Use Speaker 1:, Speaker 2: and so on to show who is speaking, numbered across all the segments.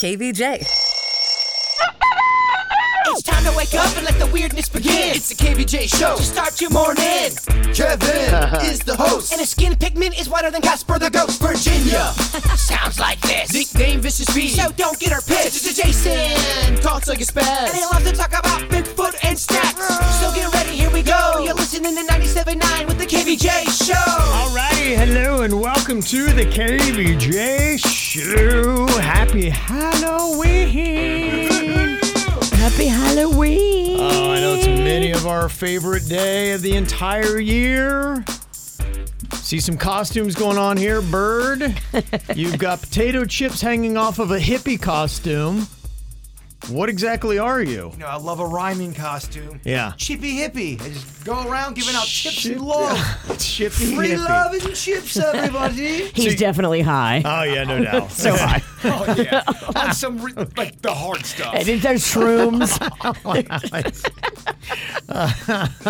Speaker 1: KVJ.
Speaker 2: It's time to wake up and let the weirdness begin. It's the KVJ show. Just start your morning. Kevin is the host. And his skin pigment is whiter than Casper the Ghost. Virginia sounds like this. Nickname Vicious Beat. So don't get her pissed. This is Jason. Talks like a spaz. And they love to talk about Bigfoot and snacks. So get ready. Here we go. You're listening to 97.9 with the KVJ show.
Speaker 3: Alrighty, hello and welcome to the KBJ show. Happy Halloween! Happy Halloween! Oh, I know it's many of our favorite day of the entire year. See some costumes going on here, Bird. You've got potato chips hanging off of a hippie costume. What exactly are you?
Speaker 4: You know, I love a rhyming costume.
Speaker 3: Yeah.
Speaker 4: Chippy hippie. I just go around giving out chips
Speaker 3: Chip-
Speaker 4: and love.
Speaker 3: Chippy
Speaker 4: Free
Speaker 3: hippie.
Speaker 4: love and chips, everybody.
Speaker 1: He's definitely high.
Speaker 3: Oh yeah, no doubt.
Speaker 1: so high.
Speaker 4: oh, yeah. On some, re- like, the hard stuff. Oh,
Speaker 1: And if there's shrooms.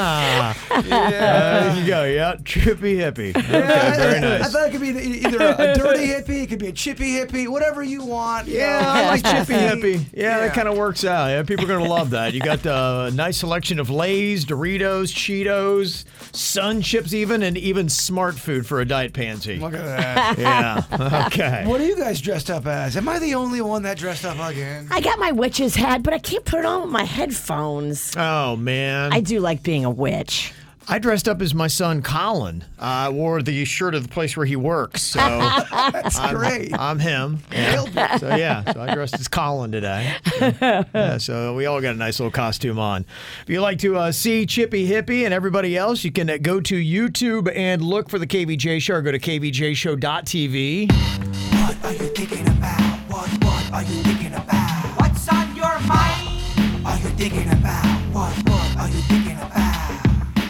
Speaker 3: Uh, there you go. Yeah, trippy hippie. Okay,
Speaker 4: Yeah,
Speaker 3: very
Speaker 4: I- I
Speaker 3: nice.
Speaker 4: thought it could be e- either a, a dirty hippie, it could be a chippy hippie, whatever you want. you
Speaker 3: Yeah,
Speaker 4: know.
Speaker 3: I like chippy hippie. Yeah,
Speaker 4: Yeah.
Speaker 3: that kind of works out. Yeah, people are gonna love that. You got uh, a nice selection of Lay's, Doritos, Cheetos, Sun Chips, even, and even smart food for a diet pansy.
Speaker 4: Look at that.
Speaker 3: Yeah. Okay.
Speaker 4: What are you guys dressed up as? Am I the only one that dressed up again?
Speaker 1: I got my witch's hat, but I can't put it on with my headphones.
Speaker 4: Uh,
Speaker 3: Oh man.
Speaker 1: I do like being a witch.
Speaker 3: I dressed up as my son Colin. I wore the shirt of the place where he works. So that's I'm,
Speaker 4: great.
Speaker 3: I'm him. Yeah. So yeah, so I dressed as Colin today. So, yeah, so we all got a nice little costume on. If you like to uh, see Chippy Hippie and everybody else, you can uh, go to YouTube and look for the KVJ Show. Or go to kvjshow.tv.
Speaker 2: What are you thinking about? What, what are you thinking about? What's on your mind? Are you thinking about? What, what are you thinking about?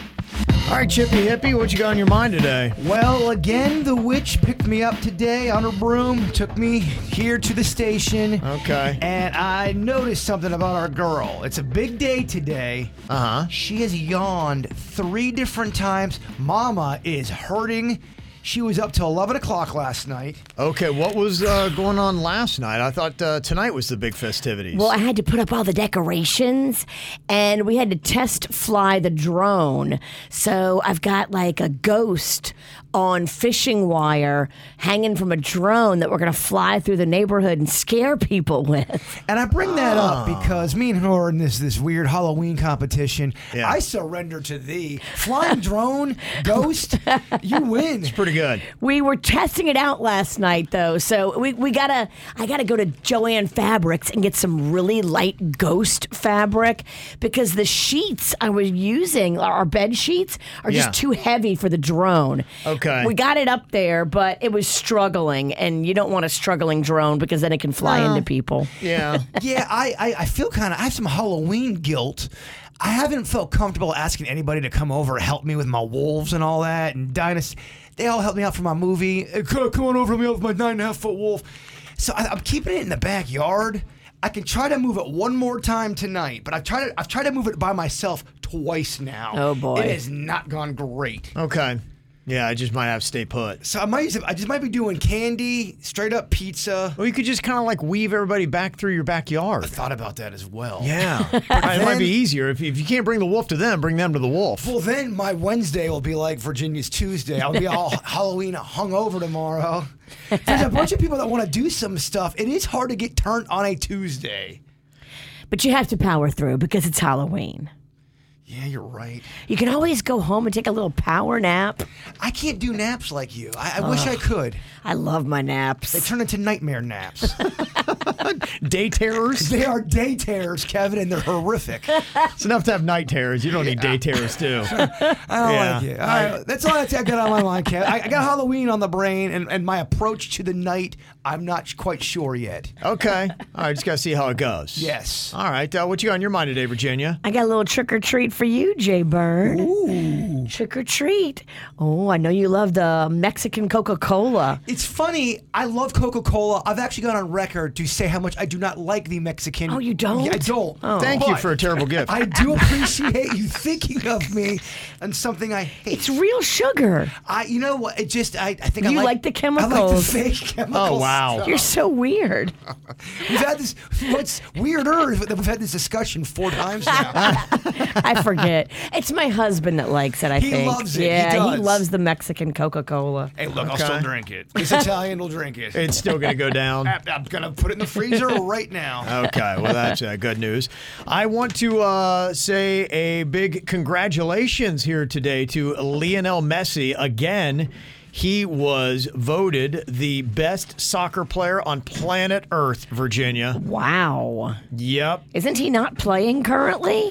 Speaker 3: All right, Chippy Hippie, what you got on your mind today?
Speaker 4: Well, again, the witch picked me up today on her broom, took me here to the station.
Speaker 3: Okay.
Speaker 4: And I noticed something about our girl. It's a big day today.
Speaker 3: Uh huh.
Speaker 4: She has yawned three different times. Mama is hurting. She was up till 11 o'clock last night.
Speaker 3: Okay, what was uh, going on last night? I thought uh, tonight was the big festivities.
Speaker 1: Well, I had to put up all the decorations and we had to test fly the drone. So I've got like a ghost on fishing wire hanging from a drone that we're going to fly through the neighborhood and scare people with.
Speaker 4: And I bring that up
Speaker 3: Ah.
Speaker 4: because me and her are in this, this weird Halloween competition.
Speaker 3: Yeah.
Speaker 4: I surrender to thee. Flying drone, ghost, you win.
Speaker 3: Pretty good.
Speaker 1: We were testing it out last night though. So we, we got to I got to go to Joanne Fabrics and get some really light ghost fabric because the sheets I was using our bed sheets are
Speaker 3: Yeah.
Speaker 1: just too heavy for the drone.
Speaker 3: Okay.
Speaker 1: We got it up there, but it was struggling, and you don't want a struggling drone because then it can fly into people.
Speaker 3: Yeah.
Speaker 4: yeah, I, I, I feel kind of, I have some Halloween guilt. I haven't felt comfortable asking anybody to come over and help me with my wolves and all that. And Dynasty, they all helped me out for my movie. Uh, Come come on over to me with my nine and a half foot wolf. So I, I'm keeping it in the backyard. I can try to move it one more time tonight, but I've tried to, I've tried to move it by myself twice now.
Speaker 1: Oh, boy.
Speaker 4: It has not gone great.
Speaker 3: Okay. Yeah, I just might have to stay put.
Speaker 4: So I might, I just might be doing candy, straight up pizza.
Speaker 3: Or you could just kind of like weave everybody back through your backyard.
Speaker 4: Thought about that as well.
Speaker 3: Yeah. it might
Speaker 4: then-
Speaker 3: be easier. If, if you can't bring the wolf to them, bring them to the wolf.
Speaker 4: Well, then my Wednesday will be like Virginia's Tuesday. I'll be all Halloween hungover tomorrow. There's a bunch of people that want to do some stuff. It is hard to get turned on a Tuesday.
Speaker 1: But you have to power through because it's Halloween.
Speaker 4: Yeah, you're right.
Speaker 1: You can always go home and take a little power nap.
Speaker 4: I can't do naps like you. I, I wish I could.
Speaker 1: I love my
Speaker 4: They
Speaker 1: naps.
Speaker 4: turn into nightmare naps.
Speaker 3: Day terrors?
Speaker 4: they are day terrors, Kevin, and they're horrific. I
Speaker 3: It's enough to have night terrors. You don't need day terrors, too.
Speaker 4: don't
Speaker 3: Yeah.
Speaker 4: like it. All right, that's all I I got on my mind, Kevin. I, I got Halloween on the brain, and, and my approach to the night, I'm not quite sure yet.
Speaker 3: Okay. All right. Just got to see how it goes.
Speaker 4: Yes.
Speaker 3: All right. Uh, what you got on your mind today, Virginia?
Speaker 1: I got a little trick or treat for you, Jay Bird. Trick or treat. Oh, I know you love the Mexican Coca Cola.
Speaker 4: It's funny. I love Coca Cola. I've actually gone on record to say how much I do not like the Mexican.
Speaker 1: Oh, you don't? Oh.
Speaker 4: Yeah, I don't.
Speaker 3: Thank you
Speaker 4: But
Speaker 3: for a terrible gift.
Speaker 4: I do appreciate you thinking of me and something I hate.
Speaker 1: It's real sugar.
Speaker 4: I, you know what? It just, I, I think I
Speaker 1: You
Speaker 4: like,
Speaker 1: like the
Speaker 4: I like the
Speaker 1: chemicals.
Speaker 4: fake chemicals.
Speaker 3: oh, wow.
Speaker 1: You're so weird.
Speaker 4: We've had this. What's weirder is that we've had this discussion four times now.
Speaker 1: I forget. It's my husband that likes it, I
Speaker 4: He
Speaker 1: think.
Speaker 4: loves it. He
Speaker 1: Yeah,
Speaker 4: does.
Speaker 1: loves the Mexican Coca Cola.
Speaker 4: hey, look, I'll
Speaker 3: still
Speaker 4: drink it. This Italian will drink it.
Speaker 3: It's still going to go down.
Speaker 4: I'm- I'm gonna put it in the freezer right now.
Speaker 3: Okay, well, that's uh, good news. I want to uh, say a big congratulations here today to Lionel Messi again. He was voted the best soccer player on planet Earth, Virginia.
Speaker 1: Wow.
Speaker 3: Yep.
Speaker 1: Isn't he not playing currently?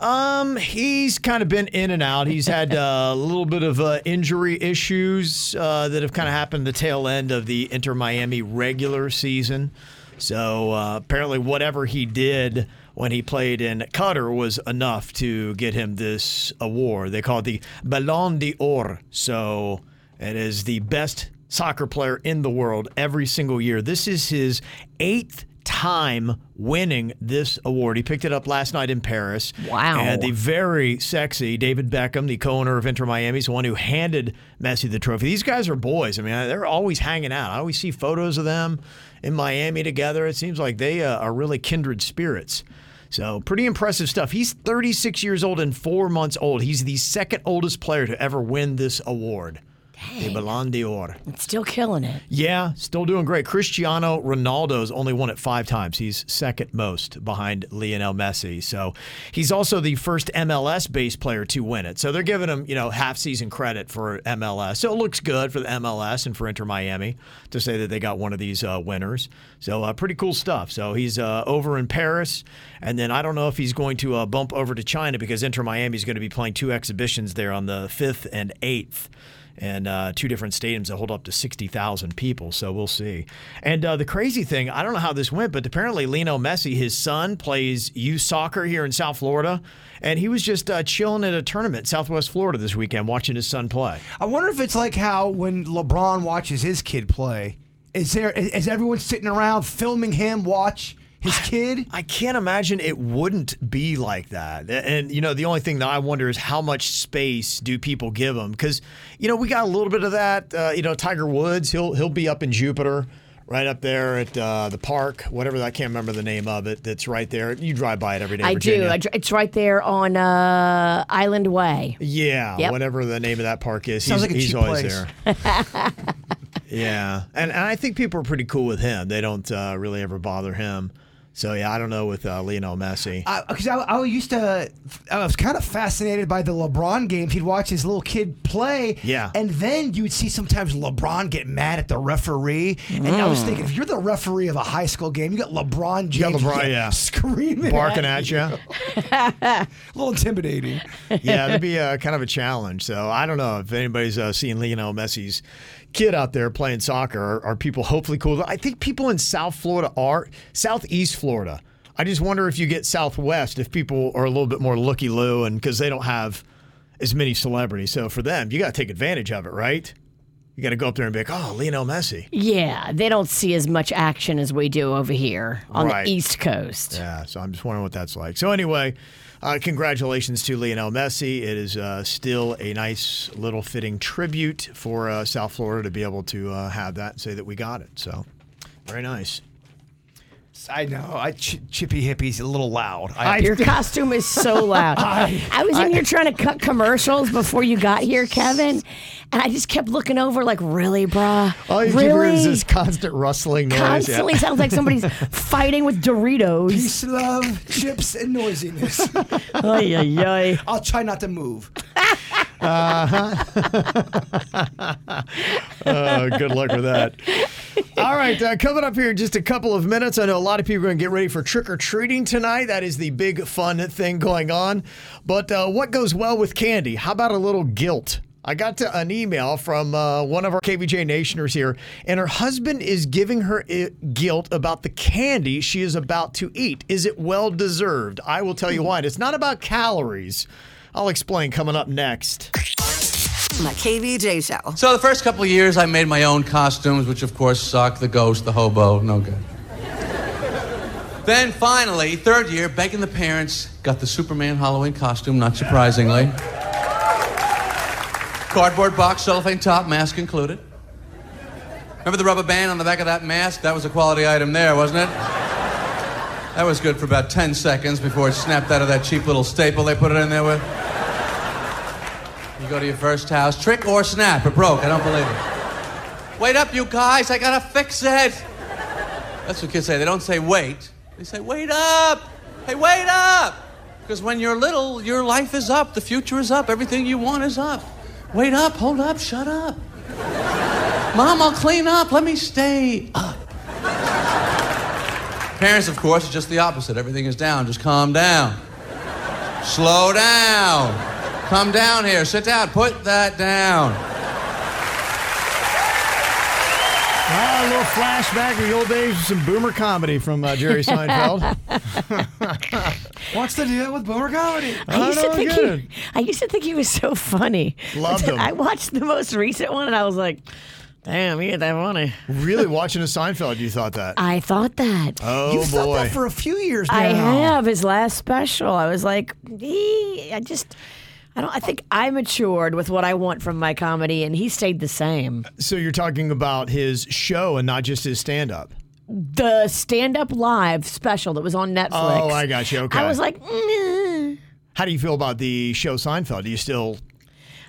Speaker 3: Um, he's kind of been in and out. He's had uh, a little bit of uh, injury issues uh, that have kind of happened the tail end of the Inter Miami regular season. So uh, apparently, whatever he did when he played in Qatar was enough to get him this award. They call it the Ballon d'Or. So it is the best soccer player in the world every single year. This is his eighth time winning this award. He picked it up last night in Paris.
Speaker 1: Wow.
Speaker 3: And the very sexy David Beckham, the co-owner of Inter Miami, is the one who handed Messi the trophy. These guys are boys. I mean, they're always hanging out. I always see photos of them in Miami together. It seems like they uh, are really kindred spirits. So, pretty impressive stuff. He's 36 years old and four months old. He's the second oldest player to ever win this award. The Ballon d'Or.
Speaker 1: It's still killing it.
Speaker 3: Yeah, still doing great. Cristiano Ronaldo's only won it five times. He's second most behind Lionel Messi. So he's also the first MLS based player to win it. So they're giving him, you know, half season credit for MLS. So it looks good for the MLS and for Inter Miami to say that they got one of these uh, winners. So uh, pretty cool stuff. So he's uh, over in Paris. And then I don't know if he's going to uh, bump over to China because Inter Miami is going to be playing two exhibitions there on the 5th and 8th and uh, two different stadiums that hold up to 60,000 people. So we'll see. And uh, the crazy thing, I don't know how this went, but apparently Lionel Messi, his son, plays youth soccer here in South Florida. And he was just uh, chilling at a tournament, in Southwest Florida, this weekend, watching his son play.
Speaker 4: I wonder if it's like how when LeBron watches his kid play, is there is is everyone sitting around filming him watch his kid?
Speaker 3: I can't imagine it wouldn't be like that. A- And, you know, the only thing that I wonder is how much space do people give him? Because, you know, we got a little bit of that. Uh, you know, Tiger Woods, he'll he'll be up in Jupiter, right up there at uh, the park, whatever I can't remember the name of it. That's right there. You drive by it every day.
Speaker 1: I do.
Speaker 3: Virginia.
Speaker 1: I, dr- it's right there on uh, Island Way.
Speaker 3: yeah,
Speaker 1: Yep.
Speaker 3: whatever the name of that park is.
Speaker 4: Sounds
Speaker 3: he's
Speaker 4: like a
Speaker 3: he's
Speaker 4: cheap
Speaker 3: always
Speaker 4: place.
Speaker 3: there. yeah, and, and I think people are pretty cool with him. They don't uh, really ever bother him. So yeah, I don't know with uh, Lionel Messi.
Speaker 4: Because I, I, used to, I was kind of fascinated by the LeBron games. He'd watch his little kid play.
Speaker 3: Yeah.
Speaker 4: And then you would see sometimes LeBron get mad at the referee. And I was thinking, if you're the referee of a high school game, you got LeBron
Speaker 3: got
Speaker 4: James
Speaker 3: LeBron, Mm. yeah.
Speaker 4: screaming,
Speaker 3: barking at you.
Speaker 4: a little intimidating.
Speaker 3: yeah, it'd be uh, kind of a challenge. So I don't know if anybody's uh, seeing Lionel Messi's kid out there playing soccer. Are, are people hopefully cool? I think people in South Florida are Southeast Florida. I just wonder if you get Southwest if people are a little bit more looky loo and because they don't have as many celebrities. So for them, you got to take advantage of it, right? You got to go up there and be like, oh, Lionel Messi.
Speaker 1: Yeah, they don't see as much action as we do over here on
Speaker 3: Right.
Speaker 1: the East Coast.
Speaker 3: Yeah, so I'm just wondering what that's like. So anyway, Uh, congratulations to Lionel Messi. It is uh, still a nice little fitting tribute for uh, South Florida to be able to uh, have that and say that we got it. So, very nice.
Speaker 4: I know. I ch- chippy hippie's a little loud. I,
Speaker 1: Your costume is so loud. I, was in here trying to cut commercials before you got here, Kevin, and I just kept looking over, like, really, bruh?
Speaker 3: All you
Speaker 1: really?
Speaker 3: can hear is this constant rustling noise.
Speaker 1: Constantly sounds like somebody's fighting with Doritos.
Speaker 4: Peace, love, chips, and noisiness.
Speaker 1: Ay, ay, ay.
Speaker 4: I'll try not to move.
Speaker 3: Uh-huh. Uh, good luck with that. All right, uh, coming up here in just a couple of minutes. I know a lot of people are going to get ready for trick or treating tonight. That is the big fun thing going on. But uh, what goes well with candy? How about a little guilt? I got to an email from uh, one of our KBJ Nationers here, and her husband is giving her i- guilt about the candy she is about to eat. Is it well deserved? I will tell you
Speaker 5: Mm-hmm.
Speaker 3: why. And it's not about calories. I'll explain coming up next.
Speaker 5: My KVJ show.
Speaker 6: So the first couple of years, I made my own costumes, which of course suck. The ghost, the hobo, no good. then finally, third year, begging the parents, got the Superman Halloween costume, not surprisingly. Cardboard box, cellophane top, mask included. Remember the rubber band on the back of that mask? That was a quality item there, wasn't it? That was good for about 10 seconds before it snapped out of that cheap little staple they put it in there with. You go to your first house, trick or snap, it broke. I don't believe it. Wait up, you guys, I gotta fix it. That's what kids say. They don't say wait, they say wait up. Hey, wait up. Because when you're little, your life is up, the future is up, everything you want is up. Wait up, hold up, shut up. Mom, I'll clean up, let me stay up. Parents, of course, are just the opposite. Everything is down, just calm down. Slow down. Come down here. Sit down. Put that down.
Speaker 3: Ah, a little flashback of the old days with some boomer comedy from uh, Jerry Seinfeld.
Speaker 4: Wants to do that with boomer comedy.
Speaker 3: I
Speaker 1: I used to
Speaker 3: don't
Speaker 1: think
Speaker 3: get
Speaker 1: he,
Speaker 3: it.
Speaker 1: I used to think he was so funny.
Speaker 3: Loved him.
Speaker 1: I watched the most recent one and I was like, damn, he ain't that funny.
Speaker 3: really watching a Seinfeld, you thought that?
Speaker 1: I thought that.
Speaker 3: Oh
Speaker 4: You've thought
Speaker 3: boy!
Speaker 4: that for a few years now.
Speaker 1: I have his last special. I was like, "Eh, I just, I don't. I think I matured with what I want from my comedy, and he stayed the same.
Speaker 3: so you're talking about his show and not just his stand-up.
Speaker 1: The stand-up live special that was on Netflix.
Speaker 3: Oh, I got you. Okay.
Speaker 1: I was like, "Mm,
Speaker 3: How do you feel about the show Seinfeld? Do you still?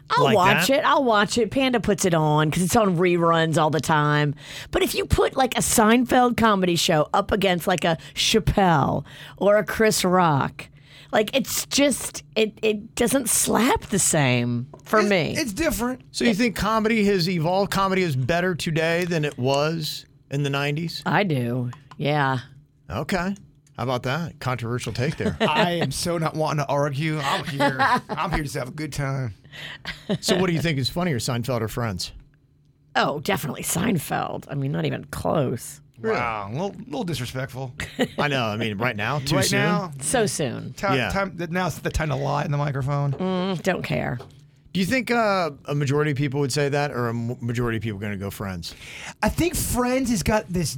Speaker 1: I'll
Speaker 3: Like
Speaker 1: watch
Speaker 3: that?
Speaker 1: it. I'll watch it. Panda puts it on because it's on reruns all the time. But if you put like a Seinfeld comedy show up against like a Chappelle or a Chris Rock. Like it's just it it doesn't slap the same for me.
Speaker 4: It's different.
Speaker 3: So you think comedy has evolved? Comedy is better today than it was in the '90s.
Speaker 1: I do. Yeah.
Speaker 3: Okay. How about that? Controversial take there.
Speaker 4: I am so not wanting to argue. I'm here. I'm here just to have a good time.
Speaker 3: so what do you think is funnier, Seinfeld or Friends?
Speaker 1: Oh, definitely Seinfeld. I mean, not even close.
Speaker 4: Wow, a little, little disrespectful.
Speaker 3: I know. I mean, right now, too
Speaker 4: right
Speaker 3: soon.
Speaker 4: now,
Speaker 1: So soon. Mm,
Speaker 4: time,
Speaker 3: Yeah.
Speaker 4: time, now's the time to lie in the microphone.
Speaker 1: Don't care.
Speaker 3: Do you think uh, a majority of people would say that, or a m- majority of people are going to go Friends?
Speaker 4: I think Friends has got this.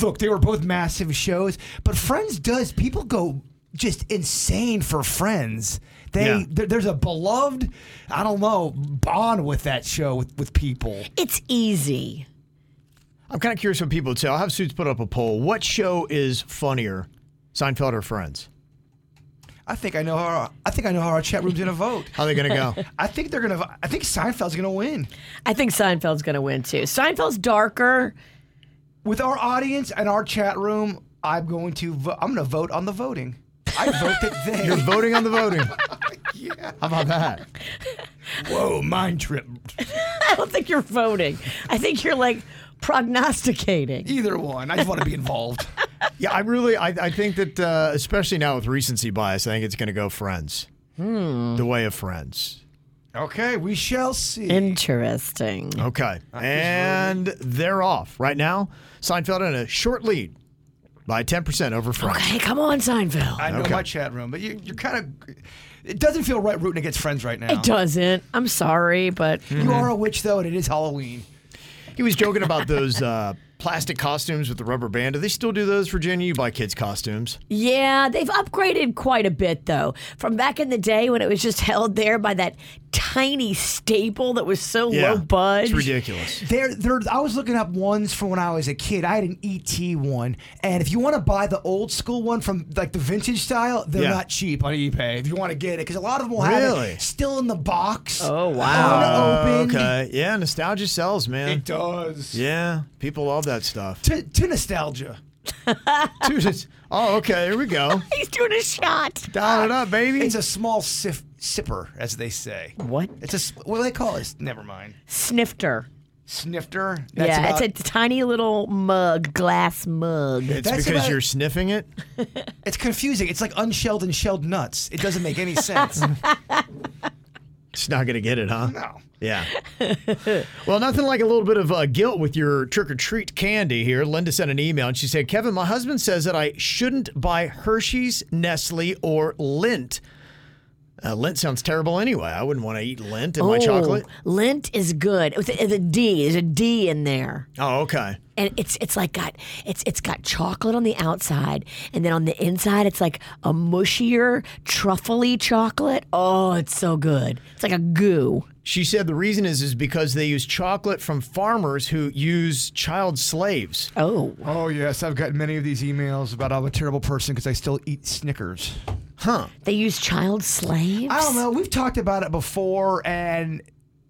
Speaker 4: Look, they were both massive shows, but Friends does people go just insane for Friends. They
Speaker 3: Yeah.
Speaker 4: there- there's a beloved, I don't know, bond with that show with, with people.
Speaker 1: It's easy.
Speaker 3: I'm kind of curious what people would say. I'll have Suits put up a poll. What show is funnier, Seinfeld or Friends?
Speaker 4: I think I know how our, I think I know how our chat room's gonna vote.
Speaker 3: How are they going to go?
Speaker 4: I think they're gonna. vo- I think Seinfeld's gonna win
Speaker 1: I think Seinfeld's going to win too. Seinfeld's darker.
Speaker 4: with our audience and our chat room. I'm going to. Vo- I'm gonna vote on the voting. I vote that they.
Speaker 3: You're voting on the voting. How about that?
Speaker 4: Whoa, mind trip.
Speaker 1: I don't think you're voting. I think you're like prognosticating.
Speaker 4: Either one. I just want to be involved.
Speaker 3: Yeah, I really, I, I think that, uh, especially now with recency bias, I think it's going to go Friends.
Speaker 1: Hmm.
Speaker 3: The way of Friends.
Speaker 4: Okay, we shall see.
Speaker 1: Interesting.
Speaker 3: Okay. And they're off. Right now, Seinfeld in a short lead by 10% over Friends.
Speaker 1: Hey, come on, Seinfeld.
Speaker 4: I know
Speaker 3: Okay.
Speaker 4: my chat room, but you, you're kind of. It doesn't feel right rooting against friends right now.
Speaker 1: It doesn't. I'm sorry, but
Speaker 4: You are a witch though, and it is Halloween.
Speaker 3: He was joking about those uh, plastic costumes with the rubber band. Do they still do those, Virginia? You buy kids' costumes.
Speaker 1: Yeah, they've upgraded quite a bit though. From back in the day when it was just held there by that tiny staple that was so low budge.
Speaker 3: It's ridiculous.
Speaker 4: There, there. I was looking up ones from when I was a kid. I had an ET one, and if you want to buy the old school one from like the vintage style, they're
Speaker 3: Yeah.
Speaker 4: not cheap on eBay. If you want to get it, because a lot of them will have
Speaker 3: Really?
Speaker 4: it still in the box.
Speaker 1: Oh, wow.
Speaker 4: unopened.
Speaker 3: okay. Yeah, nostalgia sells, man.
Speaker 4: It does.
Speaker 3: Yeah, people love that stuff.
Speaker 4: To, to nostalgia.
Speaker 3: Dude, it's- oh, okay. Here we go.
Speaker 1: He's doing a shot.
Speaker 3: Dial it up, baby.
Speaker 4: It's a small sif- sipper, as they say.
Speaker 1: What?
Speaker 4: It's a s- what do they call it? Never mind.
Speaker 1: Snifter.
Speaker 4: Snifter.
Speaker 1: yeah,
Speaker 4: about-
Speaker 1: it's a tiny little mug, glass mug.
Speaker 3: it's
Speaker 4: that's
Speaker 3: because
Speaker 4: about-
Speaker 3: you're sniffing it.
Speaker 4: It's confusing. It's like unshelled and shelled nuts. It doesn't make any sense.
Speaker 3: It's not gonna get it, huh?
Speaker 4: No.
Speaker 3: Yeah. well, nothing like a little bit of uh, guilt with your trick or treat candy here. Linda sent an email and she said, Kevin, my husband says that I shouldn't buy Hershey's, Nestle, or Lint. Uh, Lint sounds terrible anyway. I wouldn't want to eat Lint in my
Speaker 1: Oh,
Speaker 3: chocolate.
Speaker 1: Lint is good. With a, the D, there's a D in there,
Speaker 3: Oh, okay.
Speaker 1: and it's it's like got it's it's got chocolate on the outside, and then on the inside it's like a mushier, truffly chocolate. Oh, it's so good. It's like a goo.
Speaker 3: She said the reason is is because they use chocolate from farmers who use child slaves.
Speaker 1: Oh,
Speaker 4: Oh yes, I've gotten many of these emails about I'm a terrible person because I still eat Snickers.
Speaker 1: they use child slaves.
Speaker 4: I don't know. We've talked about it before, and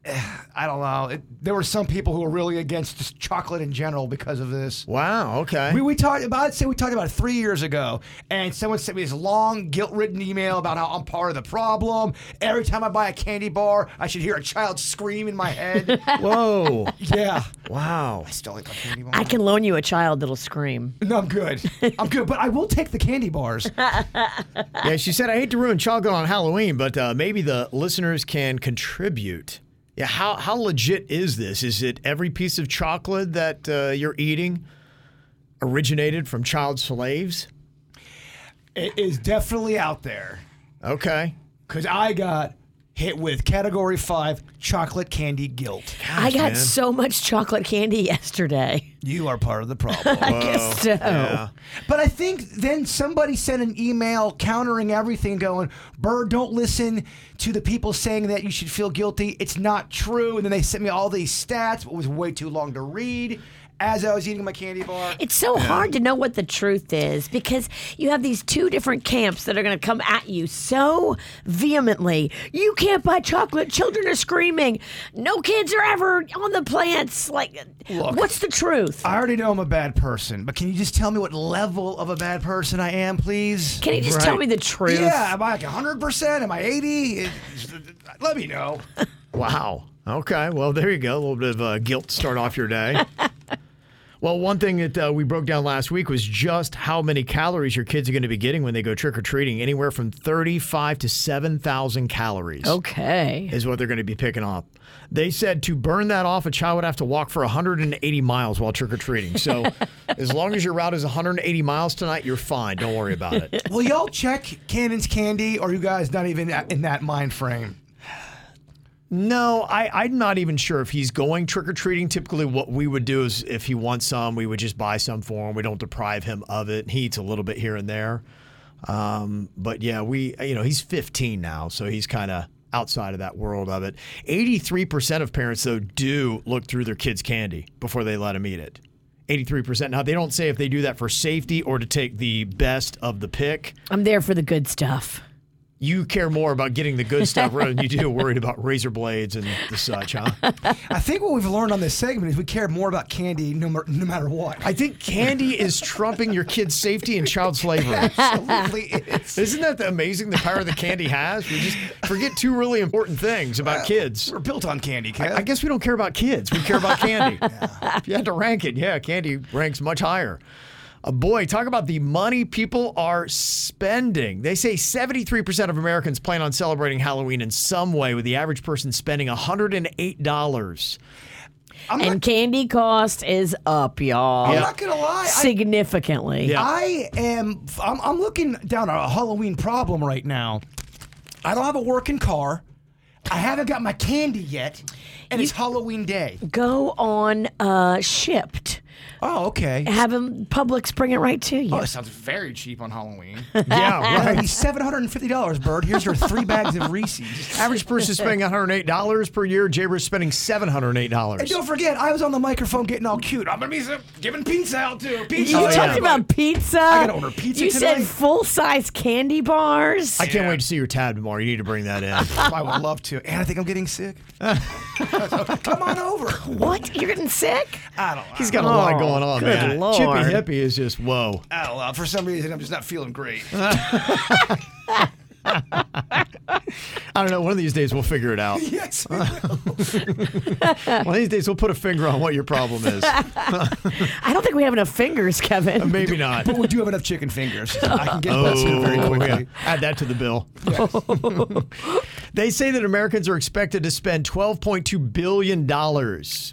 Speaker 4: eh, I don't know. It, there were some people who were really against just chocolate in general because of this.
Speaker 3: Wow, okay.
Speaker 4: We, we talked about say we talked about it three years ago, and someone sent me this long guilt-ridden email about how I'm part of the problem. Every time I buy a candy bar, I should hear a child scream in my head.
Speaker 3: Whoa.
Speaker 4: yeah,
Speaker 3: wow.
Speaker 4: I still like my candy bar.
Speaker 1: I can loan you a child that'll scream.
Speaker 4: no, I'm good. I'm good, but I will take the candy bars.
Speaker 3: Yeah, she said, I hate to ruin chocolate on Halloween, but uh, maybe the listeners can contribute. Yeah, how, how legit is this? Is it every piece of chocolate that uh, you're eating originated from child slaves?
Speaker 4: It is definitely out there.
Speaker 3: Uh, Okay.
Speaker 4: Because I got hit with category five chocolate candy guilt.
Speaker 1: I got
Speaker 3: man.
Speaker 1: so much chocolate candy yesterday.
Speaker 4: You are part of the problem.
Speaker 1: I guess so.
Speaker 4: but I think then somebody sent an email countering everything, going, Bird, don't listen to the people saying that you should feel guilty. It's not true. And then they sent me all these stats, but it was way too long to read as I was eating my candy bar.
Speaker 1: It's so hard to know what the truth is because you have these two different camps that are going to come at you so vehemently. You can't buy chocolate. Children are screaming. No kids are ever on the plants. Like, what's the truth?
Speaker 4: I already know I'm a bad person, but can you just tell me what level of a bad person I am, please?
Speaker 1: Can you just tell me the truth?
Speaker 4: yeah, am I like 100%? Am I 80? Let me know.
Speaker 3: Wow. Okay. Well, there you go. A little bit of uh, guilt to start off your day. well, one thing that uh, we broke down last week was just how many calories your kids are going to be getting when they go trick or treating. Anywhere from 35 to 7,000 calories.
Speaker 1: Okay.
Speaker 3: is what they're going to be picking up. They said to burn that off, a child would have to walk for 180 miles while trick or treating. So, as long as your route is 180 miles tonight, you're fine. Don't worry about it.
Speaker 4: Will y'all check Cannon's Candy, or are you guys not even a- in that mind frame?
Speaker 3: No, I, I'm not even sure if he's going trick or treating. Typically, what we would do is if he wants some, we would just buy some for him. We don't deprive him of it. He eats a little bit here and there. Um, but yeah, we, you know, he's 15 now, so he's kind of outside of that world of it. 83% of parents, though, do look through their kids' candy before they let them eat it. 83%. Now, they don't say if they do that for safety or to take the best of the pick.
Speaker 1: I'm there for the good stuff.
Speaker 3: You care more about getting the good stuff rather than you do worried about razor blades and the such, huh?
Speaker 4: I think what we've learned on this segment is we care more about candy no, mer- no matter what.
Speaker 3: I think candy is trumping your kids' safety and child slavery.
Speaker 4: Absolutely is.
Speaker 3: Isn't that the amazing the power that candy has? We just forget two really important things about kids.
Speaker 4: We're built on candy, Kev.
Speaker 3: I guess we don't care about kids. We care about candy. If you had to rank it, yeah, candy ranks much higher. Uh, boy, talk about the money people are spending. They say 73% of Americans plan on celebrating Halloween in some way, with the average person spending $108.
Speaker 4: I'm,
Speaker 1: and
Speaker 4: not,
Speaker 1: candy cost is up, y'all.
Speaker 4: I'm not gonna lie. I,
Speaker 1: Significantly.
Speaker 3: Yeah.
Speaker 4: I am. I'm, I'm looking down a Halloween problem right now. I don't have a working car. I haven't got my candy yet, and it's Halloween day.
Speaker 1: Go on uh, Shipped.
Speaker 4: Oh, okay.
Speaker 1: Have them Publix bring it right to you.
Speaker 7: Oh, it sounds very cheap on Halloween.
Speaker 3: Yeah, right.
Speaker 4: Seven hundred and fifty dollars, Bird. Here's your three bags of Reese's.
Speaker 3: Average person spending $108 per year. Jaber's spending
Speaker 4: And
Speaker 3: $708.
Speaker 4: don't forget, I was on the microphone getting all cute.
Speaker 7: I'm gonna be some- giving pizza out too.
Speaker 1: you
Speaker 7: Pizza.
Speaker 3: Oh,
Speaker 1: talked
Speaker 3: yeah.
Speaker 1: about pizza.
Speaker 4: I gotta order pizza
Speaker 1: You said
Speaker 4: tonight.
Speaker 1: full size candy bars.
Speaker 3: I can't wait to see your tab tomorrow. You need to bring that in.
Speaker 4: I would love to. And I think I'm getting sick. Come on over.
Speaker 1: what? You're getting sick?
Speaker 4: I don't. know. Oh,
Speaker 3: He's got a lot going on,
Speaker 1: good
Speaker 3: man.
Speaker 1: Lord.
Speaker 3: Chippy Hippie is just, whoa.
Speaker 4: I don't know. Oh, For some reason, I'm just not feeling great.
Speaker 3: I don't know. One of these days we'll figure it out.
Speaker 4: yes.
Speaker 3: One of these days we'll put a finger on what your problem is.
Speaker 1: I don't think we have enough fingers, Kevin.
Speaker 3: Maybe not.
Speaker 4: but we do have enough chicken fingers. I can get that soon very quickly.
Speaker 3: Oh, yeah. Add that to the bill. they say that Americans are expected to spend $12.2 billion,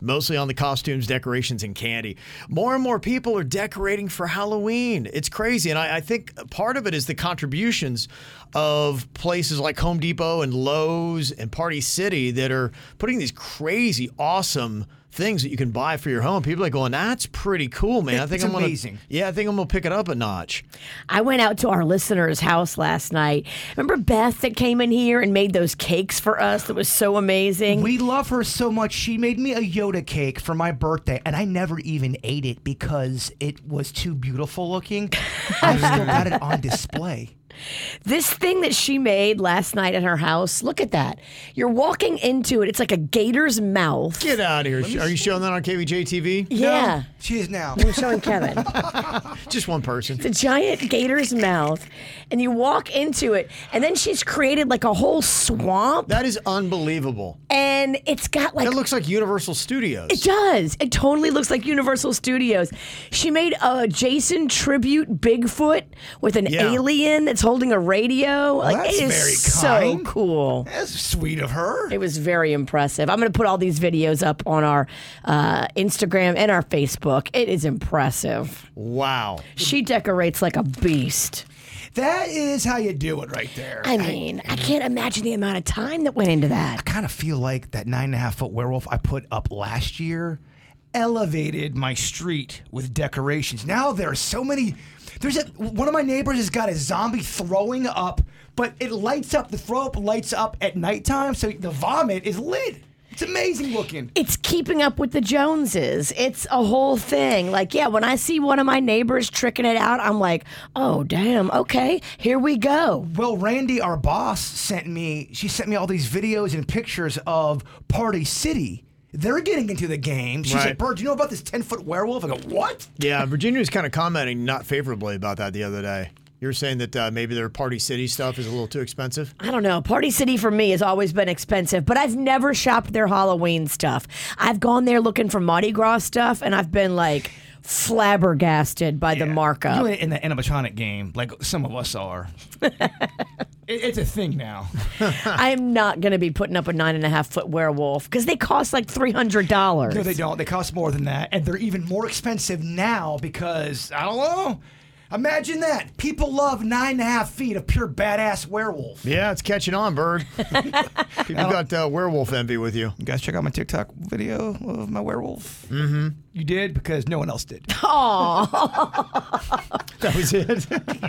Speaker 3: mostly on the costumes, decorations, and candy. More and more people are decorating for Halloween. It's crazy. And I, I think part of it is the contributions of places like Home Depot and Lowe's and Party City that are putting these crazy, awesome things that you can buy for your home. People are going, that's pretty cool, man. I think
Speaker 4: It's
Speaker 3: I'm gonna-
Speaker 4: amazing.
Speaker 3: Yeah, I think I'm gonna pick it up a notch.
Speaker 1: I went out to our listener's house last night. Remember Beth that came in here and made those cakes for us? That was so amazing.
Speaker 4: We love her so much. She made me a Yoda cake for my birthday, and I never even ate it because it was too beautiful looking. I've still got it on display.
Speaker 1: This thing that she made last night at her house, look at that. You're walking into it. It's like a gator's mouth.
Speaker 3: Get out of here. Are you showing that on KVJ TV?
Speaker 1: yeah.
Speaker 4: She is now.
Speaker 1: I'm showing Kevin.
Speaker 3: Just one person.
Speaker 1: the giant gator's mouth, and you walk into it, and then she's created like a whole swamp,
Speaker 3: That is unbelievable.
Speaker 1: and it's got like
Speaker 3: That looks like Universal Studios.
Speaker 1: It does. It totally looks like Universal Studios. She made a Jason tribute Bigfoot with an
Speaker 3: Yeah.
Speaker 1: alien that's holding a radio. like
Speaker 4: that's
Speaker 1: it is
Speaker 4: very
Speaker 1: so
Speaker 4: kind.
Speaker 1: cool.
Speaker 4: That's sweet of her.
Speaker 1: It was very impressive. I'm going to put all these videos up on our uh, Instagram and our Facebook. It is impressive.
Speaker 3: wow.
Speaker 1: She decorates like a beast.
Speaker 4: That is how you do it right there.
Speaker 1: I mean, I can't imagine the amount of time that went into that.
Speaker 4: kind of feel like that nine and a half foot werewolf I put up last year elevated my street with decorations. Now there are so many. There's a one of my neighbors has got a zombie throwing up, but it lights up. The throw up lights up at nighttime, so the vomit is lit. It's amazing looking.
Speaker 1: it's keeping up with the Joneses. It's a whole thing. Like, yeah, when I see one of my neighbors tricking it out, I'm like, oh, damn, okay, here we go.
Speaker 4: Well, Randy, our boss, sent me. She sent me all these videos and pictures of Party City. They're getting into the game. She's
Speaker 3: Right.
Speaker 4: like, "Bird, do you know about this ten foot werewolf?" I go, "What?"
Speaker 3: Yeah, Virginia was kind of commenting not favorably about that the other day. You were saying that uh, maybe their Party City stuff is a little too expensive.
Speaker 1: I don't know. Party City for me has always been expensive, but I've never shopped their Halloween stuff. I've gone there looking for Mardi Gras stuff, and I've been like flabbergasted by the markup.
Speaker 4: You ain't in the animatronic game, like some of us are. It- it's a thing now.
Speaker 1: I am not going to be putting up a nine and a half foot werewolf because they cost like $300.
Speaker 4: No, they don't. They cost more than that, and they're even more expensive now because I don't know. Imagine that. People love nine and a half feet of pure badass werewolf.
Speaker 3: Yeah, it's catching on, Bird. People got uh, werewolf envy with you.
Speaker 4: You guys check out my TikTok video of my werewolf. Mm-hmm. You did because no one else did.
Speaker 3: That was it.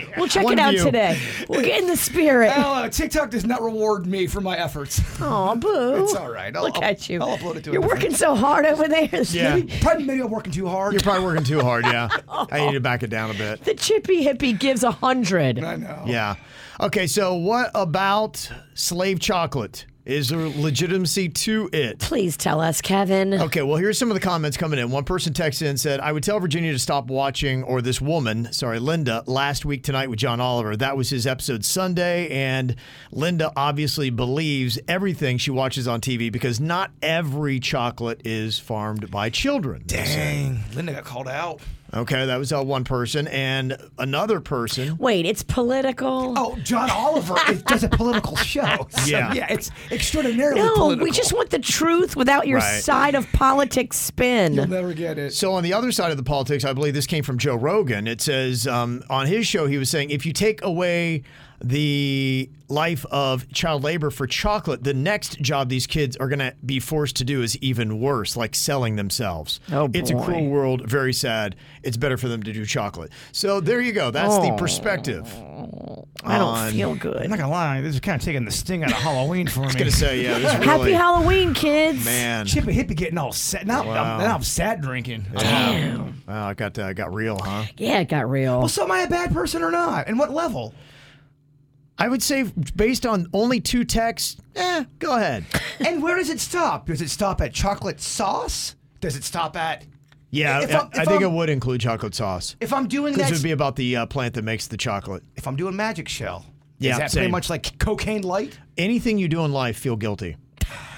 Speaker 1: We'll check
Speaker 3: One
Speaker 1: it out
Speaker 3: view.
Speaker 1: today. We're getting the spirit.
Speaker 4: Hell, uh, TikTok does not reward me for my efforts.
Speaker 1: Oh, boo.
Speaker 4: It's all right. I'll-
Speaker 1: Look
Speaker 4: I'll-
Speaker 1: at you.
Speaker 4: I'll upload it to a
Speaker 1: You're
Speaker 4: different-
Speaker 1: working so hard over there.
Speaker 3: Yeah.
Speaker 4: Probably maybe I'm working too hard.
Speaker 3: You're probably working too hard, yeah. I need to back it down a bit.
Speaker 1: The chippy hippie gives a hundred.
Speaker 4: I know.
Speaker 3: Yeah. Okay, so what about slave chocolate? Is there legitimacy to it?
Speaker 1: Please tell us, Kevin.
Speaker 3: Okay, well, here's some of the comments coming in. One person texted in and said, I would tell Virginia to stop watching, or this woman, sorry, Linda, last week tonight with John Oliver. That was his episode Sunday, and Linda obviously believes everything she watches on TV because not every chocolate is farmed by children. they say.
Speaker 4: Dang, Linda got called out.
Speaker 3: Okay, that was uh, one person. And another person.
Speaker 1: Wait, it's political.
Speaker 4: Oh, John Oliver is, does a political show. So,
Speaker 3: Yeah.
Speaker 4: yeah, it's extraordinarily
Speaker 1: no,
Speaker 4: political.
Speaker 1: we just want the truth without your
Speaker 3: Right.
Speaker 1: side of politics
Speaker 4: You'll
Speaker 1: spin.
Speaker 4: never get it.
Speaker 3: So on the other side of the politics, I believe this came from Joe Rogan. It says um, on his show he was saying if you take away the life of child labor for chocolate, the next job these kids are going to be forced to do is even worse, like selling themselves.
Speaker 1: Oh,
Speaker 3: It's a
Speaker 1: boy.
Speaker 3: cruel world, very sad. It's better for them to do chocolate. So there you go. That's the
Speaker 1: Oh.
Speaker 3: perspective.
Speaker 1: I don't
Speaker 3: on-
Speaker 1: feel
Speaker 4: I'm
Speaker 1: good.
Speaker 4: not gonna lie, this is kind of taking the sting out of Halloween for me.
Speaker 3: I was going to say, yeah, this is
Speaker 1: Happy
Speaker 3: really,
Speaker 1: Halloween, kids.
Speaker 3: man.
Speaker 4: Chip and hippie getting all sad. Now, I'm, now I'm sad drinking.
Speaker 3: Damn. Wow, it got uh, got real, huh?
Speaker 1: Yeah, it got real.
Speaker 4: Well, so am I a bad person or not? And what level?
Speaker 3: I would say based on only two texts, eh, go ahead.
Speaker 4: and where does it stop? Does it stop at chocolate sauce? Does it stop at?
Speaker 3: Yeah,
Speaker 4: If
Speaker 3: I,
Speaker 4: I'm- if
Speaker 3: I think it
Speaker 4: I'm-
Speaker 3: would include chocolate sauce.
Speaker 4: If I'm doing
Speaker 3: This
Speaker 4: that,
Speaker 3: would be about the uh, plant that makes the chocolate.
Speaker 4: if I'm doing Magic Shell,
Speaker 3: Yeah,
Speaker 4: is that
Speaker 3: same.
Speaker 4: pretty much like cocaine light?
Speaker 3: Anything you do in life, feel guilty.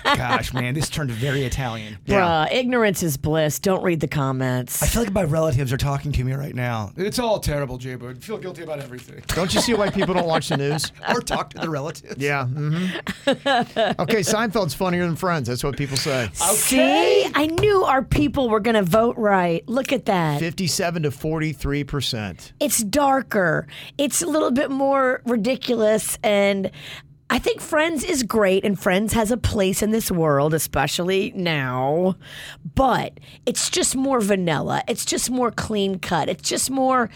Speaker 4: Gosh, man, this turned very Italian.
Speaker 1: Bruh, ignorance is bliss. Don't read the comments.
Speaker 4: I feel like my relatives are talking to me right now,
Speaker 7: It's all terrible, Jay Bird. Feel guilty about everything.
Speaker 3: Don't you see why people don't watch the news?
Speaker 4: or talk to the relatives.
Speaker 3: Yeah. mm-hmm. hmm Okay, Seinfeld's funnier than Friends. That's what people say.
Speaker 1: See, I knew our people were going to vote right. Look at that.
Speaker 3: Fifty-seven to forty-three percent.
Speaker 1: It's darker. It's a little bit more ridiculous and I think Friends is great and Friends has a place in this world, especially now. But it's just more vanilla. It's just more clean cut. It's just more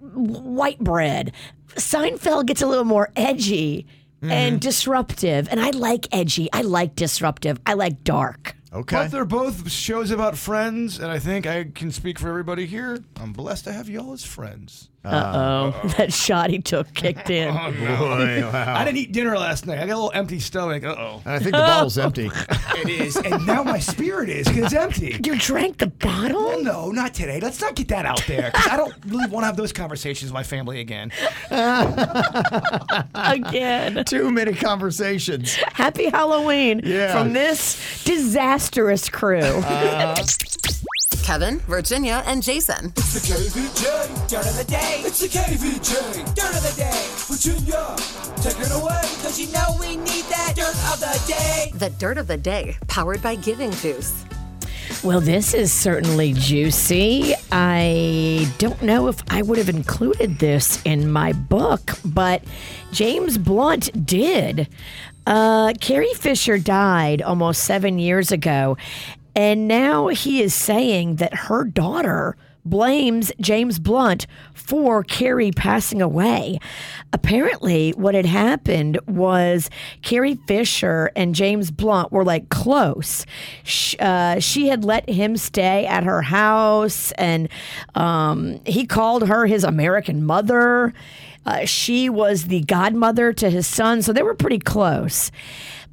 Speaker 1: white bread. Seinfeld gets a little more edgy
Speaker 7: Mm-hmm.
Speaker 1: and disruptive. And I like edgy. I like disruptive. I like dark.
Speaker 3: Okay.
Speaker 7: But they're both shows about friends, and I think I can speak for everybody here. I'm blessed to have y'all as friends. Oh,
Speaker 1: that shot he took kicked in.
Speaker 3: Uh,
Speaker 4: Oh,
Speaker 3: Boy, wow.
Speaker 7: I didn't eat dinner last night. I got a little empty stomach. Uh oh.
Speaker 3: And I think the bottle's empty.
Speaker 4: It is, and now my spirit is because it's empty.
Speaker 1: You drank the bottle?
Speaker 4: Well, no, not today. Let's not get that out there. 'cause I don't really want to have those conversations with my family again.
Speaker 1: Again.
Speaker 3: Too many conversations.
Speaker 1: Happy Halloween
Speaker 3: Yeah.
Speaker 1: from this disastrous crew.
Speaker 7: Uh,
Speaker 4: Uh,
Speaker 5: Kevin, Virginia, and Jason.
Speaker 8: It's the KVJ dirt of the day. It's the KVJ dirt of the day. Virginia, take it away. Cause you know we need that dirt of the day.
Speaker 5: The dirt of the day, powered by Giving Juice.
Speaker 1: well, this is certainly juicy. I don't know if I would have included this in my book, but James Blunt did. Uh, Carrie Fisher died almost seven years ago, and now he is saying that her daughter blames James Blunt for Carrie passing away. Apparently, what had happened was Carrie Fisher and James Blunt were like close. Sh uh, she had let him stay at her house, and um, he called her his American mother. Uh, she was the godmother to his son, so they were pretty close.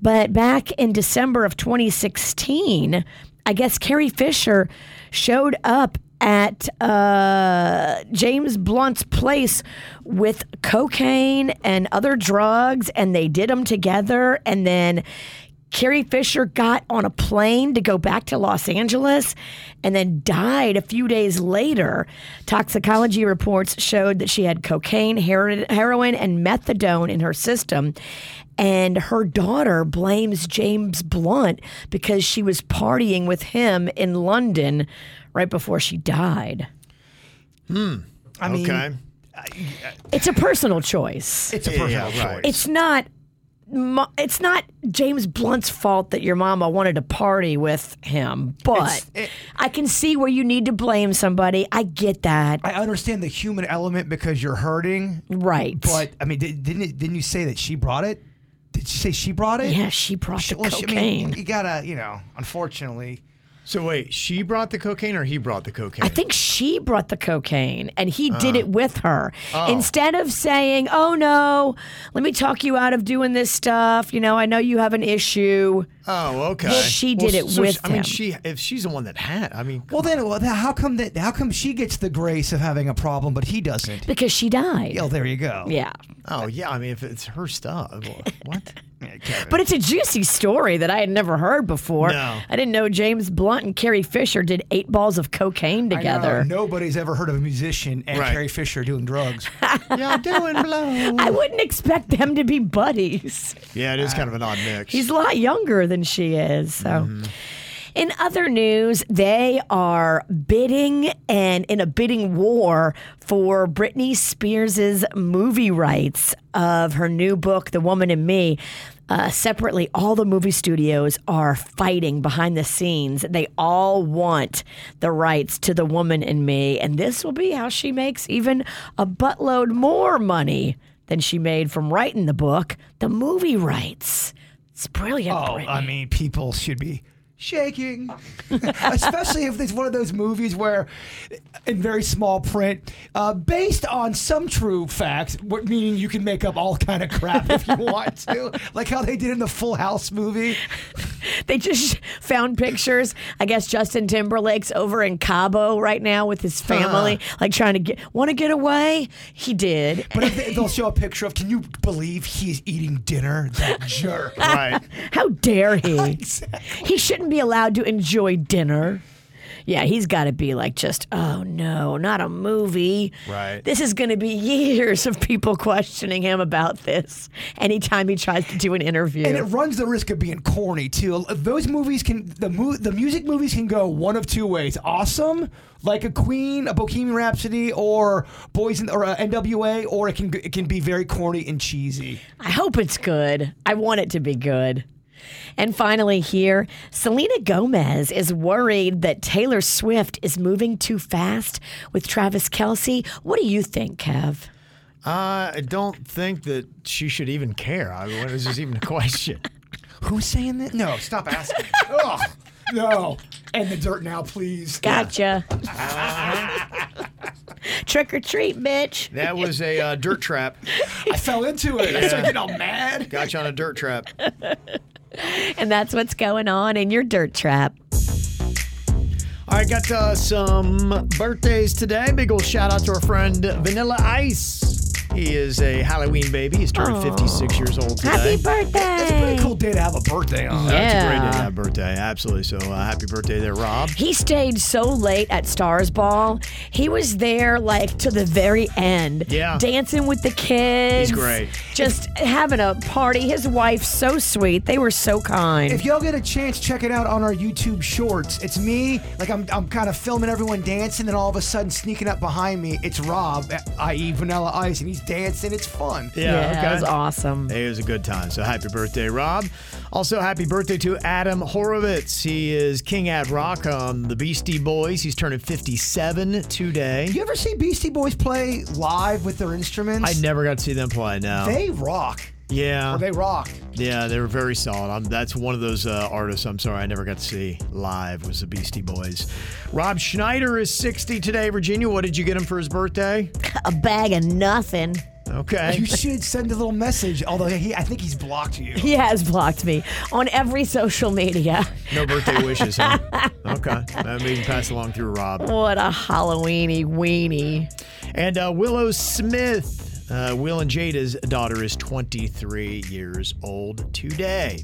Speaker 1: But back in December of 2016, I guess Carrie Fisher showed up at uh, James Blunt's place with cocaine and other drugs, and they did them together. And then Carrie Fisher got on a plane to go back to Los Angeles and then died a few days later. Toxicology reports showed that she had cocaine, hero- heroin, and methadone in her system. And her daughter blames James Blunt because she was partying with him in London right before she died.
Speaker 4: Hmm. I mean,
Speaker 3: Okay.
Speaker 1: It's a personal choice.
Speaker 4: it's a personal
Speaker 3: right.
Speaker 4: choice.
Speaker 1: It's not. mo- It's not James Blunt's fault that your mama wanted to party with him, but
Speaker 4: it-
Speaker 1: I can see where you need to blame somebody. I get that,
Speaker 4: I understand the human element because you're hurting,
Speaker 1: right?
Speaker 4: but I mean, did, didn't it, didn't you say that she brought it? Did you say she brought it?
Speaker 1: yeah, she brought
Speaker 4: She-
Speaker 1: the
Speaker 4: well, she- I mean,
Speaker 1: cocaine. I,
Speaker 4: you gotta, you know, unfortunately.
Speaker 3: So wait, she brought the cocaine or he brought the cocaine?
Speaker 1: think she brought the cocaine, and he did
Speaker 3: Ah.
Speaker 1: it with her.
Speaker 3: Oh.
Speaker 1: Instead of saying, "Oh no, let me talk you out of doing this stuff," you know, I know you have an issue.
Speaker 3: oh, okay.
Speaker 1: She did it
Speaker 3: so
Speaker 1: with
Speaker 3: I mean,
Speaker 1: him.
Speaker 3: she if she's the one that had. I mean,
Speaker 4: Well, then, well, then how come that? How come she gets the grace of having a problem, but he doesn't?
Speaker 1: Because she died.
Speaker 4: Oh, there you go.
Speaker 1: Yeah.
Speaker 3: oh yeah. I mean, if it's her stuff, well, what?
Speaker 1: But it's a juicy story that I had never heard before.
Speaker 3: No.
Speaker 1: I didn't know James Blunt and Carrie Fisher did eight balls of cocaine
Speaker 4: I know,
Speaker 1: together.
Speaker 4: nobody's ever heard of a musician and
Speaker 3: Right.
Speaker 4: Carrie Fisher doing drugs.
Speaker 3: Y'all doing blow?
Speaker 1: I wouldn't expect them to be buddies.
Speaker 3: Yeah, it is kind of an odd mix.
Speaker 1: He's a lot younger than she is. So In other news, they are bidding and in a bidding war for Britney Spears' movie rights of her new book, The Woman in Me. Uh, separately, all the movie studios are fighting behind the scenes. They all want the rights to The Woman in Me, and this will be how she makes even a buttload more money than she made from writing the book, the movie rights. It's brilliant.
Speaker 4: Oh,
Speaker 1: Britney.
Speaker 4: I mean, people should be shaking, especially if it's one of those movies where, in very small print, uh, based on some true facts, what meaning you can make up all kind of crap if you want to, like how they did in the Full House movie.
Speaker 1: they just found pictures. I guess Justin Timberlake's over in Cabo right now with his family, like trying to get want to get away. He did.
Speaker 4: But if they, they'll show a picture of, can you believe he's eating dinner? That jerk.
Speaker 3: Right.
Speaker 1: How dare he?
Speaker 4: Exactly.
Speaker 1: he shouldn't be allowed to enjoy dinner. Yeah, he's got to be like just, oh no, not a movie.
Speaker 3: Right.
Speaker 1: This is going to be years of people questioning him about this anytime he tries to do an interview.
Speaker 4: And it runs the risk of being corny too. Those movies can the mo- the music movies can go one of two ways: awesome, like a Queen, a Bohemian Rhapsody, or Boys in, or uh, N.W.A., or it can it can be very corny and cheesy.
Speaker 1: I hope it's good. I want it to be good. And finally, here, Selena Gomez is worried that Taylor Swift is moving too fast with Travis Kelsey. What do you think, Kev?
Speaker 3: Uh, I don't think that she should even care. I mean, what is this even a question?
Speaker 4: Who's saying that? No, stop asking. Ugh, no, Oh, and the dirt now, please.
Speaker 1: Gotcha. Trick or treat, bitch.
Speaker 3: That was a uh, dirt trap.
Speaker 4: I fell into it. I started getting all mad.
Speaker 3: Got you on a dirt trap.
Speaker 1: And that's what's going on in your dirt trap.
Speaker 3: All right, got uh, some birthdays today. Big old shout out to our friend Vanilla Ice. He is a Halloween baby. He's turning 56 years old today.
Speaker 1: Happy birthday.
Speaker 4: It's a pretty cool day to have a birthday on.
Speaker 3: That's a great day to
Speaker 1: Yeah.
Speaker 3: have birthday. Absolutely. So uh, happy birthday there, Rob.
Speaker 1: He stayed so late at Stars Ball. He was there like to the very end.
Speaker 3: Yeah.
Speaker 1: Dancing with the kids.
Speaker 3: great.
Speaker 1: Just having a party. His wife's so sweet. They were so kind.
Speaker 4: If y'all get a chance, check it out on our YouTube Shorts. It's me, like I'm, I'm kind of filming everyone dancing, and all of a sudden sneaking up behind me, it's Rob, i.e. Vanilla Ice, and he's dancing. It's fun.
Speaker 1: yeah, that was awesome.
Speaker 3: It was a good time. So happy birthday, Rob. Also, happy birthday to Adam Horovitz. He is King Ad Rock on the Beastie Boys. He's turning 57 today.
Speaker 4: You ever see Beastie Boys play live with their instruments?
Speaker 3: I never got to see them play. No.
Speaker 4: They rock.
Speaker 3: yeah.
Speaker 4: Or they rock.
Speaker 3: yeah, they were very solid. i that's one of those uh, artists I'm sorry I never got to see live was the Beastie Boys. Rob Schneider is 60 today, Virginia. What did you get him for his birthday?
Speaker 1: A bag of nothing.
Speaker 3: Okay.
Speaker 4: You should send a little message, although he, I think he's blocked you.
Speaker 1: He has blocked me on every social media.
Speaker 3: No birthday wishes, huh? Okay. That we can pass along through Rob.
Speaker 1: What a Halloweeny weenie.
Speaker 3: And uh, Willow Smith, uh, Will and Jada's daughter, is 23 years old today.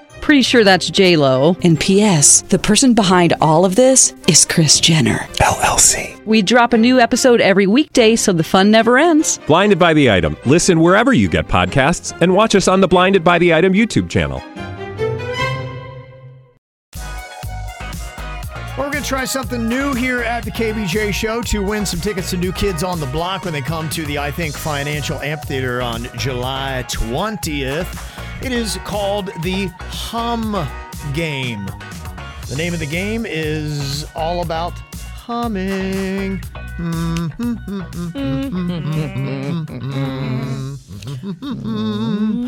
Speaker 9: Pretty sure that's J Lo.
Speaker 10: And P.S. The person behind all of this is Chris Jenner.
Speaker 11: LLC.
Speaker 9: We drop a new episode every weekday, so the fun never ends.
Speaker 11: Blinded by the item. Listen wherever you get podcasts, and watch us on the Blinded by the Item YouTube channel.
Speaker 3: Well, we're going to try something new here at the KBJ Show to win some tickets to New Kids on the Block when they come to the I Think Financial Amphitheater on July 20th. It is called the Hum Game. The name of the game is all about Mm-hmm. humming.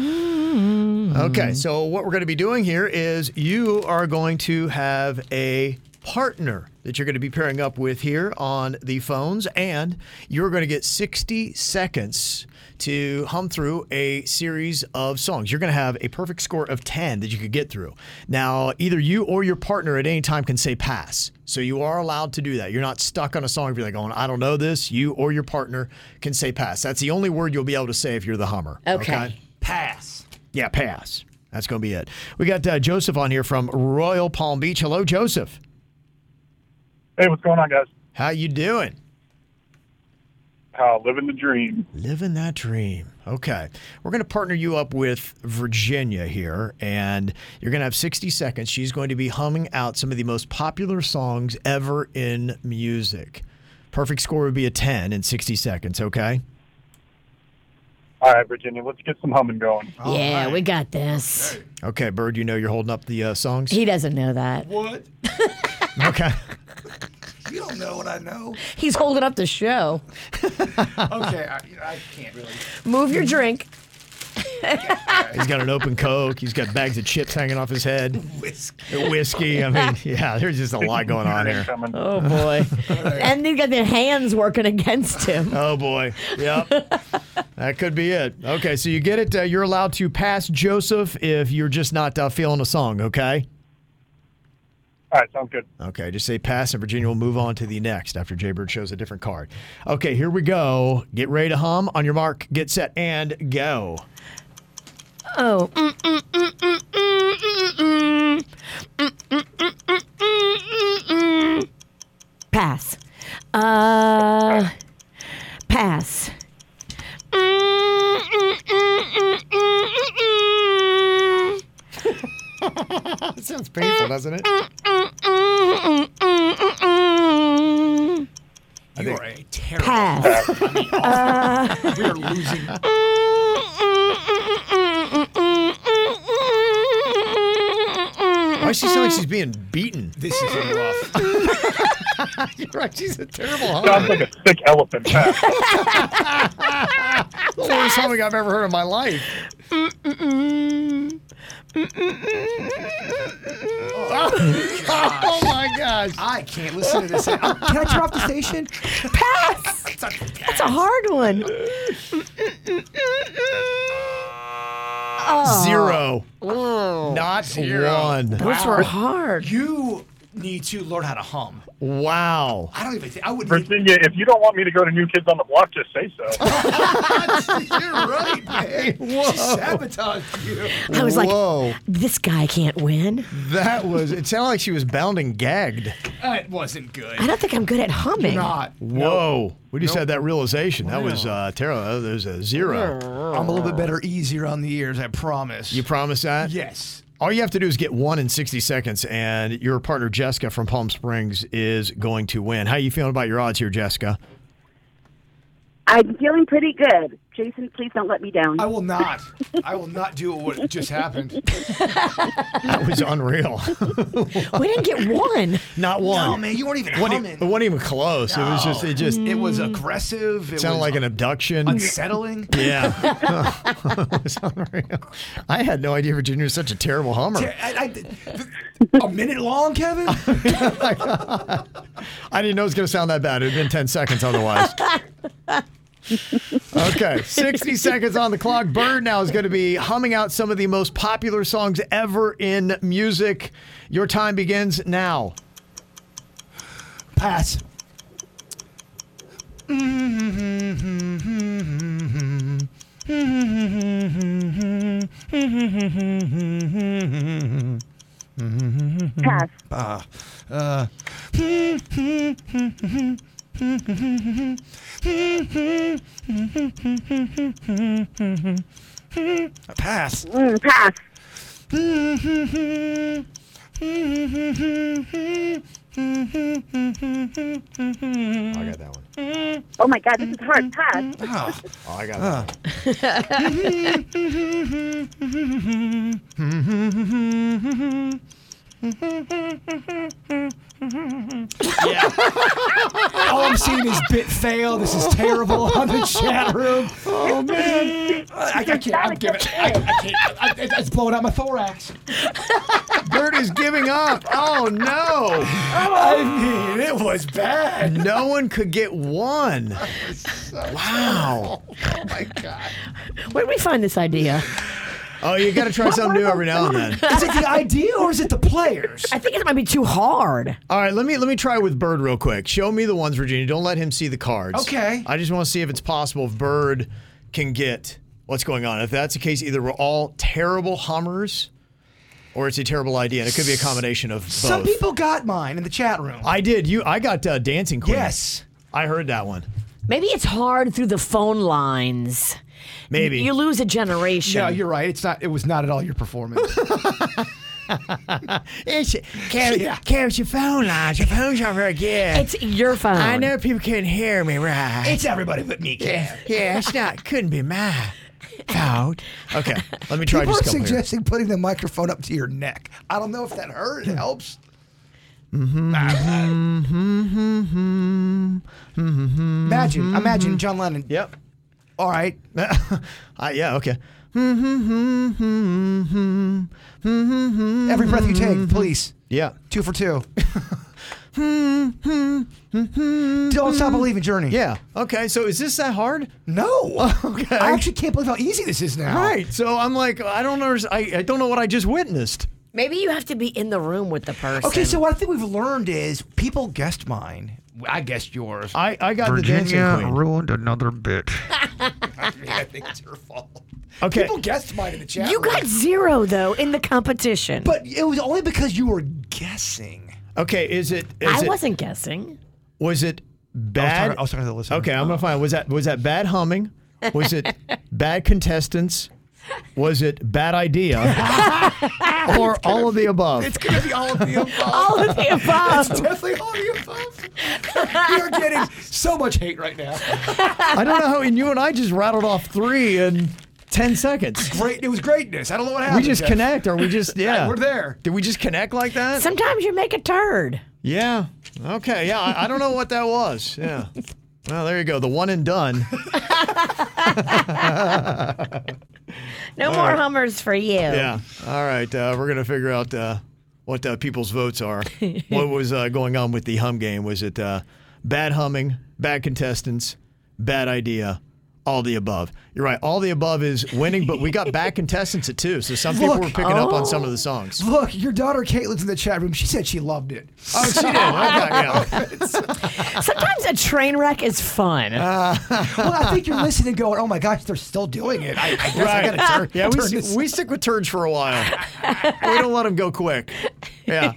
Speaker 3: Okay, so what we're going to be doing here is you are going to have a partner that you're going to be pairing up with here on the phones, and you're going to get 60 seconds to hum through a series of songs. You're going to have a perfect score of 10 that you could get through. Now, either you or your partner at any time can say pass. So you are allowed to do that. You're not stuck on a song if you're like going, I don't know this. You or your partner can say pass. That's the only word you'll be able to say if you're the hummer.
Speaker 1: Okay.
Speaker 3: Pass. Yeah, pass. That's going to be it. We got uh, Joseph on here from Royal Palm Beach. Hello, Joseph.
Speaker 12: Hey, what's going on, guys?
Speaker 3: How you doing?
Speaker 12: Uh, living the dream.
Speaker 3: Living that dream. Okay. We're going to partner you up with Virginia here, and you're going to have 60 seconds. She's going to be humming out some of the most popular songs ever in music. Perfect score would be a 10 in 60 seconds, okay?
Speaker 12: All right, Virginia, let's get some humming going.
Speaker 1: yeah, we got this.
Speaker 3: Okay, Bird, you know you're holding up the uh, songs?
Speaker 1: He doesn't know that.
Speaker 7: What?
Speaker 3: Okay.
Speaker 7: You don't know what I know.
Speaker 1: He's holding up the show.
Speaker 7: Okay, I, I can't really.
Speaker 1: Move your drink.
Speaker 3: He's got an open Coke. He's got bags of chips hanging off his head. Whiskey. Whiskey. I mean, yeah, there's just a lot going on here.
Speaker 1: Oh boy. and they got their hands working against him.
Speaker 3: Oh boy. Yep. that could be it. Okay, so you get it. Uh, you're allowed to pass Joseph if you're just not uh, feeling a song, okay?
Speaker 12: All right, sounds good.
Speaker 3: Okay, just say pass, and Virginia will move on to the next after Jaybird shows a different card. Okay, here we go. Get ready to hum. On your mark, get set, and go.
Speaker 1: Oh. Pass. Uh, pass.
Speaker 3: That sounds painful, doesn't it? You are a terrible.
Speaker 1: Pass.
Speaker 7: we are losing.
Speaker 3: Why does she sound like she's being beaten? This is rough. You're right. She's a terrible hummer.
Speaker 12: Sounds like a sick elephant. Pass.
Speaker 3: the worst humming I've ever heard in my life. oh my gosh.
Speaker 7: I can't listen to this. Oh, can I turn off the station?
Speaker 1: Pass.
Speaker 7: It's a-
Speaker 1: That's a hard one. Oh.
Speaker 3: Ah. Zero.
Speaker 1: Oh.
Speaker 3: Not
Speaker 7: Mm. Zero.
Speaker 3: one.
Speaker 1: Those were hard.
Speaker 7: You need to learn how to hum.
Speaker 3: Wow.
Speaker 7: I don't even think I would.
Speaker 12: Virginia, if you don't want me to go to New Kids on the Block, just say so.
Speaker 7: You're right, man. She sabotaged you.
Speaker 1: I was
Speaker 3: Whoa.
Speaker 1: like, this guy can't win.
Speaker 3: That was, it sounded like she was bound and gagged.
Speaker 7: It wasn't good.
Speaker 1: I don't think I'm good at humming.
Speaker 7: Not.
Speaker 3: Whoa. We just had that realization. That was uh, terrible. That was a zero.
Speaker 7: I'm a little bit better, easier on the ears. I promise.
Speaker 3: You promise that?
Speaker 7: yes.
Speaker 3: All you have to do is get one in 60 seconds, and your partner Jessica from Palm Springs is going to win. How you feeling about your odds here, Jessica?
Speaker 13: I'm feeling pretty good. Jason, please don't let me down.
Speaker 7: I will not. I will not do what just happened.
Speaker 3: That was unreal.
Speaker 1: We didn't get one.
Speaker 3: Not one.
Speaker 7: No, man, you weren't even Mm.
Speaker 3: It wasn't,
Speaker 7: humming.
Speaker 3: it wasn't even close. It was just, it just
Speaker 7: It was aggressive. It
Speaker 3: sounded
Speaker 7: was
Speaker 3: like an abduction.
Speaker 7: unsettling.
Speaker 3: yeah. It was unreal. I had no idea Virginia was such a terrible hummer.
Speaker 7: Ter- I- I- a minute long, Kevin.
Speaker 3: I didn't know it was going to sound that bad. It had been 10 seconds otherwise. okay, 60 seconds on the clock. Bird now is going to be humming out some of the most popular songs ever in music. Your time begins now.
Speaker 7: Pass.
Speaker 13: Pass.
Speaker 7: Uh, pass.
Speaker 13: Mm, pass.
Speaker 3: Oh, I got that one.
Speaker 13: Oh my God, this is hard. Pass.
Speaker 2: Ah.
Speaker 7: Oh,
Speaker 3: Oh, I got that one.
Speaker 7: all I'm seeing is bit fail. This is terrible on the chat room. Oh man.
Speaker 13: it.
Speaker 7: I, I can't. I'm giving. I, I can't. I, I, it's blowing out my thorax.
Speaker 3: Bird is giving up. Oh no! I mean, it was bad. No one could get one. Wow.
Speaker 1: Oh my god. Where did we find this idea?
Speaker 3: Oh, you got to try something new every now and then.
Speaker 4: Is it the idea or is it the players?
Speaker 1: I think it might be too hard.
Speaker 3: All right, let me let me try with Bird real quick. Show me the ones, Virginia. Don't let him see the cards.
Speaker 4: Okay.
Speaker 3: I just want to see if it's possible if Bird can get what's going on. If that's the case, either we're all terrible hummers, or it's a terrible idea. And it could be a combination of both.
Speaker 4: Some people got mine in the chat room.
Speaker 3: I did. You. I got uh, Dancing Queen. Yes. I heard that one.
Speaker 1: Maybe it's hard through the phone lines.
Speaker 3: Maybe.
Speaker 1: You lose a generation.
Speaker 7: No, you're right. It's not. It was not at all your performance.
Speaker 14: It's Carrie, Carrie's your phone line. Your phone's not very good.
Speaker 1: It's your phone.
Speaker 14: I know people couldn't hear me, right?
Speaker 4: It's everybody but me, Carrie.
Speaker 14: Yeah, yeah, it's not. Couldn't be my fault.
Speaker 3: Okay, let me try
Speaker 4: People
Speaker 3: just a couple
Speaker 4: are
Speaker 3: here.
Speaker 4: suggesting putting the microphone up to your neck. I don't know if that hurt. It helps.
Speaker 7: Mm-hmm, mm-hmm,
Speaker 4: Imagine, imagine John Lennon.
Speaker 3: Mm-hmm, Yep.
Speaker 4: All right.
Speaker 3: Uh, yeah. Okay. Mm-hmm.
Speaker 7: mm-hmm,
Speaker 4: Every breath you take,
Speaker 3: Mm-hmm.
Speaker 4: please.
Speaker 3: Yeah.
Speaker 4: Two for two.
Speaker 3: Hmm,
Speaker 4: Don't stop believing, Journey.
Speaker 3: Yeah. Okay. So is this that hard?
Speaker 4: No.
Speaker 3: Okay.
Speaker 4: I actually can't believe how easy this is now.
Speaker 3: Right. So I'm like, I don't know. I, I don't know what I just witnessed.
Speaker 1: Maybe you have to be in the room with the person.
Speaker 4: Okay, so what I think we've learned is people guessed mine. I guessed yours.
Speaker 3: I, I got the dancing queen.
Speaker 7: ruined another bit.
Speaker 4: I think it's your fault.
Speaker 3: Okay.
Speaker 4: People guessed mine in the chat.
Speaker 1: You
Speaker 4: room.
Speaker 1: got zero though in the competition.
Speaker 4: But it was only because you were guessing.
Speaker 3: Okay. Is it? Is
Speaker 1: I
Speaker 3: it,
Speaker 1: wasn't guessing.
Speaker 3: Was it bad?
Speaker 4: talking- I was talking to the listener.
Speaker 3: Okay. I'm gonna find. Was that was that bad humming? Was it bad contestants? Was it bad idea? or all of the above?
Speaker 4: It's gonna be all of the above.
Speaker 1: All of the
Speaker 4: It's
Speaker 1: above.
Speaker 4: definitely all of the above. we are getting so much hate right now.
Speaker 3: I don't know how. And you and I just rattled off three in ten seconds.
Speaker 4: Great, it was greatness. I don't know what
Speaker 3: We
Speaker 4: happened.
Speaker 3: just
Speaker 4: Jeff.
Speaker 3: connect, or we just yeah.
Speaker 4: We're there.
Speaker 3: Did we just connect like that?
Speaker 1: Sometimes you make a turd.
Speaker 3: Yeah. Okay. Yeah. I, I don't know what that was. Yeah. Well, there you go. The one and done.
Speaker 1: No more hummers for you.
Speaker 3: Yeah. All right. Uh, we're gonna figure out uh, what uh, people's votes are. what was uh, going on with the hum game? Was it uh, bad humming, bad contestants, bad idea, all the above? You're right. All the above is winning, but we got bad contestants at two, so some people
Speaker 4: Look.
Speaker 3: were picking up on some of the songs.
Speaker 4: Look, your daughter Caitlin's in the chat room. She said she loved it.
Speaker 3: Oh, she did. Okay, yeah.
Speaker 1: Sometimes a train wreck is fun.
Speaker 4: Uh, Well, I think you're listening, going, "Oh my gosh, they're still doing it." I, I guess I
Speaker 3: Right.
Speaker 4: gotta turn.
Speaker 3: yeah, we,
Speaker 4: turn
Speaker 3: s-
Speaker 4: this-
Speaker 3: we stick with turds for a while. we don't let them go quick. Yeah.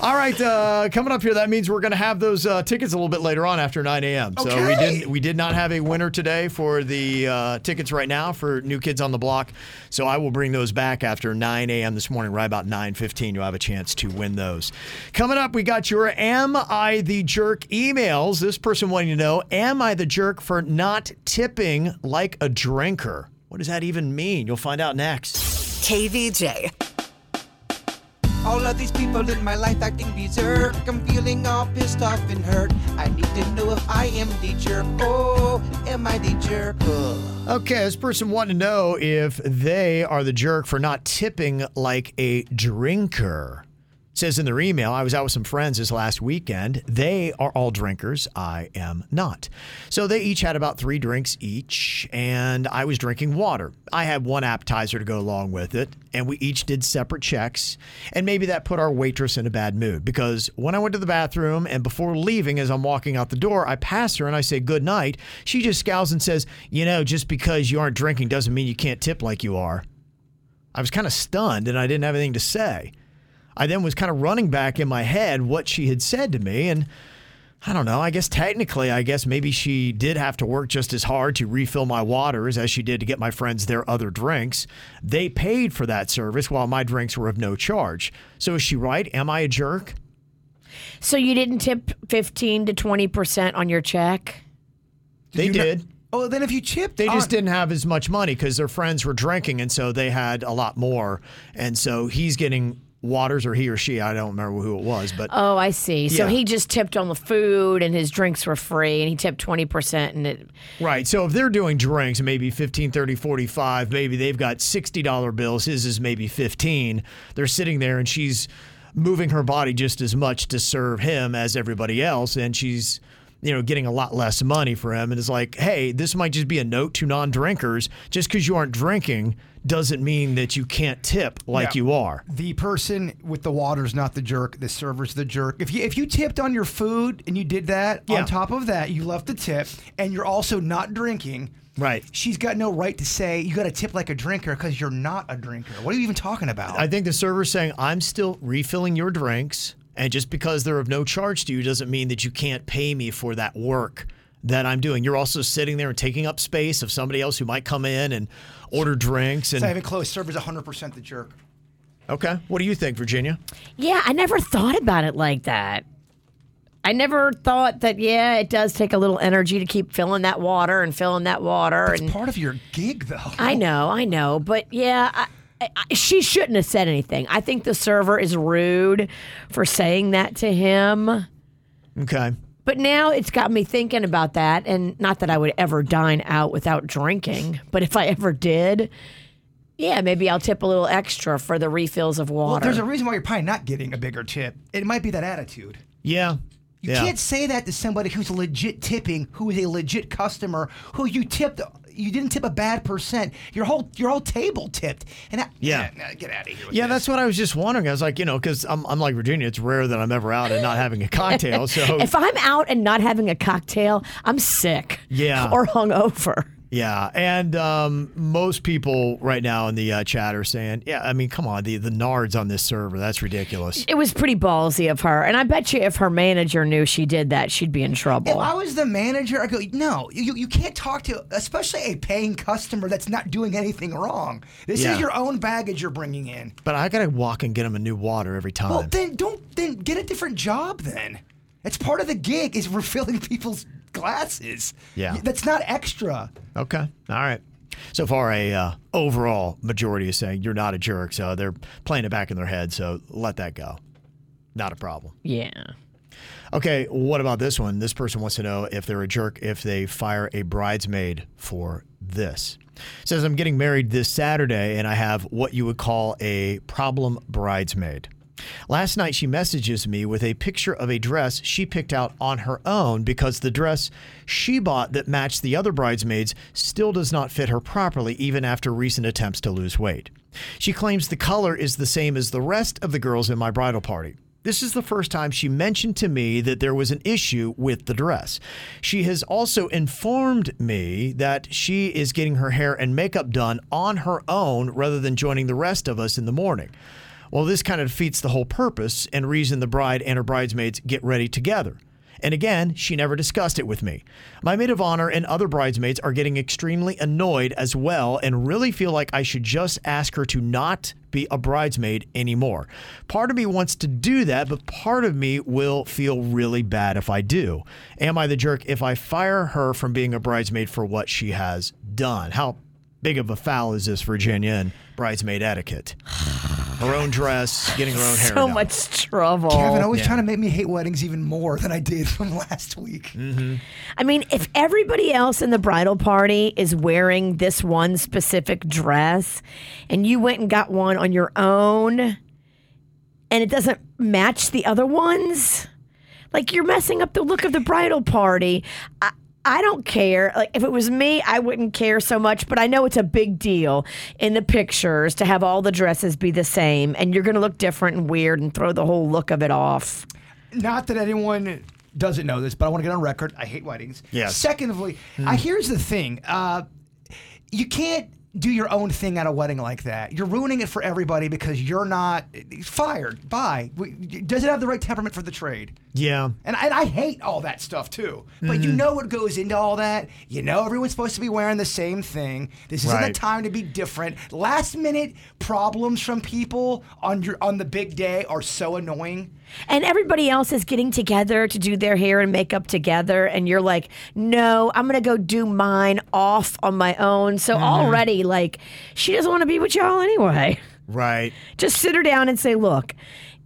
Speaker 3: All right. Uh, coming up here, that means we're going to have those uh, tickets a little bit later on after 9 a.m. So we
Speaker 4: Okay.
Speaker 3: didn't we did not have a winner today for the uh, tickets right now for New Kids on the Block. So I will bring those back after 9 a.m. this morning, right about 9:15. You'll have a chance to win those. Coming up, we got your "Am I the Jerk?" emails. This person wanting to know, "Am I the jerk for not tipping like a drinker?" What does that even mean? You'll find out next.
Speaker 5: KVJ.
Speaker 2: All of these people in my life acting berserk. I'm feeling all pissed off and hurt. I need to know if I am the jerk. Oh, am I the jerk? Oh.
Speaker 3: Okay, this person wanted to know if they are the jerk for not tipping like a drinker. It says in their email, I was out with some friends this last weekend. They are all drinkers. I am not. So they each had about three drinks each, and I was drinking water. I had one appetizer to go along with it, and we each did separate checks. And maybe that put our waitress in a bad mood because when I went to the bathroom and before leaving, as I'm walking out the door, I pass her and I say good night. She just scowls and says, You know, just because you aren't drinking doesn't mean you can't tip like you are. I was kind of stunned and I didn't have anything to say. I then was kind of running back in my head what she had said to me and I don't know. I guess technically, I guess maybe she did have to work just as hard to refill my waters as she did to get my friends their other drinks. They paid for that service while my drinks were of no charge. So is she right? Am I a jerk?
Speaker 1: So you didn't tip 15 to 20% on your check?
Speaker 3: They did.
Speaker 4: Oh, then if you chipped,
Speaker 3: They just
Speaker 4: on-
Speaker 3: didn't have as much money because their friends were drinking, and so they had a lot more. And so he's getting Waters or he or she, I don't remember who it was, but
Speaker 1: Oh, I see. So
Speaker 3: Yeah.
Speaker 1: he just tipped on the food and his drinks were free and he tipped 20% and it
Speaker 3: Right. So if they're doing drinks, maybe 15, 30, 45, maybe they've got $60 bills, his is maybe 15. They're sitting there and she's moving her body just as much to serve him as everybody else and she's you know getting a lot less money for him and it's like, "Hey, this might just be a note to non-drinkers. Just cuz you aren't drinking doesn't mean that you can't tip like
Speaker 4: Yeah.
Speaker 3: you are."
Speaker 4: The person with the water's not the jerk. The server's the jerk. If you if you tipped on your food and you did that,
Speaker 3: Yeah.
Speaker 4: on top of that, you left the tip, and you're also not drinking.
Speaker 3: Right.
Speaker 4: She's got no right to say you got to tip like a drinker because you're not a drinker. What are you even talking about?
Speaker 3: I think the server's saying, I'm still refilling your drinks. And just because they're of no charge to you doesn't mean that you can't pay me for that work that I'm doing. You're also sitting there and taking up space of somebody else who might come in and order drinks. And
Speaker 4: It's not even close. Server's 100% the jerk.
Speaker 3: okay, what do you think, Virginia?
Speaker 1: Yeah, I never thought about it like that. I never thought that yeah, it does take a little energy to keep filling that water and filling that water and
Speaker 4: Part of your gig, though.
Speaker 1: I know, I know, but yeah, I, I, she shouldn't have said anything. I think the server is rude for saying that to him.
Speaker 3: Okay.
Speaker 1: But now it's got me thinking about that, and not that I would ever dine out without drinking, but if I ever did, yeah, maybe I'll tip a little extra for the refills of water.
Speaker 4: Well, there's a reason why you're probably not getting a bigger tip. It might be that attitude.
Speaker 3: Yeah.
Speaker 4: You
Speaker 3: Yeah.
Speaker 4: can't say that to somebody who's legit tipping, who is a legit customer, who you tipped. You didn't tip a bad percent. Your whole your whole table tipped. And I,
Speaker 3: Yeah.
Speaker 4: Nah, nah, get out of here.
Speaker 3: Yeah, that's what I was just wondering. I was like, you know, because I'm, I'm like Virginia, it's rare that I'm ever out and not having a cocktail. So
Speaker 1: if I'm out and not having a cocktail, I'm sick.
Speaker 3: Yeah.
Speaker 1: Or hungover.
Speaker 3: Yeah, and um, most people right now in the uh, chat are saying, "Yeah, I mean, come on, the the nards on this server, that's ridiculous."
Speaker 1: It was pretty ballsy of her. And I bet you if her manager knew she did that, she'd be in
Speaker 4: If
Speaker 1: trouble.
Speaker 4: I was the manager, I go, no, you, you can't talk to, especially a paying customer that's not doing anything wrong. This
Speaker 3: Yeah.
Speaker 4: is your own baggage you're bringing in.
Speaker 3: But I gotta walk and get him a new water every time.
Speaker 4: Well, then don't then get a different job. Then it's part of the gig is refilling people's glasses.
Speaker 3: Yeah.
Speaker 4: that's not extra.
Speaker 3: okay, all right. So far, a uh, overall majority is saying you're not a jerk, so they're playing it back in their head. So let that go. Not a problem.
Speaker 1: yeah.
Speaker 3: Okay, what about this one? This person wants to know if they're a jerk if they fire a bridesmaid for this. Says I'm getting married this Saturday and I have what you would call a problem bridesmaid. Last night she messages me with a picture of a dress she picked out on her own because the dress she bought that matched the other bridesmaids still does not fit her properly even after recent attempts to lose weight. She claims the color is the same as the rest of the girls in my bridal party. This is the first time she mentioned to me that there was an issue with the dress. She has also informed me that she is getting her hair and makeup done on her own rather than joining the rest of us in the morning. Well, this kind of defeats the whole purpose and reason the bride and her bridesmaids get ready together. And again, she never discussed it with me. My maid of honor and other bridesmaids are getting extremely annoyed as well and really feel like I should just ask her to not be a bridesmaid anymore. Part of me wants to do that, but part of me will feel really bad if I do. Am I the jerk if I fire her from being a bridesmaid for what she has done? How big of a foul is this, Virginia, and bridesmaid etiquette? Her own dress, getting her own hair.
Speaker 1: So
Speaker 3: done.
Speaker 1: much trouble.
Speaker 4: Kevin always trying to make me hate weddings even more than I did from last week.
Speaker 3: Mm-hmm.
Speaker 1: I mean, if everybody else in the bridal party is wearing this one specific dress and you went and got one on your own and it doesn't match the other ones, like you're messing up the look of the bridal party. I, I don't care. Like if it was me, I wouldn't care so much, but I know it's a big deal in the pictures to have all the dresses be the same and you're going to look different and weird and throw the whole look of it off.
Speaker 4: Not that anyone doesn't know this, but I want to get on record. I hate weddings.
Speaker 3: Yes.
Speaker 4: Secondly,
Speaker 3: Hmm.
Speaker 4: I, here's the thing: uh, you can't do your own thing at a wedding like that. You're ruining it for everybody because you're not eh, fired. Bye. We- Doesn't have the right temperament for the trade.
Speaker 3: Yeah.
Speaker 4: And I, and I hate all that stuff too. But you
Speaker 3: Mhm.
Speaker 4: know what goes into all that. You know everyone's supposed to be wearing the same thing. This isn't
Speaker 3: Right.
Speaker 4: the time to be different. Last minute problems from people on your on the big day are so annoying.
Speaker 1: And everybody else is getting together to do their hair and makeup together. And you're like, no, I'm going to go do mine off on my own. So already, like, she doesn't want to be with y'all anyway.
Speaker 3: Right.
Speaker 1: Just sit her down and say, look,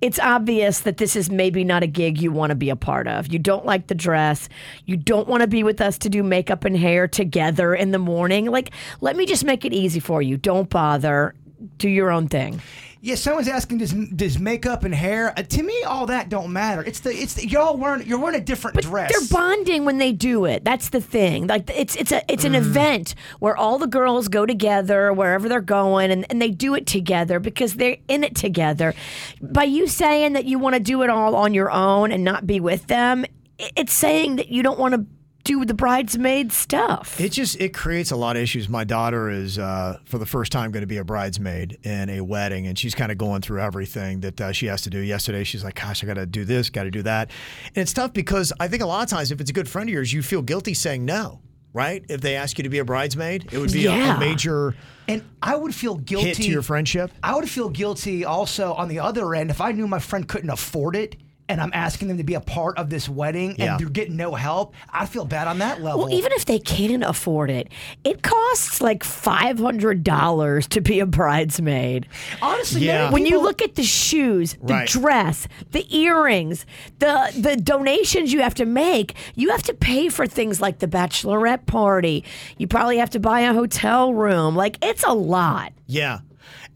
Speaker 1: it's obvious that this is maybe not a gig you want to be a part of. You don't like the dress. You don't want to be with us to do makeup and hair together in the morning. Like, let me just make it easy for you. Don't bother. Do your own thing.
Speaker 4: Yeah, someone's asking does does makeup and hair uh, to me all that don't matter. It's the it's the, y'all wearing you're wearing a different dress.
Speaker 1: They're bonding when they do it. That's the thing. Like it's it's a it's an event where all the girls go together wherever they're going and, and they do it together because they're in it together. By you saying that you want to do it all on your own and not be with them, i- it's saying that you don't want to do the bridesmaid stuff.
Speaker 3: It just it creates a lot of issues. My daughter is uh, for the first time going to be a bridesmaid in a wedding, and she's kind of going through everything that uh, she has to do. Yesterday, she's like, "Gosh, I got to do this, got to do that," and it's tough because I think a lot of times, if it's a good friend of yours, you feel guilty saying no, right? If they ask you to be a bridesmaid, it would be a- a,
Speaker 4: Yeah.
Speaker 3: major
Speaker 4: and I would feel guilty
Speaker 3: hit to your friendship.
Speaker 4: I would feel guilty also on the other end if I knew my friend couldn't afford it and I'm asking them to be a part of this wedding
Speaker 1: Yeah.
Speaker 4: and they're getting no help. I feel bad on that level.
Speaker 1: Well, even if they can afford it, it costs like five hundred dollars to be a bridesmaid.
Speaker 4: Honestly, many Yeah.
Speaker 1: when you
Speaker 4: people-
Speaker 1: look at the shoes, the
Speaker 4: Right.
Speaker 1: dress, the earrings, the the donations you have to make, you have to pay for things like the bachelorette party. You probably have to buy a hotel room. Like it's a lot.
Speaker 3: Yeah.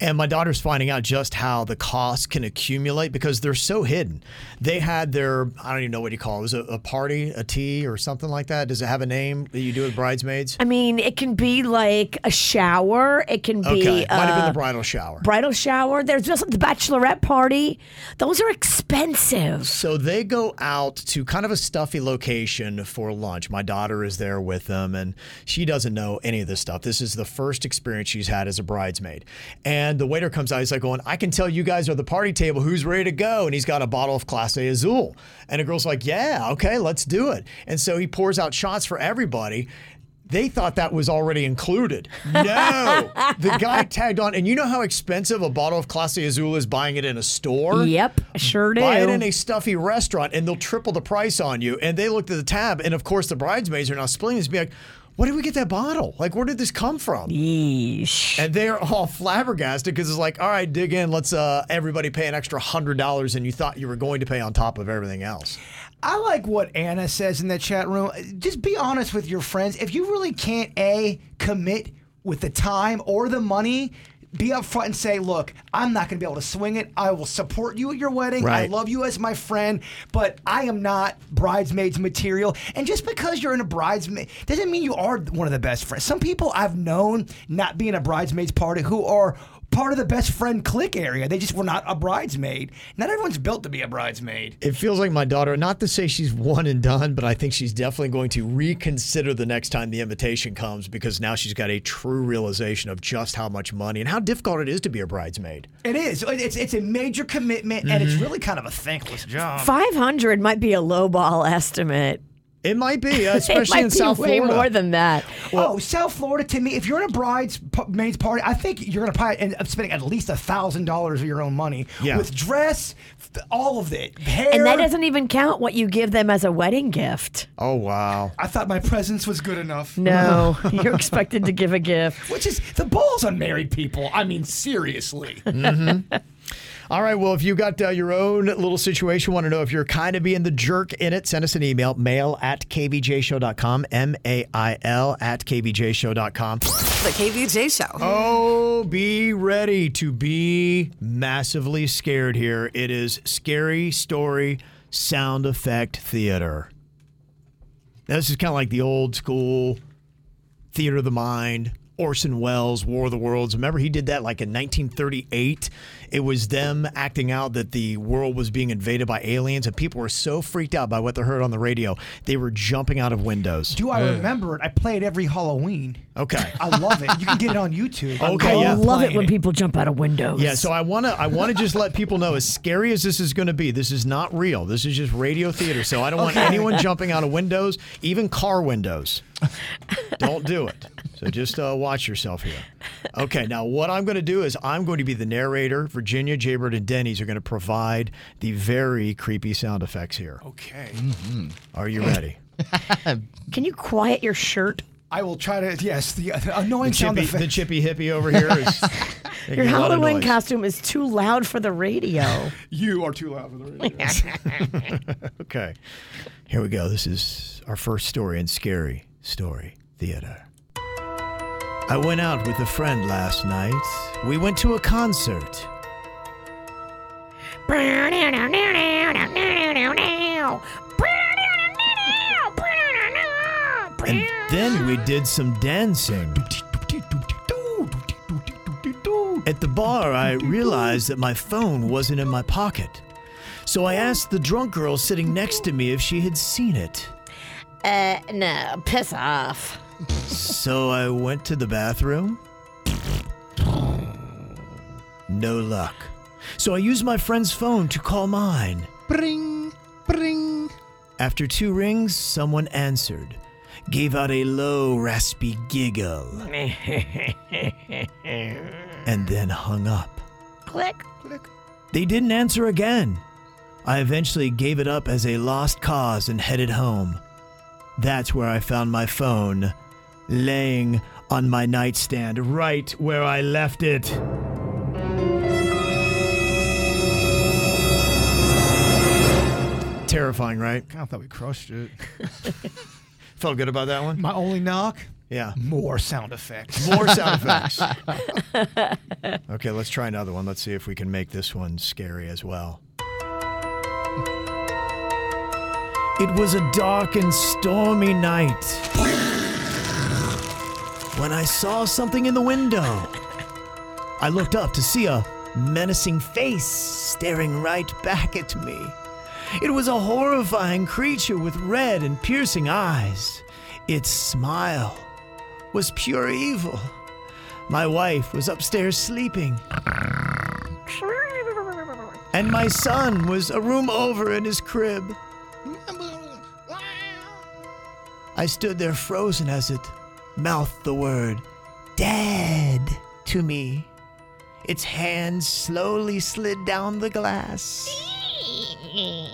Speaker 3: And my daughter's finding out just how the costs can accumulate because they're so hidden. They had their, I don't even know what you call it, was it a party, a tea, or something like that? Does it have a name that you do with bridesmaids?
Speaker 1: I mean, it can be like a shower. It can be
Speaker 3: Okay. Might have been
Speaker 1: uh,
Speaker 3: the bridal shower.
Speaker 1: bridal shower. There's just the bachelorette party. Those are expensive.
Speaker 3: So they go out to kind of a stuffy location for lunch. My daughter is there with them, and she doesn't know any of this stuff. This is the first experience she's had as a bridesmaid. And the waiter comes out, he's like, going, I can tell you guys are the party table. Who's ready to go? And he's got a bottle of Class A Azul. And the girl's like, Yeah, okay, let's do it. And so he pours out shots for everybody. They thought that was already included. No, the guy tagged on, and you know how expensive a bottle of Clase Azul is buying it in a store.
Speaker 1: Yep, sure
Speaker 3: Buy it
Speaker 1: do.
Speaker 3: in a stuffy restaurant, and they'll triple the price on you. And they looked at the tab, and of course the bridesmaids are now splitting this. Be like, where did we get that bottle? Like, where did this come from?
Speaker 1: Yeesh.
Speaker 3: And they're all flabbergasted because it's like, all right, dig in. Let's uh, everybody pay an extra hundred dollars, and you thought you were going to pay on top of everything else.
Speaker 4: I like what Anna says in the chat room. Just be honest with your friends. If you really can't a commit with the time or the money, be upfront and say, "Look, I'm not going to be able to swing it. I will support you at your wedding. I
Speaker 3: Right.
Speaker 4: love you as my friend, but I am not bridesmaids material." And just because you're in a bridesmaid doesn't mean you are one of the best friends. Some people I've known not being a bridesmaids party who are part of the best friend clique area. They just were not a bridesmaid. Not everyone's built to be a bridesmaid.
Speaker 3: It feels like my daughter, not to say she's one and done, but I think she's definitely going to reconsider the next time the invitation comes because now she's got a true realization of just how much money and how difficult it is to be a bridesmaid.
Speaker 4: It is. It- It's it's a major commitment, and it's
Speaker 3: Mhm.
Speaker 4: really kind of a thankless job.
Speaker 1: 500 might be a lowball estimate.
Speaker 3: It might be,
Speaker 4: uh, especially
Speaker 1: it might
Speaker 4: in
Speaker 1: be
Speaker 4: South
Speaker 1: way
Speaker 4: Florida.
Speaker 1: more than that.
Speaker 4: oh, South Florida to me, if you're in a bride's p- maid's party, I think you're gonna probably end up spending at least a thousand dollars of your own money
Speaker 1: Yeah.
Speaker 4: with dress, th- all of it, hair.
Speaker 1: And that doesn't even count what you give them as a wedding gift.
Speaker 3: Oh wow!
Speaker 4: I thought my presence was good enough.
Speaker 1: No, you're expected to give a gift,
Speaker 4: which is the balls on married people. I mean, seriously.
Speaker 3: Mm-hmm. All right. Well, if you got uh, your own little situation, want to know if you're kind of being the jerk in it, send us an email mail at kbjshow.com, M A I L at kbjshow.com.
Speaker 5: The KVJ Show.
Speaker 3: Oh, be ready to be massively scared here. It is scary story sound effect theater. Now, this is kind of like the old school theater of the mind. Orson Welles, War of the Worlds. Remember, he did that like in 1938. It was them acting out that the world was being invaded by aliens, and people were so freaked out by what they heard on the radio, they were jumping out of windows.
Speaker 4: Do I remember it? I play it every Halloween.
Speaker 3: Okay.
Speaker 4: I love it. You can get it on YouTube.
Speaker 3: Okay, yeah.
Speaker 4: playing
Speaker 1: people jump out of windows.
Speaker 3: Yeah, so I want to I want to just let people know as scary as this is going to be, this is not real. This is just radio theater. So I don't want
Speaker 4: Okay.
Speaker 3: anyone jumping out of windows, even car windows. Don't do it. So just uh, watch yourself here. Okay, now what I'm going to do is I'm going to be the narrator. Virginia, Jaybird, and Denny's are going to provide the very creepy sound effects here.
Speaker 7: Okay.
Speaker 3: Are you ready?
Speaker 1: Can you quiet your shirt?
Speaker 4: I will try to. Yes, the, the annoying
Speaker 3: the,
Speaker 4: sound
Speaker 3: chippy,
Speaker 4: effect.
Speaker 3: the chippy hippie over here is
Speaker 7: Making
Speaker 1: Your
Speaker 7: a lot of
Speaker 1: Halloween
Speaker 7: noise.
Speaker 1: costume is too loud for the radio.
Speaker 7: You are too loud for the radio.
Speaker 4: Mm-hmm.
Speaker 3: Okay. Here we go. This is our first story in Scary Story Theater. I went out with a friend last night. We went to a concert. And then we did some dancing. At the bar, I realized that my phone wasn't in my pocket. So I asked the drunk girl sitting next to me if she had seen it.
Speaker 1: Uh, no, piss off.
Speaker 3: So I went to the bathroom. No luck. So I used my friend's phone to call mine.
Speaker 7: Bring, bring.
Speaker 3: After two rings, someone answered, gave out a low, raspy giggle, and then hung up.
Speaker 1: Click.
Speaker 3: They didn't answer again. I eventually gave it up as a lost cause and headed home. That's where I found my phone, laying on my nightstand, right where I left it. Terrifying, right?
Speaker 7: I thought we crushed it.
Speaker 3: Felt good about that one.
Speaker 7: My only knock?
Speaker 3: Yeah.
Speaker 7: More sound effects.
Speaker 3: More sound effects. Okay, let's try another one. Let's see if we can make this one scary as well. It was a dark and stormy night when I saw something in the window. I looked up to see a menacing face staring right back at me. It was a horrifying creature with red and piercing eyes. Its smile was pure evil. My wife was upstairs sleeping. And my son was a room over in his crib. I stood there frozen as it mouthed the word dead to me. Its hand slowly slid down the glass
Speaker 2: Mm.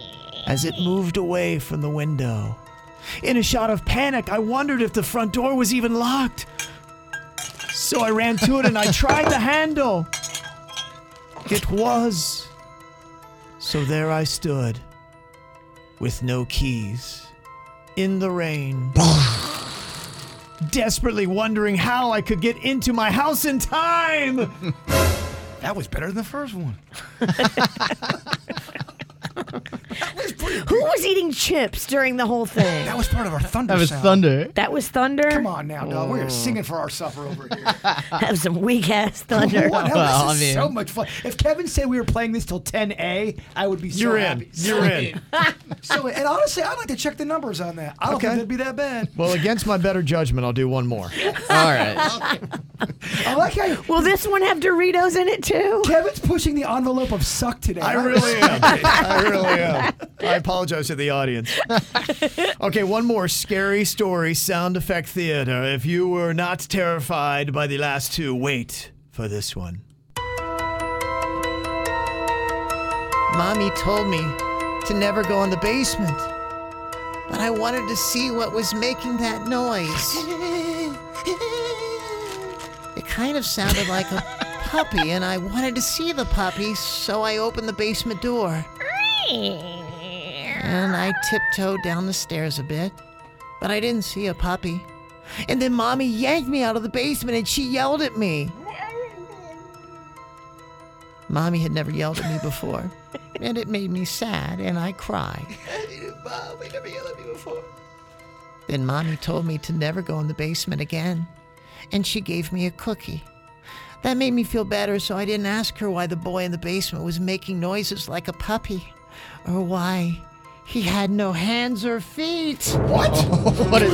Speaker 3: as it moved away from the window. In a shot of panic, I wondered if the front door was even locked. So I ran to it and I tried the handle. It was. So there I stood, with no keys, in the rain, desperately wondering how I could get into my house in time.
Speaker 7: That was better than the first one.
Speaker 1: Who was eating chips during the whole thing? That
Speaker 7: was part of our thunder.
Speaker 15: That was sound. thunder.
Speaker 1: That was thunder. Come
Speaker 7: on now, dog. We're singing for our supper over here.
Speaker 1: That was some weak ass thunder.
Speaker 7: What? That was just so much fun. If Kevin said we were playing this till 10A, I would be so
Speaker 3: You're in.
Speaker 7: happy.
Speaker 3: You're
Speaker 7: so
Speaker 3: in.
Speaker 7: so, and honestly, I'd like to check the numbers on that. I don't
Speaker 3: Okay.
Speaker 7: think that'd be that bad.
Speaker 3: Well, against my better judgment, I'll do one more.
Speaker 7: I like how you,
Speaker 1: Will this one have Doritos in it too?
Speaker 7: Kevin's pushing the envelope of suck today.
Speaker 3: I really am. I really am. I apologize to the audience. Okay, one more scary story sound effect theater. If you were not terrified by the last two, wait for this one. Mommy told me to never go in the basement, but I wanted to see what was making that
Speaker 16: It kind of sounded like a puppy, and I wanted to see the puppy, so I opened the basement door. And I tiptoed down the stairs a bit, but I didn't see a puppy. And then mommy yanked me out of the basement and she yelled at me. Mommy had never yelled at me before, and it made me sad, and I cried.
Speaker 2: Mom, we never yelled at me before.
Speaker 16: Then mommy told me to never go in the basement again, and she gave me a cookie. That made me feel better, so I didn't ask her why the boy in the basement was making noises like a puppy, or why he had no hands or feet. What? what a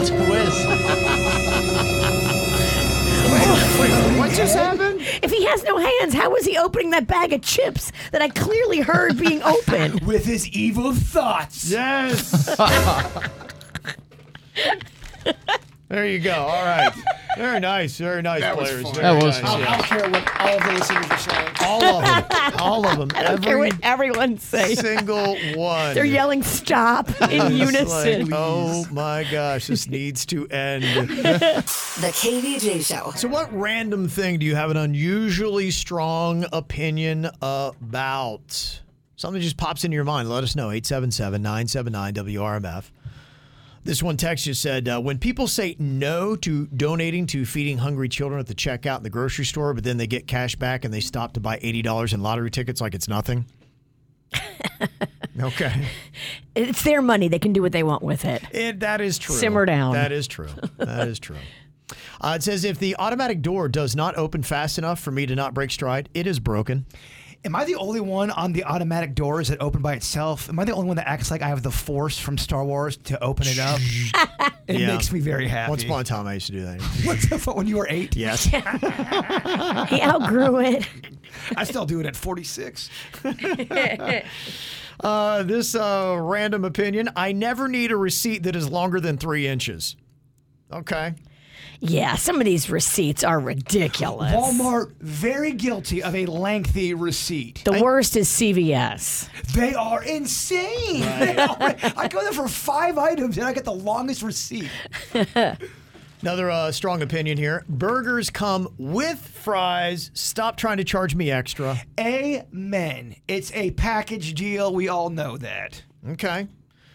Speaker 16: twist!
Speaker 1: What just happened? If he has no hands, how was he opening that bag of chips that I clearly heard being opened?
Speaker 7: With his evil thoughts.
Speaker 3: Yes. there you go. All right. Very nice, very nice
Speaker 7: That was
Speaker 3: players.
Speaker 7: fun.
Speaker 3: very
Speaker 7: That was
Speaker 3: nice,
Speaker 7: fun.
Speaker 3: yeah.
Speaker 7: I don't
Speaker 4: care what all of the listeners are saying.
Speaker 3: All of them. All of them.
Speaker 1: I don't care
Speaker 3: Every
Speaker 1: what everyone says.
Speaker 3: Single one.
Speaker 1: They're yelling stop
Speaker 3: It's
Speaker 1: in unison.
Speaker 3: like, oh my gosh, this needs to end.
Speaker 5: The KVJ Show.
Speaker 3: So, what random thing do you have an unusually strong opinion about? Something just pops into your mind. Let us know. 877 979 WRMF. This one text just said uh, when people say no to donating to feeding hungry children at the checkout in the grocery store, but then they get cash back and they stop to buy $80 in lottery tickets like it's nothing. okay.
Speaker 1: It's their money. They can do what they want with it.
Speaker 3: It, Eh, that is true.
Speaker 1: Simmer down.
Speaker 3: That is true. That is true. Uh, it says if the automatic door does not open fast enough for me to not break stride, it is broken.
Speaker 4: Am I the only one on the automatic doors that open by itself? Am I the only one that acts like I have the force from Star Wars to open it up? it
Speaker 3: Yeah.
Speaker 4: makes me very happy.
Speaker 3: Once upon a time, I used to do that.
Speaker 4: What's up when you were eight?
Speaker 3: Yes.
Speaker 1: he outgrew it.
Speaker 4: I still do it at 46.
Speaker 3: Uh, this uh, random opinion: I never need a receipt that is longer than three inches. Okay.
Speaker 1: Yeah, some of these receipts are ridiculous.
Speaker 4: Walmart very guilty of a lengthy receipt.
Speaker 1: The worst is CVS.
Speaker 4: They are insane. They are- I go there for five items and I get the longest receipt.
Speaker 3: Another uh, strong opinion here: burgers come with fries. Stop trying to charge me extra.
Speaker 4: Amen. It's a package deal. We all know that.
Speaker 3: Okay.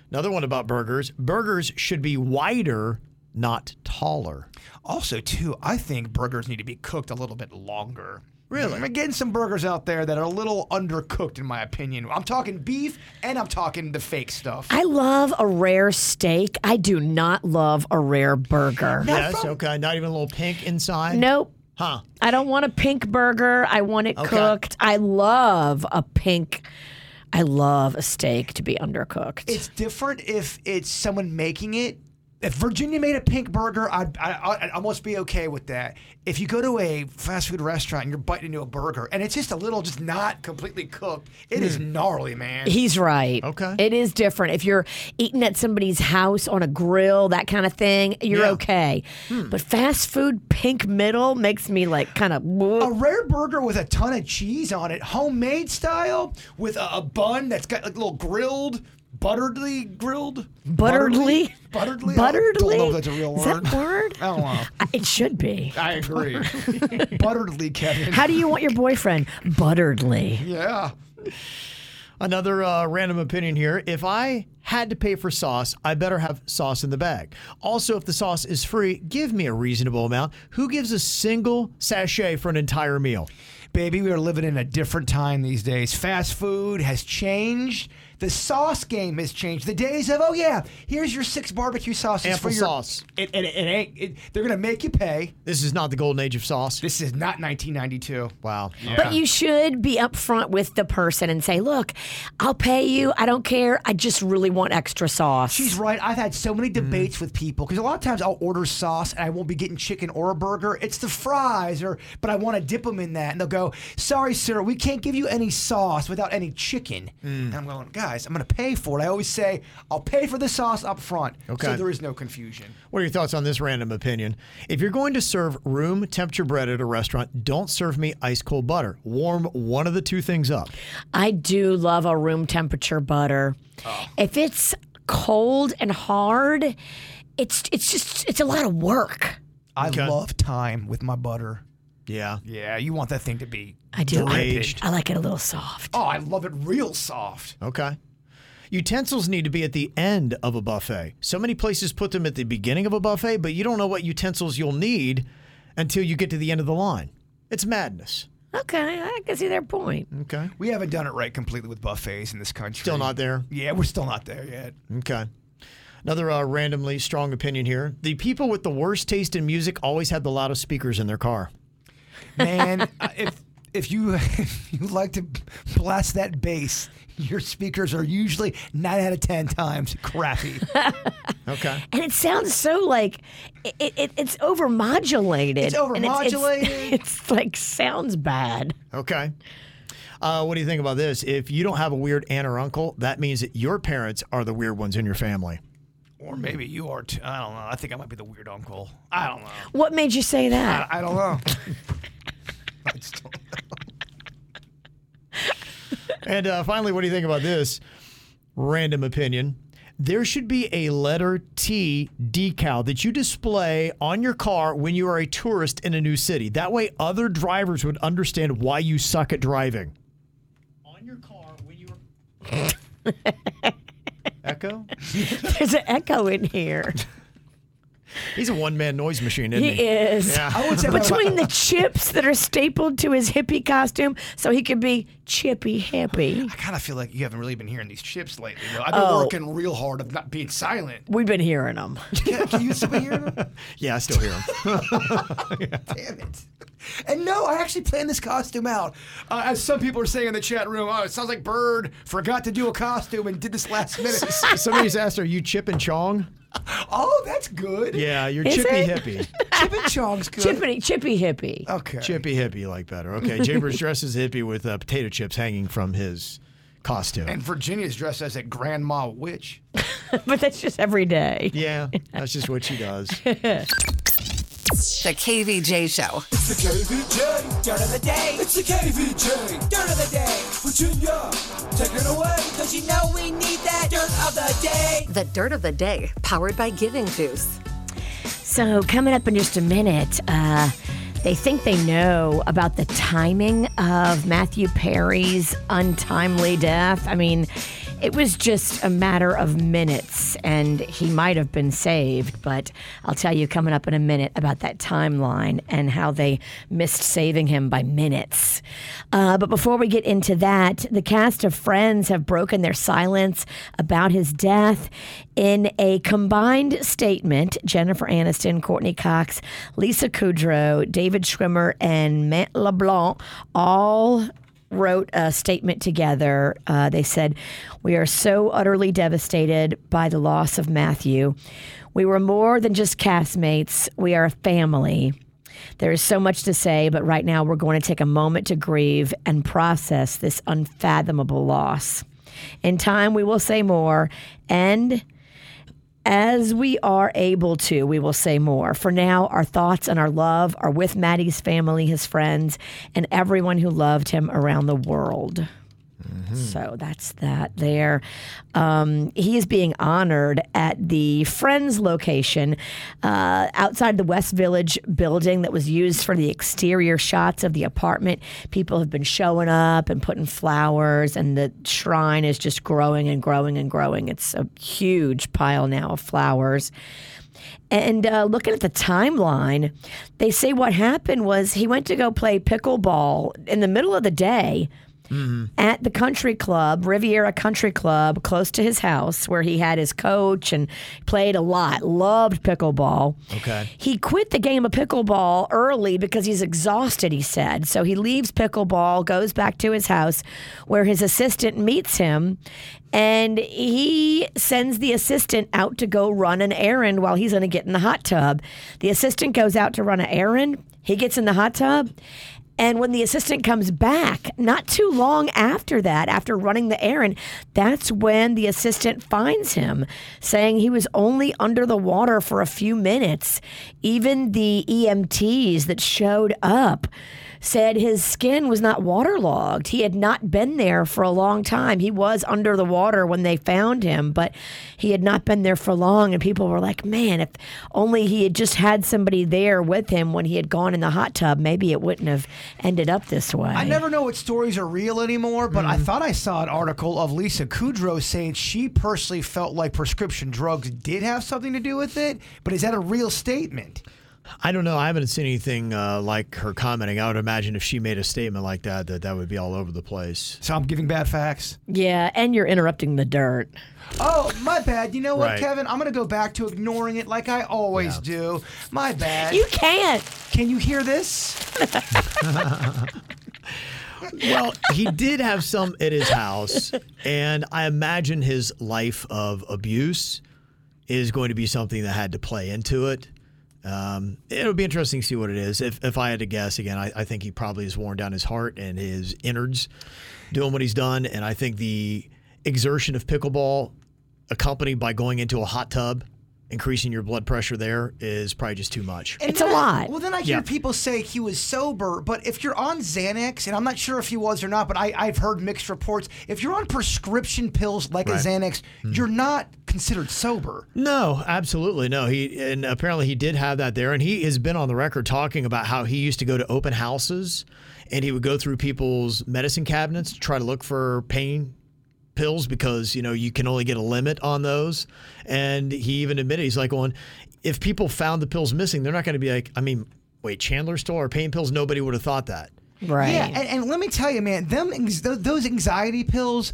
Speaker 3: Another one about burgers: burgers should be wider, not taller.
Speaker 4: Also, too, I think burgers need to be cooked a little bit longer. Really? I'm getting some burgers out there that are a little undercooked, in my opinion. I'm talking beef and I'm talking the fake stuff.
Speaker 1: I love a rare steak. I do not love a rare burger.
Speaker 3: yes. okay. Not even a little pink inside.
Speaker 1: Nope.
Speaker 3: Huh.
Speaker 1: I don't want a pink burger. I want it
Speaker 3: Okay.
Speaker 1: cooked. I love a pink. I love a steak to be undercooked.
Speaker 4: It's different if it's someone making it. If Virginia made a pink burger, I'd, I, I'd almost be okay with that. If you go to a fast food restaurant and you're biting into a burger and it's just a little, just not completely cooked, it is gnarly, man.
Speaker 1: He's right. Okay. It is different. If you're eating at somebody's house on a grill, that kind of thing, you're
Speaker 4: Yeah. Hmm.
Speaker 1: okay. But fast food pink middle makes me like kind of.
Speaker 4: A rare burger with a ton of cheese on it, homemade style, with a, a bun that's got like a little grilled, butteredly grilled.
Speaker 1: Butteredly?
Speaker 4: Butteredly? I don't
Speaker 1: Butteredly?
Speaker 4: know if that's a real
Speaker 1: Is
Speaker 4: word.
Speaker 1: that word?
Speaker 4: I don't know.
Speaker 1: It should be.
Speaker 4: I agree. Butteredly, Kevin.
Speaker 1: How do you want your boyfriend? Butteredly.
Speaker 4: Yeah.
Speaker 3: Another uh, random opinion here. If I had to pay for sauce, I better have sauce in the bag. Also, if the sauce is free, give me a reasonable amount. Who gives a single sachet for an entire meal?
Speaker 4: Baby, we are living in a different time these days. Fast food has changed. The sauce game has changed. The days of, oh, yeah, here's your six barbecue sauces
Speaker 3: Ample
Speaker 4: for your.
Speaker 3: sauce.
Speaker 4: It, it, it ain't. It, they're going to make you pay.
Speaker 3: This is not the golden age of sauce.
Speaker 4: This is not 1992.
Speaker 3: Wow.
Speaker 1: But you should be upfront with the person and say, look, I'll pay you. I don't care. I just really want extra sauce.
Speaker 4: She's right. I've had so
Speaker 3: Mm.
Speaker 4: many debates with people because a lot of times I'll order sauce and I won't be getting chicken or a burger. It's the fries, or but I want to dip them in that, and they'll go, "Sorry, sir, we can't give you any sauce without any chicken."
Speaker 3: Mm.
Speaker 4: And I'm going, guys, I'm going to pay for it. I always say, "I'll pay for the sauce up front,"
Speaker 3: Okay.
Speaker 4: so there is no confusion.
Speaker 3: What are your thoughts on this random opinion? If you're going to serve room temperature bread at a restaurant, don't serve me ice cold butter. Warm one of the two things up.
Speaker 1: I do love a room temperature butter.
Speaker 4: Oh.
Speaker 1: If it's cold and hard, it's it's just it's a lot of work.
Speaker 4: I
Speaker 1: Okay.
Speaker 4: love time with my butter.
Speaker 3: Yeah.
Speaker 4: Yeah, you want that thing to be
Speaker 1: I do. I,
Speaker 4: Aged.
Speaker 1: I like it a little soft.
Speaker 4: Oh, I love it real soft.
Speaker 3: Okay. Utensils need to be at the end of a buffet. So many places put them at the beginning of a buffet, but you don't know what utensils you'll need until you get to the end of the line. It's madness.
Speaker 1: Okay, I can see their point.
Speaker 3: Okay.
Speaker 4: We haven't done it right completely with buffets in this country.
Speaker 3: Still not there.
Speaker 4: Yeah, we're still not there yet.
Speaker 3: Okay. Another uh, randomly strong opinion here. The people with the worst taste in music always had the loudest speakers in their car.
Speaker 4: man. I- if if you if you like to blast that bass, your speakers are usually nine out of ten times crappy.
Speaker 3: Okay.
Speaker 1: And it sounds so like it, it, it's overmodulated.
Speaker 4: It's
Speaker 1: And
Speaker 4: overmodulated.
Speaker 1: It's, it's like sounds bad.
Speaker 3: Okay. Uh, what do you think about this? If you don't have a weird aunt or uncle, that means that your parents are the weird ones in your family.
Speaker 4: Or maybe you are too. I don't know. I think I might be the weird uncle. I don't know.
Speaker 1: What made you say that?
Speaker 4: I, I don't know.
Speaker 3: And uh, finally, what do you think about this? Random opinion. There should be a letter T decal that you display on your car when you are a tourist in a new city. That way, other drivers would understand why you suck at driving. Echo?
Speaker 1: There's an echo in here.
Speaker 3: He's a one man noise machine, isn't
Speaker 1: He
Speaker 3: he?
Speaker 1: is.
Speaker 3: Yeah.
Speaker 1: Between the chips that are stapled to his hippie costume, so he could be chippy hippie.
Speaker 4: I kind of feel like you haven't really been hearing these chips lately. Though. I've been
Speaker 1: Oh.
Speaker 4: working real hard of not being silent.
Speaker 1: We've been hearing them.
Speaker 3: Yeah, I still hear him.
Speaker 4: Damn it. And no, I actually planned this costume out. Uh, as some people are saying in the chat room, oh, it sounds like Bird forgot to do a costume and did this last minute.
Speaker 3: Somebody's asked, Are you Chip and Chong?
Speaker 4: oh, that's good.
Speaker 3: Yeah, you're
Speaker 4: Is
Speaker 3: Chippy
Speaker 4: it?
Speaker 3: Hippie.
Speaker 4: Chip and Chong's good.
Speaker 1: Chippy, chippy hippie.
Speaker 4: Okay.
Speaker 3: Chippy Hippie, like better. Okay, Jaber's dressed as a hippie with uh, potato chips hanging from his costume.
Speaker 4: And Virginia's dressed as a grandma witch.
Speaker 1: but that's just every day.
Speaker 3: Yeah, that's just what she does.
Speaker 5: The KVJ Show.
Speaker 8: It's the KVJ. Dirt of the day. It's the KVJ. Dirt of the day. Virginia, take it away. Cause you know we need that dirt of the day.
Speaker 5: The dirt of the day, powered by Giving Juice.
Speaker 1: So, coming up in just a minute, uh, they think they know about the timing of Matthew Perry's untimely death. I mean, it was just a matter of minutes, and he might have been saved, but I'll tell you coming up in a minute about that timeline and how they missed saving him by minutes. Uh, but before we get into that, the cast of Friends have broken their silence about his death. In a combined statement, Jennifer Aniston, Courtney Cox, Lisa Kudrow, David Schwimmer, and Matt LeBlanc all wrote a statement together. Uh, they said, We are so utterly devastated by the loss of Matthew. We were more than just castmates, we are a family. There is so much to say, but right now we're going to take a moment to grieve and process this unfathomable loss. In time, we will say more, and as we are able to, we will say more. For now, our thoughts and our love are with Maddie's family, his friends, and everyone who loved him around the world. So that's that there. Um, he is being honored at the Friends location uh, outside the West Village building that was used for the exterior shots of the apartment. People have been showing up and putting flowers, and the shrine is just growing and growing and growing. It's a huge pile now of flowers. And uh, looking at the timeline, they say what happened was he went to go play pickleball in the middle of the day at the country club, Riviera Country Club, close to his house, where he had his coach and played a lot, loved pickleball.
Speaker 3: Okay.
Speaker 1: He quit the game of pickleball early because he's exhausted, he said. So he leaves pickleball, goes back to his house where his assistant meets him, and he sends the assistant out to go run an errand while he's going to get in the hot tub. The assistant goes out to run an errand, he gets in the hot tub. And when the assistant comes back, not too long after that, after running the errand, that's when the assistant finds him, saying he was only under the water for a few minutes. Even the EMTs that showed up said his skin was not waterlogged. He had not been there for a long time. He was under the water when they found him, but he had not been there for long. And people were like, man, if only he had just had somebody there with him when he had gone in the hot tub, maybe it wouldn't have ended up this way.
Speaker 4: I never know what stories are real anymore, but
Speaker 3: Mm-hmm.
Speaker 4: I thought I saw an article of Lisa Kudrow saying she personally felt like prescription drugs did have something to do with it. But is that a real statement?
Speaker 3: I don't know. I haven't seen anything uh, like her commenting. I would imagine if she made a statement like that, that that would be all over the place.
Speaker 4: So I'm giving bad facts.
Speaker 1: Yeah, and you're interrupting the dirt.
Speaker 4: Oh, my bad. You know what,
Speaker 3: Right.
Speaker 4: Kevin? I'm going to go back to ignoring it like I always do. My bad.
Speaker 1: You can't.
Speaker 4: Can you hear this?
Speaker 3: well, he did have some at his house, and I imagine his life of abuse is going to be something that had to play into it. Um, it'll be interesting to see what it is. If, if I had to guess, again, I, I think he probably has worn down his heart and his innards doing what he's done. And I think the exertion of pickleball, accompanied by going into a hot tub, increasing your blood pressure there is probably just too much.
Speaker 4: And then I- well, then I hear
Speaker 3: Yeah.
Speaker 4: people say he was sober, but if you're on Xanax, and I'm not sure if he was or not, but I, I've heard mixed reports. If you're on prescription pills like a
Speaker 3: Right. Hmm.
Speaker 4: Xanax, you're not considered sober.
Speaker 3: No, absolutely no. He and apparently he did have that there, and he has been on the record talking about how he used to go to open houses, and he would go through people's medicine cabinets to try to look for pain pills because you know you can only get a limit on those. And he even admitted he's like, "Well, if people found the pills missing, they're not going to be like, I mean, wait, Chandler stole our pain pills. Nobody would have thought that,
Speaker 4: Yeah, and, and let me tell you, man, them anx- tho- those anxiety pills,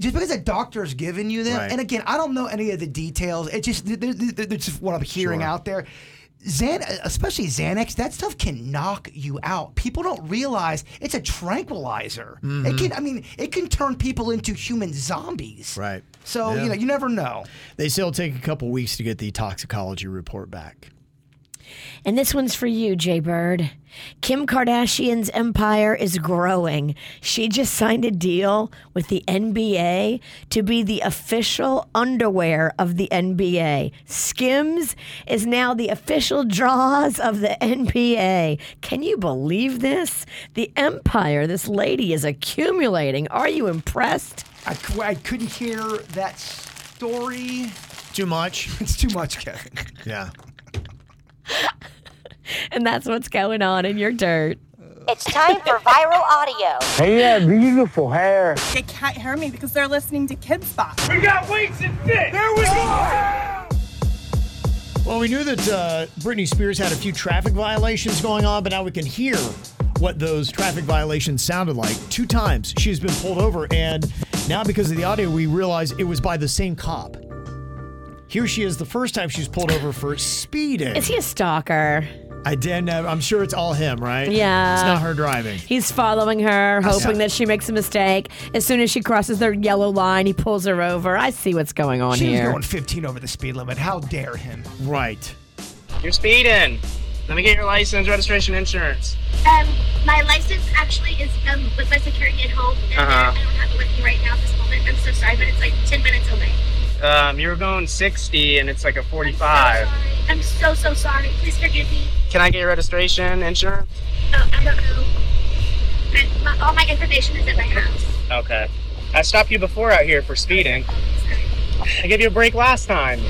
Speaker 4: just because a doctor's giving you them,
Speaker 3: Right.
Speaker 4: and again, I don't know any of the details. It's just th- th- th- th- that's just what I'm hearing
Speaker 3: Sure.
Speaker 4: out there. Xan, especially Xanax, that stuff can knock you out. People don't realize it's a tranquilizer. It
Speaker 3: Mhm.
Speaker 4: can, I mean, it can turn people into human zombies.
Speaker 3: right?
Speaker 4: So
Speaker 3: Yeah.
Speaker 4: you know, you never know.
Speaker 3: They still take a couple weeks to get the toxicology report back.
Speaker 1: And this one's for you, Jay Bird. Kim Kardashian's empire is growing. She just signed a deal with the NBA to be the official underwear of the NBA. Skims is now the official draws of the NBA. Can you believe this? The empire this lady is accumulating. Are you impressed?
Speaker 4: I, cou- I couldn't hear that story.
Speaker 3: Too much.
Speaker 4: it's too much, Kevin.
Speaker 3: Yeah.
Speaker 1: And that's what's going on in your dirt.
Speaker 15: It's time for viral audio.
Speaker 17: Hey, yeah, beautiful hair.
Speaker 15: They can't hear me because they're listening to Kids Box. We got weights and fit. There we go.
Speaker 3: Well, we knew that uh, Britney Spears had a few traffic violations going on, but now we can hear what those traffic violations sounded like. Two times she's been pulled over, and now because of the audio, we realize it was by the same cop. Here she is the first time she's pulled over for speeding.
Speaker 1: Is he a stalker?
Speaker 3: I didn't. Have, I'm sure it's all him, right?
Speaker 1: Yeah.
Speaker 3: It's not her driving.
Speaker 1: He's following her, hoping that she makes a mistake. As soon as she crosses their yellow line, he pulls her over. I see what's going on
Speaker 4: she
Speaker 1: here.
Speaker 4: was going 15 over the speed limit. How dare him?
Speaker 3: Right.
Speaker 18: You're speeding. Let me get your license, registration, insurance.
Speaker 19: Um, my license actually is um, with my security at home, and
Speaker 18: Uh-huh.
Speaker 19: I don't have it with me right now at this moment. I'm so sorry, but it's like 10 minutes away.
Speaker 18: Um, you were going 60 and it's like a 45.
Speaker 19: I'm so, so sorry. Please forgive me.
Speaker 18: Can I get your registration, insurance?
Speaker 19: Oh, I don't know. I, my, all my information is at my house.
Speaker 18: Okay. I stopped you before out here for speeding. I gave you a break last time.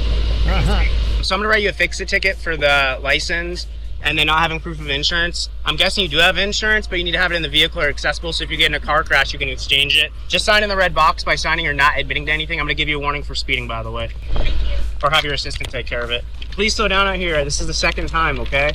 Speaker 18: So I'm gonna write you a fix-it ticket for the license and then not having proof of insurance. I'm guessing you do have insurance, but you need to have it in the vehicle or accessible. So if you get in a car crash, you can exchange it. Just sign in the red box by signing or not admitting to anything. I'm gonna give you a warning for speeding, by the way. Or have your assistant take care of it. Please slow down out here. This is the second time, okay?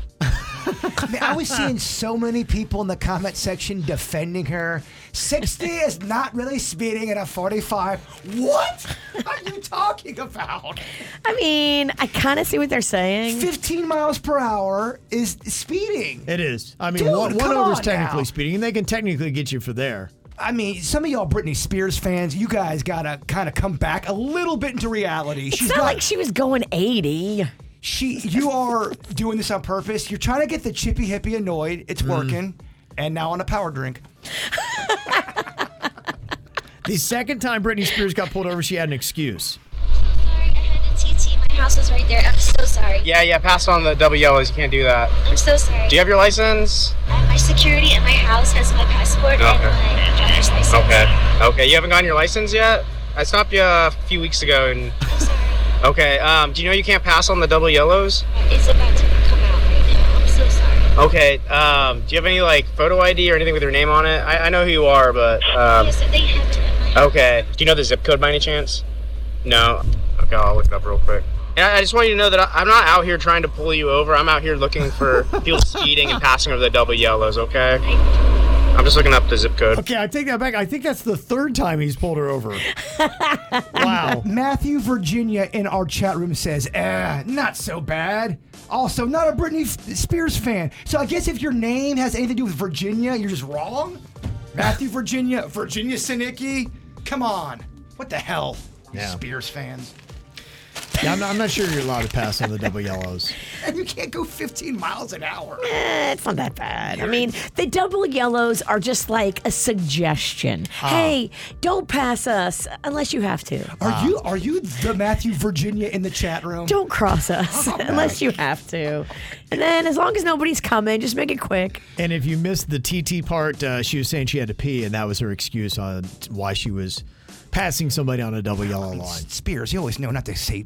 Speaker 4: Man, I was seeing so many people in the comment section defending her. 60 is not really speeding at a 45. What are you talking about?
Speaker 1: I mean, I kind of see what they're saying.
Speaker 4: 15 miles per hour is speeding.
Speaker 3: It is. I mean,
Speaker 4: Dude,
Speaker 3: one, one
Speaker 4: come
Speaker 3: over's
Speaker 4: on
Speaker 3: technically
Speaker 4: now.
Speaker 3: speeding, and they can technically get you for there.
Speaker 4: I mean, some of y'all Britney Spears fans, you guys gotta kind of come back a little bit into reality. She's
Speaker 1: not like she was going 80.
Speaker 4: She, you are doing this on purpose. You're trying to get the chippy hippie annoyed. It's working, and now on a power drink.
Speaker 3: The second time Britney Spears got pulled over, she had an excuse.
Speaker 19: TT, my house is right there. I'm so sorry.
Speaker 18: Yeah, yeah, pass on the double yellows. You can't do that.
Speaker 19: I'm so sorry.
Speaker 18: Do you have your license?
Speaker 19: My security at my house has my passport and my driver's license.
Speaker 18: Okay. Okay. You haven't gotten your license yet? I stopped you a few weeks ago and. Okay. Um, do you know you can't pass on the double yellows?
Speaker 19: It's about to come out right now. I'm so sorry.
Speaker 18: Okay. Um, do you have any like photo ID or anything with your name on it? I, I know who you are, but. Um,
Speaker 19: yes, they have it.
Speaker 18: okay. Do you know the zip code by any chance? No. Okay, I'll look it up real quick. And I I just want you to know that I- I'm not out here trying to pull you over. I'm out here looking for people speeding and passing over the double yellows. Okay. I'm just looking up the zip code.
Speaker 3: Okay, I take that back. I think that's the third time he's pulled her over. wow.
Speaker 4: Matthew Virginia in our chat room says, eh, not so bad. Also, not a Britney F- Spears fan. So I guess if your name has anything to do with Virginia, you're just wrong. Matthew Virginia, Virginia Sinicki. Come on. What the hell? you
Speaker 3: Yeah.
Speaker 4: Spears fans.
Speaker 3: Yeah, I'm not, I'm not sure you're allowed to pass on the double yellows.
Speaker 4: And you can't go 15 miles an hour.
Speaker 1: Eh, it's not that bad. I mean, the double yellows are just like a suggestion.
Speaker 4: Ah.
Speaker 1: Hey, don't pass us unless you have to.
Speaker 4: Are you
Speaker 3: Ah.
Speaker 4: are you the Matthew Virginia in the chat room?
Speaker 1: Don't cross us unless you have to. And then as long as nobody's coming, just make it quick.
Speaker 3: And if you missed the TT part, uh, she was saying she had to pee, and that was her excuse on why she was passing somebody on a double yellow line.
Speaker 4: Spears, you always know not to say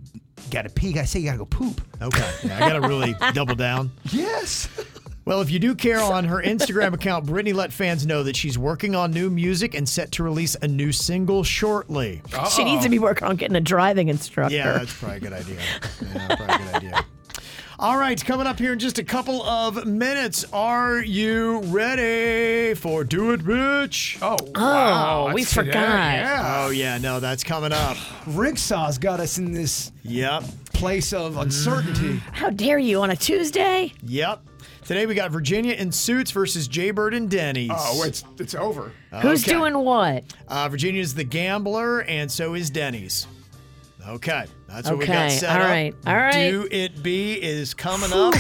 Speaker 4: gotta pee. I say you gotta go poop.
Speaker 3: Okay, yeah, I gotta really double down.
Speaker 4: Yes.
Speaker 3: Well, if you do, Carol, on her Instagram account, Brittany let fans know that she's working on new music and set to release a new single shortly.
Speaker 1: She needs to be working on getting a driving instructor.
Speaker 3: Yeah, that's probably a good idea. Yeah, probably a good idea. All right, coming up here in just a couple of minutes. Are you ready for Do It Bitch? Oh,
Speaker 4: wow, we that's today, forgot. yeah.
Speaker 3: Oh, yeah, no, that's coming up.
Speaker 4: Rigsaw's got us in this
Speaker 3: yep.
Speaker 4: place of uncertainty.
Speaker 1: How dare you on a Tuesday?
Speaker 3: Yep. Today we got Virginia in Suits versus Jaybird and Denny's.
Speaker 7: Oh, it's it's over.
Speaker 1: Who's doing what?
Speaker 3: Uh, Virginia's the gambler, and so is Denny's. Okay, that's what we got
Speaker 1: Okay,
Speaker 3: set
Speaker 1: all
Speaker 3: up.
Speaker 1: right, all right.
Speaker 3: Do it be is coming up.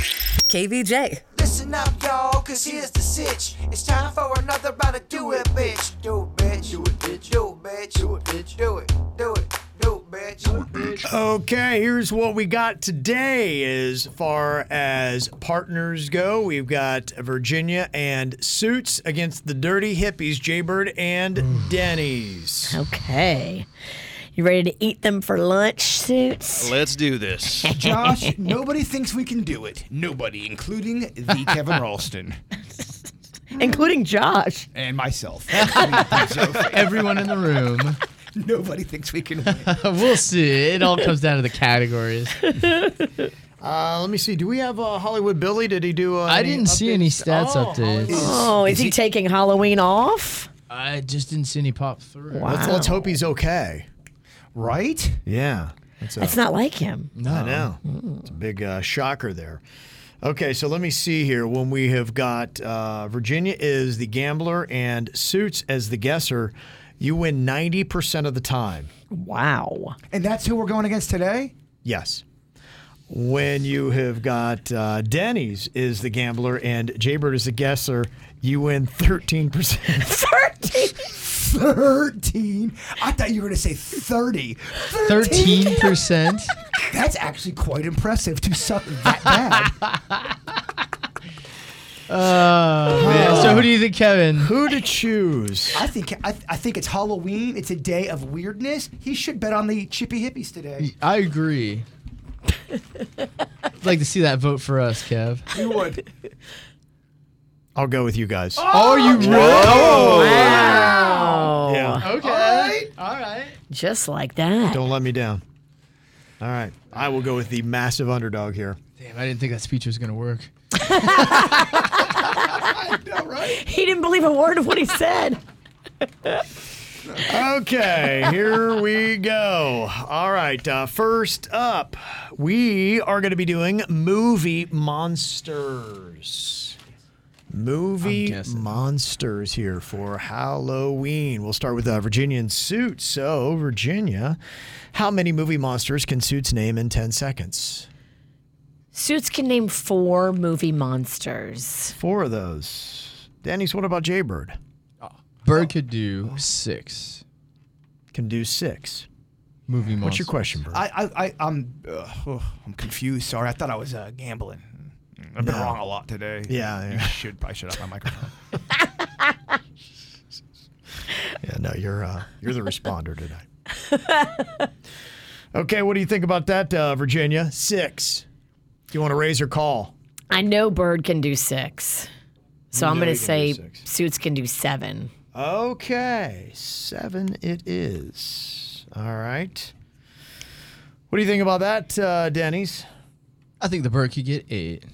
Speaker 5: KVJ.
Speaker 2: Listen up, y'all, cause here's the sitch. It's time for another round of do it, bitch. Do it, bitch. Do it, bitch. Do it, bitch. Do it, bitch. Do it, do it, do it, bitch. Do it, bitch.
Speaker 3: Okay, here's what we got today as far as partners go. We've got Virginia and Suits against the Dirty Hippies, Jaybird and Denny's.
Speaker 1: Okay. You ready to eat them for lunch, Suits?
Speaker 20: Let's do this.
Speaker 4: Josh, nobody thinks we can do it. Nobody, including the Kevin Ralston
Speaker 1: Including Josh.
Speaker 4: and myself.
Speaker 21: Everyone in the room.
Speaker 4: Nobody thinks we can win.
Speaker 21: we'll see. It all comes down to the categories.
Speaker 3: Uh, let me see. Do we have uh, Hollywood Billy? Did he do? Uh,
Speaker 21: I
Speaker 3: any
Speaker 21: didn't see
Speaker 3: updates?
Speaker 21: any stats
Speaker 3: Oh,
Speaker 21: updates.
Speaker 1: Oh, is, he, taking Halloween off?
Speaker 21: I just didn't see any pop through.
Speaker 3: Let's, let's hope he's okay.
Speaker 4: Right?
Speaker 3: Yeah. That's,
Speaker 1: That's not like him.
Speaker 3: No. I know. It's a big uh, shocker there. Okay, so let me see here. When we have got uh, Virginia is the gambler and Suits as the guesser, you win 90% of the time.
Speaker 1: Wow.
Speaker 4: And that's who we're going against today?
Speaker 3: Yes. When you have got uh, Denny's is the gambler and Jaybird is the guesser, you win 13%.
Speaker 1: 13.
Speaker 4: 13. I thought you were going to say 30.
Speaker 21: 13%.
Speaker 4: That's actually quite impressive to suck that bad.
Speaker 21: Oh, man. So who do you think, Kevin?
Speaker 3: Who to choose?
Speaker 4: I think I, I think it's Halloween. It's a day of weirdness. He should bet on the chippy hippies today.
Speaker 21: I agree. I'd like to see that vote for us, Kev.
Speaker 4: You would.
Speaker 3: I'll go with you guys.
Speaker 21: Oh, you really?
Speaker 1: Oh. Wow.
Speaker 3: Yeah.
Speaker 21: Okay. All right. All right.
Speaker 1: Just like that.
Speaker 3: Don't let me down. All right. I will go with the massive underdog here.
Speaker 21: Damn, I didn't think that speech was going to work.
Speaker 1: He didn't believe a word of what he said.
Speaker 3: Okay, here we go. All right. Uh, first up, we are going to be doing movie monsters. Movie monsters here for Halloween. We'll start with uh, Virginia and Suits. So, Virginia, how many movie monsters can Suits name in 10 seconds?
Speaker 1: Suits can name four movie monsters.
Speaker 3: Four of those. Danny's, what about Jaybird?
Speaker 21: Ah. Bird could do six.
Speaker 3: Can do six.
Speaker 21: Movie monsters.
Speaker 3: What's your question, Bird?
Speaker 4: I I, I I'm uh, oh, I'm confused. Sorry, I thought I was uh, gambling. I've been
Speaker 3: No.
Speaker 4: wrong a lot today.
Speaker 3: Yeah,
Speaker 4: you
Speaker 3: yeah.
Speaker 4: should probably shut up my microphone.
Speaker 3: Yeah, no, you're uh, you're the responder tonight. okay, what do you think about that, uh, Virginia? Six. Do you want to raise or call?
Speaker 1: I know Bird can do six. So
Speaker 3: You
Speaker 1: I'm
Speaker 3: know
Speaker 1: going to
Speaker 3: he can
Speaker 1: say
Speaker 3: do six.
Speaker 1: Suits can do seven.
Speaker 3: Okay, seven it is. All right. What do you think about that, uh, Denny's?
Speaker 21: I think the bird could get eight.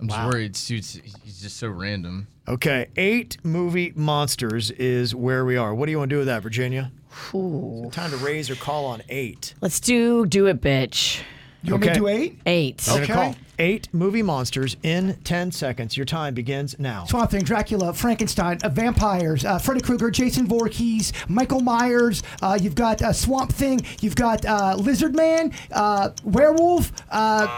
Speaker 21: I'm
Speaker 3: Wow.
Speaker 21: just worried. Suits. He's just so random.
Speaker 3: Okay, eight movie monsters is where we are. What do you want to do with that, Virginia?
Speaker 1: Ooh.
Speaker 3: Time to raise or call on eight.
Speaker 1: Let's do Do It Bitch.
Speaker 4: You want me to do eight?
Speaker 1: Eight.
Speaker 3: I'm
Speaker 4: Okay.
Speaker 3: gonna call eight movie monsters in ten seconds. Your time begins now.
Speaker 4: Swamp Thing, Dracula, Frankenstein, uh, vampires, uh, Freddy Krueger, Jason Voorhees, Michael Myers. Uh, you've got uh, Swamp Thing. You've got uh, Lizard Man, uh, Werewolf, uh,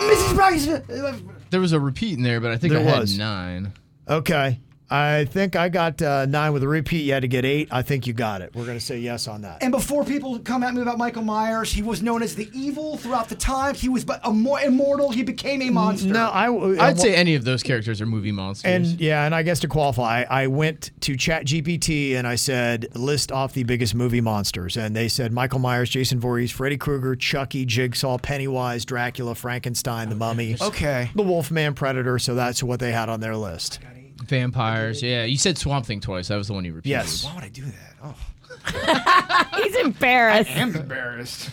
Speaker 4: Mrs. Price. Uh,
Speaker 21: There was a repeat in there, but I think
Speaker 3: There
Speaker 21: I had
Speaker 3: was.
Speaker 21: nine.
Speaker 3: Okay. I think I got uh, nine with a repeat. You had to get eight. I think you got it. We're going to say yes on that.
Speaker 4: And before people come at me about Michael Myers, he was known as the evil throughout the time. He was but a more immortal. He became a monster.
Speaker 3: No, I. w-
Speaker 21: I'd say any of those characters are movie monsters.
Speaker 3: And yeah, and I guess to qualify, I went to ChatGPT and I said, list off the biggest movie monsters. And they said Michael Myers, Jason Voorhees, Freddy Krueger, Chucky, Jigsaw, Pennywise, Dracula, Frankenstein, the Mummy.
Speaker 4: Okay.
Speaker 3: The Wolfman Predator. So that's what they had on their list.
Speaker 21: Vampires. Yeah, you said Swamp Thing twice. That was the one you repeated.
Speaker 3: Yes.
Speaker 4: Why would I do that? Oh.
Speaker 1: He's embarrassed.
Speaker 7: I am embarrassed.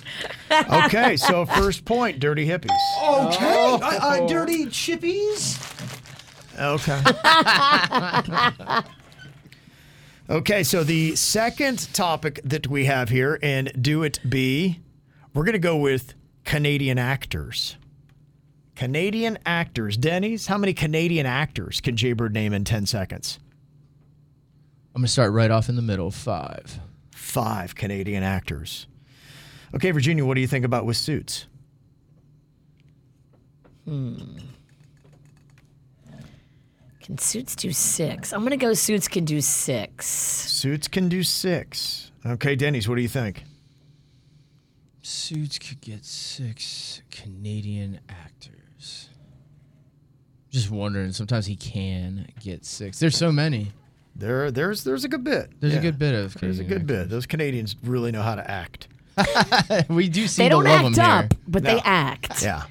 Speaker 3: Okay, so first point Dirty Hippies.
Speaker 2: Oh,
Speaker 4: Okay.
Speaker 8: Oh.
Speaker 4: Uh, uh, dirty chippies.
Speaker 3: Okay. Okay, so the second topic that we have here, and do it be, we're going to go with Canadian actors. Canadian actors. Denny's, how many Canadian actors can Jaybird name in 10 seconds?
Speaker 21: I'm going to start right off in the middle. Five.
Speaker 3: Five Canadian actors. Okay, Virginia, what do you think about with suits?
Speaker 21: Hmm.
Speaker 1: Can Suits do six? I'm going to go Suits can do six.
Speaker 3: Suits can do six. Okay, Denny's, what do you think?
Speaker 21: Suits could get six Canadian actors. Just wondering. Sometimes he can get six. There's so many.
Speaker 3: There, there's, there's a good bit.
Speaker 21: There's
Speaker 3: Yeah.
Speaker 21: a good bit of.
Speaker 3: There's a good bit. Those Canadians really know how to act.
Speaker 21: we do seem
Speaker 1: They
Speaker 21: to
Speaker 1: don't
Speaker 21: love
Speaker 1: act
Speaker 21: them here.
Speaker 1: up, but they act.
Speaker 3: Yeah.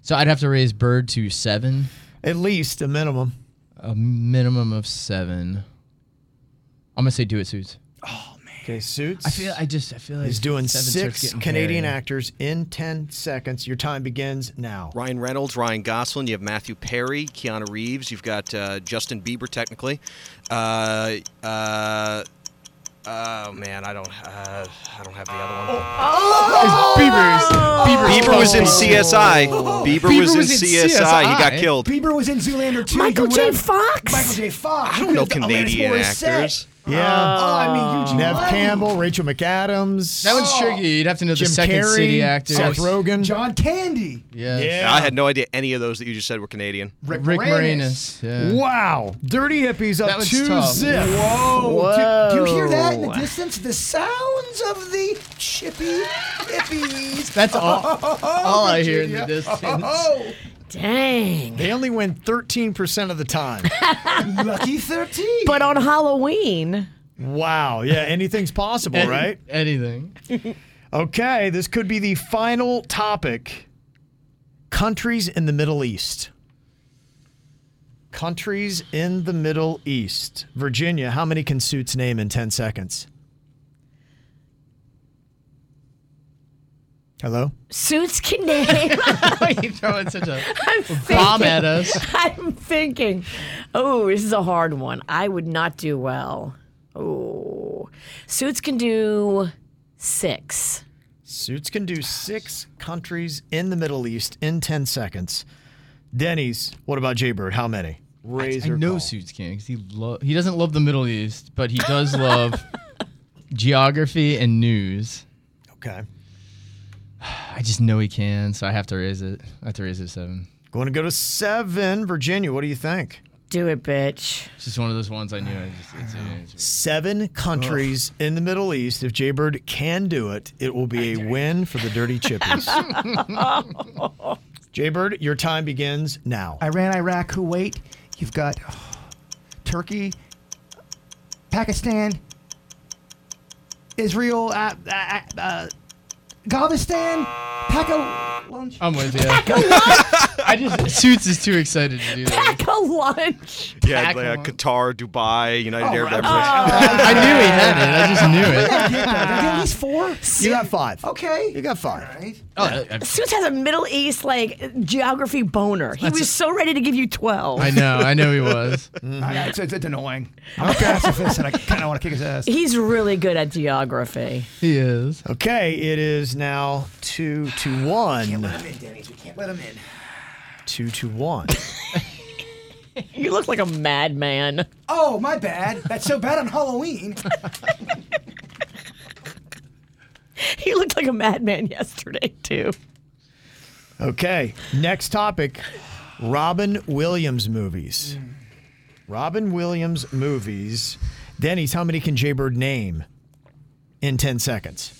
Speaker 21: So I'd have to raise Bird to seven.
Speaker 3: At least a minimum.
Speaker 21: A minimum of seven. I'm gonna say do it, suits.
Speaker 3: Okay, suits.
Speaker 21: I feel. I just. I feel like
Speaker 3: He's doing
Speaker 21: seven starts
Speaker 3: six
Speaker 21: getting
Speaker 3: Canadian
Speaker 21: hairy.
Speaker 3: actors in 10 seconds. Your time begins now.
Speaker 20: Ryan Reynolds, Ryan Gosling, you have Matthew Perry, Keanu Reeves, you've got uh, Justin Bieber, technically. Uh, uh, oh man, I don't, uh, I don't have the other one.
Speaker 1: Oh!
Speaker 20: Bieber was in CSI. Bieber, was in CSI. He got killed.
Speaker 4: Bieber was in Zoolander 2.
Speaker 1: Michael
Speaker 4: He
Speaker 1: J.
Speaker 4: would have-
Speaker 1: Fox.
Speaker 4: Michael J. Fox.
Speaker 20: I don't know
Speaker 4: Because Alanis
Speaker 20: Canadian
Speaker 4: Morissette.
Speaker 20: actors.
Speaker 3: Yeah.
Speaker 4: Oh, I mean, Eugene
Speaker 3: Nev
Speaker 4: Levy.
Speaker 3: Campbell, Rachel McAdams.
Speaker 21: That one's tricky. You'd have to know the
Speaker 3: Jim
Speaker 21: second
Speaker 3: Carrey,
Speaker 21: city actor.
Speaker 3: Seth Rogen.
Speaker 4: John Candy.
Speaker 20: I had no idea any of those that you just said were Canadian.
Speaker 21: Rick, Moranis. Yeah.
Speaker 3: Wow. Dirty Hippies
Speaker 21: That
Speaker 3: up
Speaker 21: one's
Speaker 3: two
Speaker 21: tough.
Speaker 3: zip.
Speaker 4: Whoa. Do, do you hear that in the
Speaker 8: Oh.
Speaker 3: Whoa.
Speaker 4: distance? The sounds of the chippy hippies.
Speaker 3: That's all- all I hear in the
Speaker 4: Virginia.
Speaker 2: Oh,
Speaker 3: distance.
Speaker 1: Dang.
Speaker 3: They only win 13% of the time.
Speaker 4: Lucky 13.
Speaker 1: But on Halloween.
Speaker 3: wow. Yeah, anything's possible, right?
Speaker 21: Anything.
Speaker 3: Okay, this could be the final topic. Countries in the Middle East. Countries in the Middle East. Virginia, how many can Suits name in 10 seconds? Hello?
Speaker 1: Suits can name.
Speaker 21: You're throwing such a
Speaker 1: I'm
Speaker 21: bomb
Speaker 1: thinking-
Speaker 21: at us.
Speaker 1: I'm thinking, oh, this is a hard one. I would not do well. Oh, Suits can do six.
Speaker 3: Suits can do six countries in the Middle East in 10 seconds. Denny's, what about Jaybird? How many?
Speaker 21: I
Speaker 3: Razor.
Speaker 21: know Suits can 'cause he lo- he doesn't love the Middle East, but he does love geography and news.
Speaker 3: Okay.
Speaker 21: I just know he can, so I have to raise it. I have to raise it to seven.
Speaker 3: Going to go to seven. Virginia, what do you think?
Speaker 1: Do it, bitch.
Speaker 21: It's just one of those ones I knew. I just, it's, it's,
Speaker 3: Seven countries in the Middle East. If Jaybird can do it, it will be a win for the Dirty Chippies.
Speaker 16: Oh
Speaker 3: Jaybird, your time begins now.
Speaker 4: Iran, Iraq, Kuwait. You've got Turkey, Pakistan, Israel, uh, uh, uh, Galveston, Paco.
Speaker 21: I'm with you. I just Suits is too excited to do that.
Speaker 1: Pack a lunch. Oh,
Speaker 20: Yeah, like uh, Qatar, Dubai, United Arab Emirates.
Speaker 21: Oh, I knew he had it. I just knew it.
Speaker 4: at least four?
Speaker 3: You got five.
Speaker 4: Okay.
Speaker 3: You got five.
Speaker 21: Oh, I- I-
Speaker 1: Suits has a Middle East like geography boner. He was so ready to give you twelve.
Speaker 21: I know. I know he was.
Speaker 3: Mm-hmm.
Speaker 4: I know, it's, it's, it's annoying. I'm a pacifist and I kind of want to kick his ass.
Speaker 1: He's really good at geography.
Speaker 21: He is.
Speaker 3: Okay, it is now two to one.
Speaker 4: Denny's. We can't let him in.
Speaker 3: Two to one.
Speaker 1: You look like a madman.
Speaker 4: Oh, my bad. That's so bad on Halloween.
Speaker 1: He looked like a madman yesterday too.
Speaker 3: Okay, next topic Robin Williams movies. Robin Williams movies. Denny's, how many can Jaybird name in 10 seconds?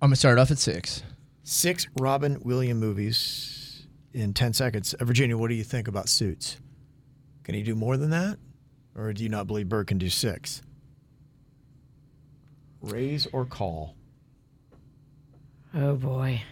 Speaker 21: I'm gonna start off at six.
Speaker 3: Six Robin Williams movies in 10 seconds. Uh, Virginia, what do you think about Suits? Can he do more than that? Or do you not believe Bird can do six? Raise or call?
Speaker 1: Oh boy.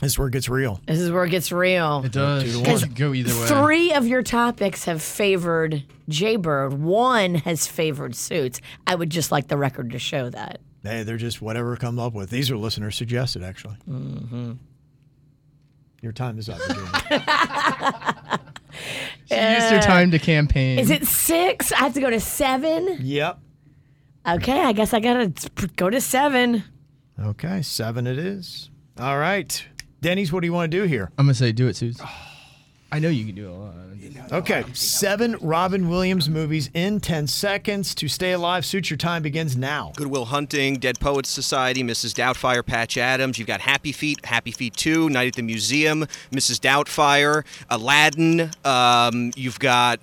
Speaker 3: This is where it gets real.
Speaker 1: This is where it gets real. It
Speaker 3: does. Two to one. Could go either way.
Speaker 1: Three of your topics have favored Jaybird. One has favored Suits. I would just like the record to show that.
Speaker 3: Hey, they're just whatever come up with. These are listener suggested, actually.
Speaker 1: Mm-hmm.
Speaker 3: Your time is up. Virginia.
Speaker 21: She used her time to campaign.
Speaker 1: Uh, Is it six? I have to go to seven.
Speaker 3: yep.
Speaker 1: Okay, I guess I gotta go to seven.
Speaker 3: Okay, seven it is. All right. Denny's, what do you want to do here?
Speaker 21: I'm gonna say do it, Suits. I know you can do a lot.
Speaker 3: Okay, seven Robin Williams movies in 10 seconds. To stay alive, suit your time begins now.
Speaker 20: Goodwill Hunting, Dead Poets Society, Mrs. Doubtfire, Patch Adams. You've got Happy Feet, Happy Feet 2, Night at the Museum, Mrs. Doubtfire, Aladdin. Um, you've got.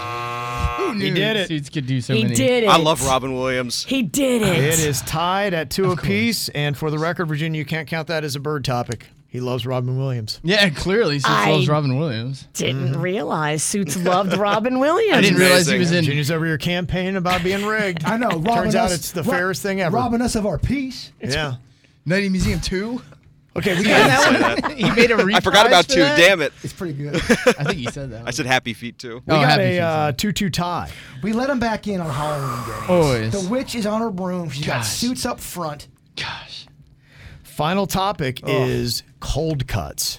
Speaker 20: Uh,
Speaker 3: He did it.
Speaker 21: Suits could do so
Speaker 3: He
Speaker 21: many.
Speaker 3: did
Speaker 20: I
Speaker 3: it.
Speaker 20: love Robin Williams.
Speaker 1: He did
Speaker 3: It is tied at two apiece. And for the record, Virginia, you can't count that as a bird topic. He loves Robin Williams.
Speaker 21: Yeah, clearly Suits
Speaker 1: I
Speaker 21: loves Robin Williams.
Speaker 1: Didn't realize Suits loved Robin Williams.
Speaker 21: Mm-hmm. I didn't realize he was in.
Speaker 3: Virginia's over here campaigning about being rigged.
Speaker 4: I know. Robin
Speaker 3: Turns out
Speaker 4: us-
Speaker 3: it's the
Speaker 4: ro-
Speaker 3: fairest thing ever.
Speaker 4: Robbing us of our peace.
Speaker 3: yeah.
Speaker 21: Nighty Museum Two.
Speaker 3: Okay, we
Speaker 20: Yeah,
Speaker 21: got
Speaker 20: I
Speaker 21: that
Speaker 20: said
Speaker 21: one. He made a
Speaker 20: I forgot
Speaker 21: reprise
Speaker 20: about
Speaker 21: for
Speaker 20: two.
Speaker 21: that?
Speaker 20: Damn it.
Speaker 4: It's pretty good.
Speaker 21: I think he said that.
Speaker 20: I said Oh, Happy Feet 2.
Speaker 3: We got a uh, 2 2 tie.
Speaker 4: We let him back in on Halloween games.
Speaker 3: Always.
Speaker 4: The witch is on her broom. She's got
Speaker 3: Gosh.
Speaker 4: suits up front.
Speaker 3: Final topic is cold cuts.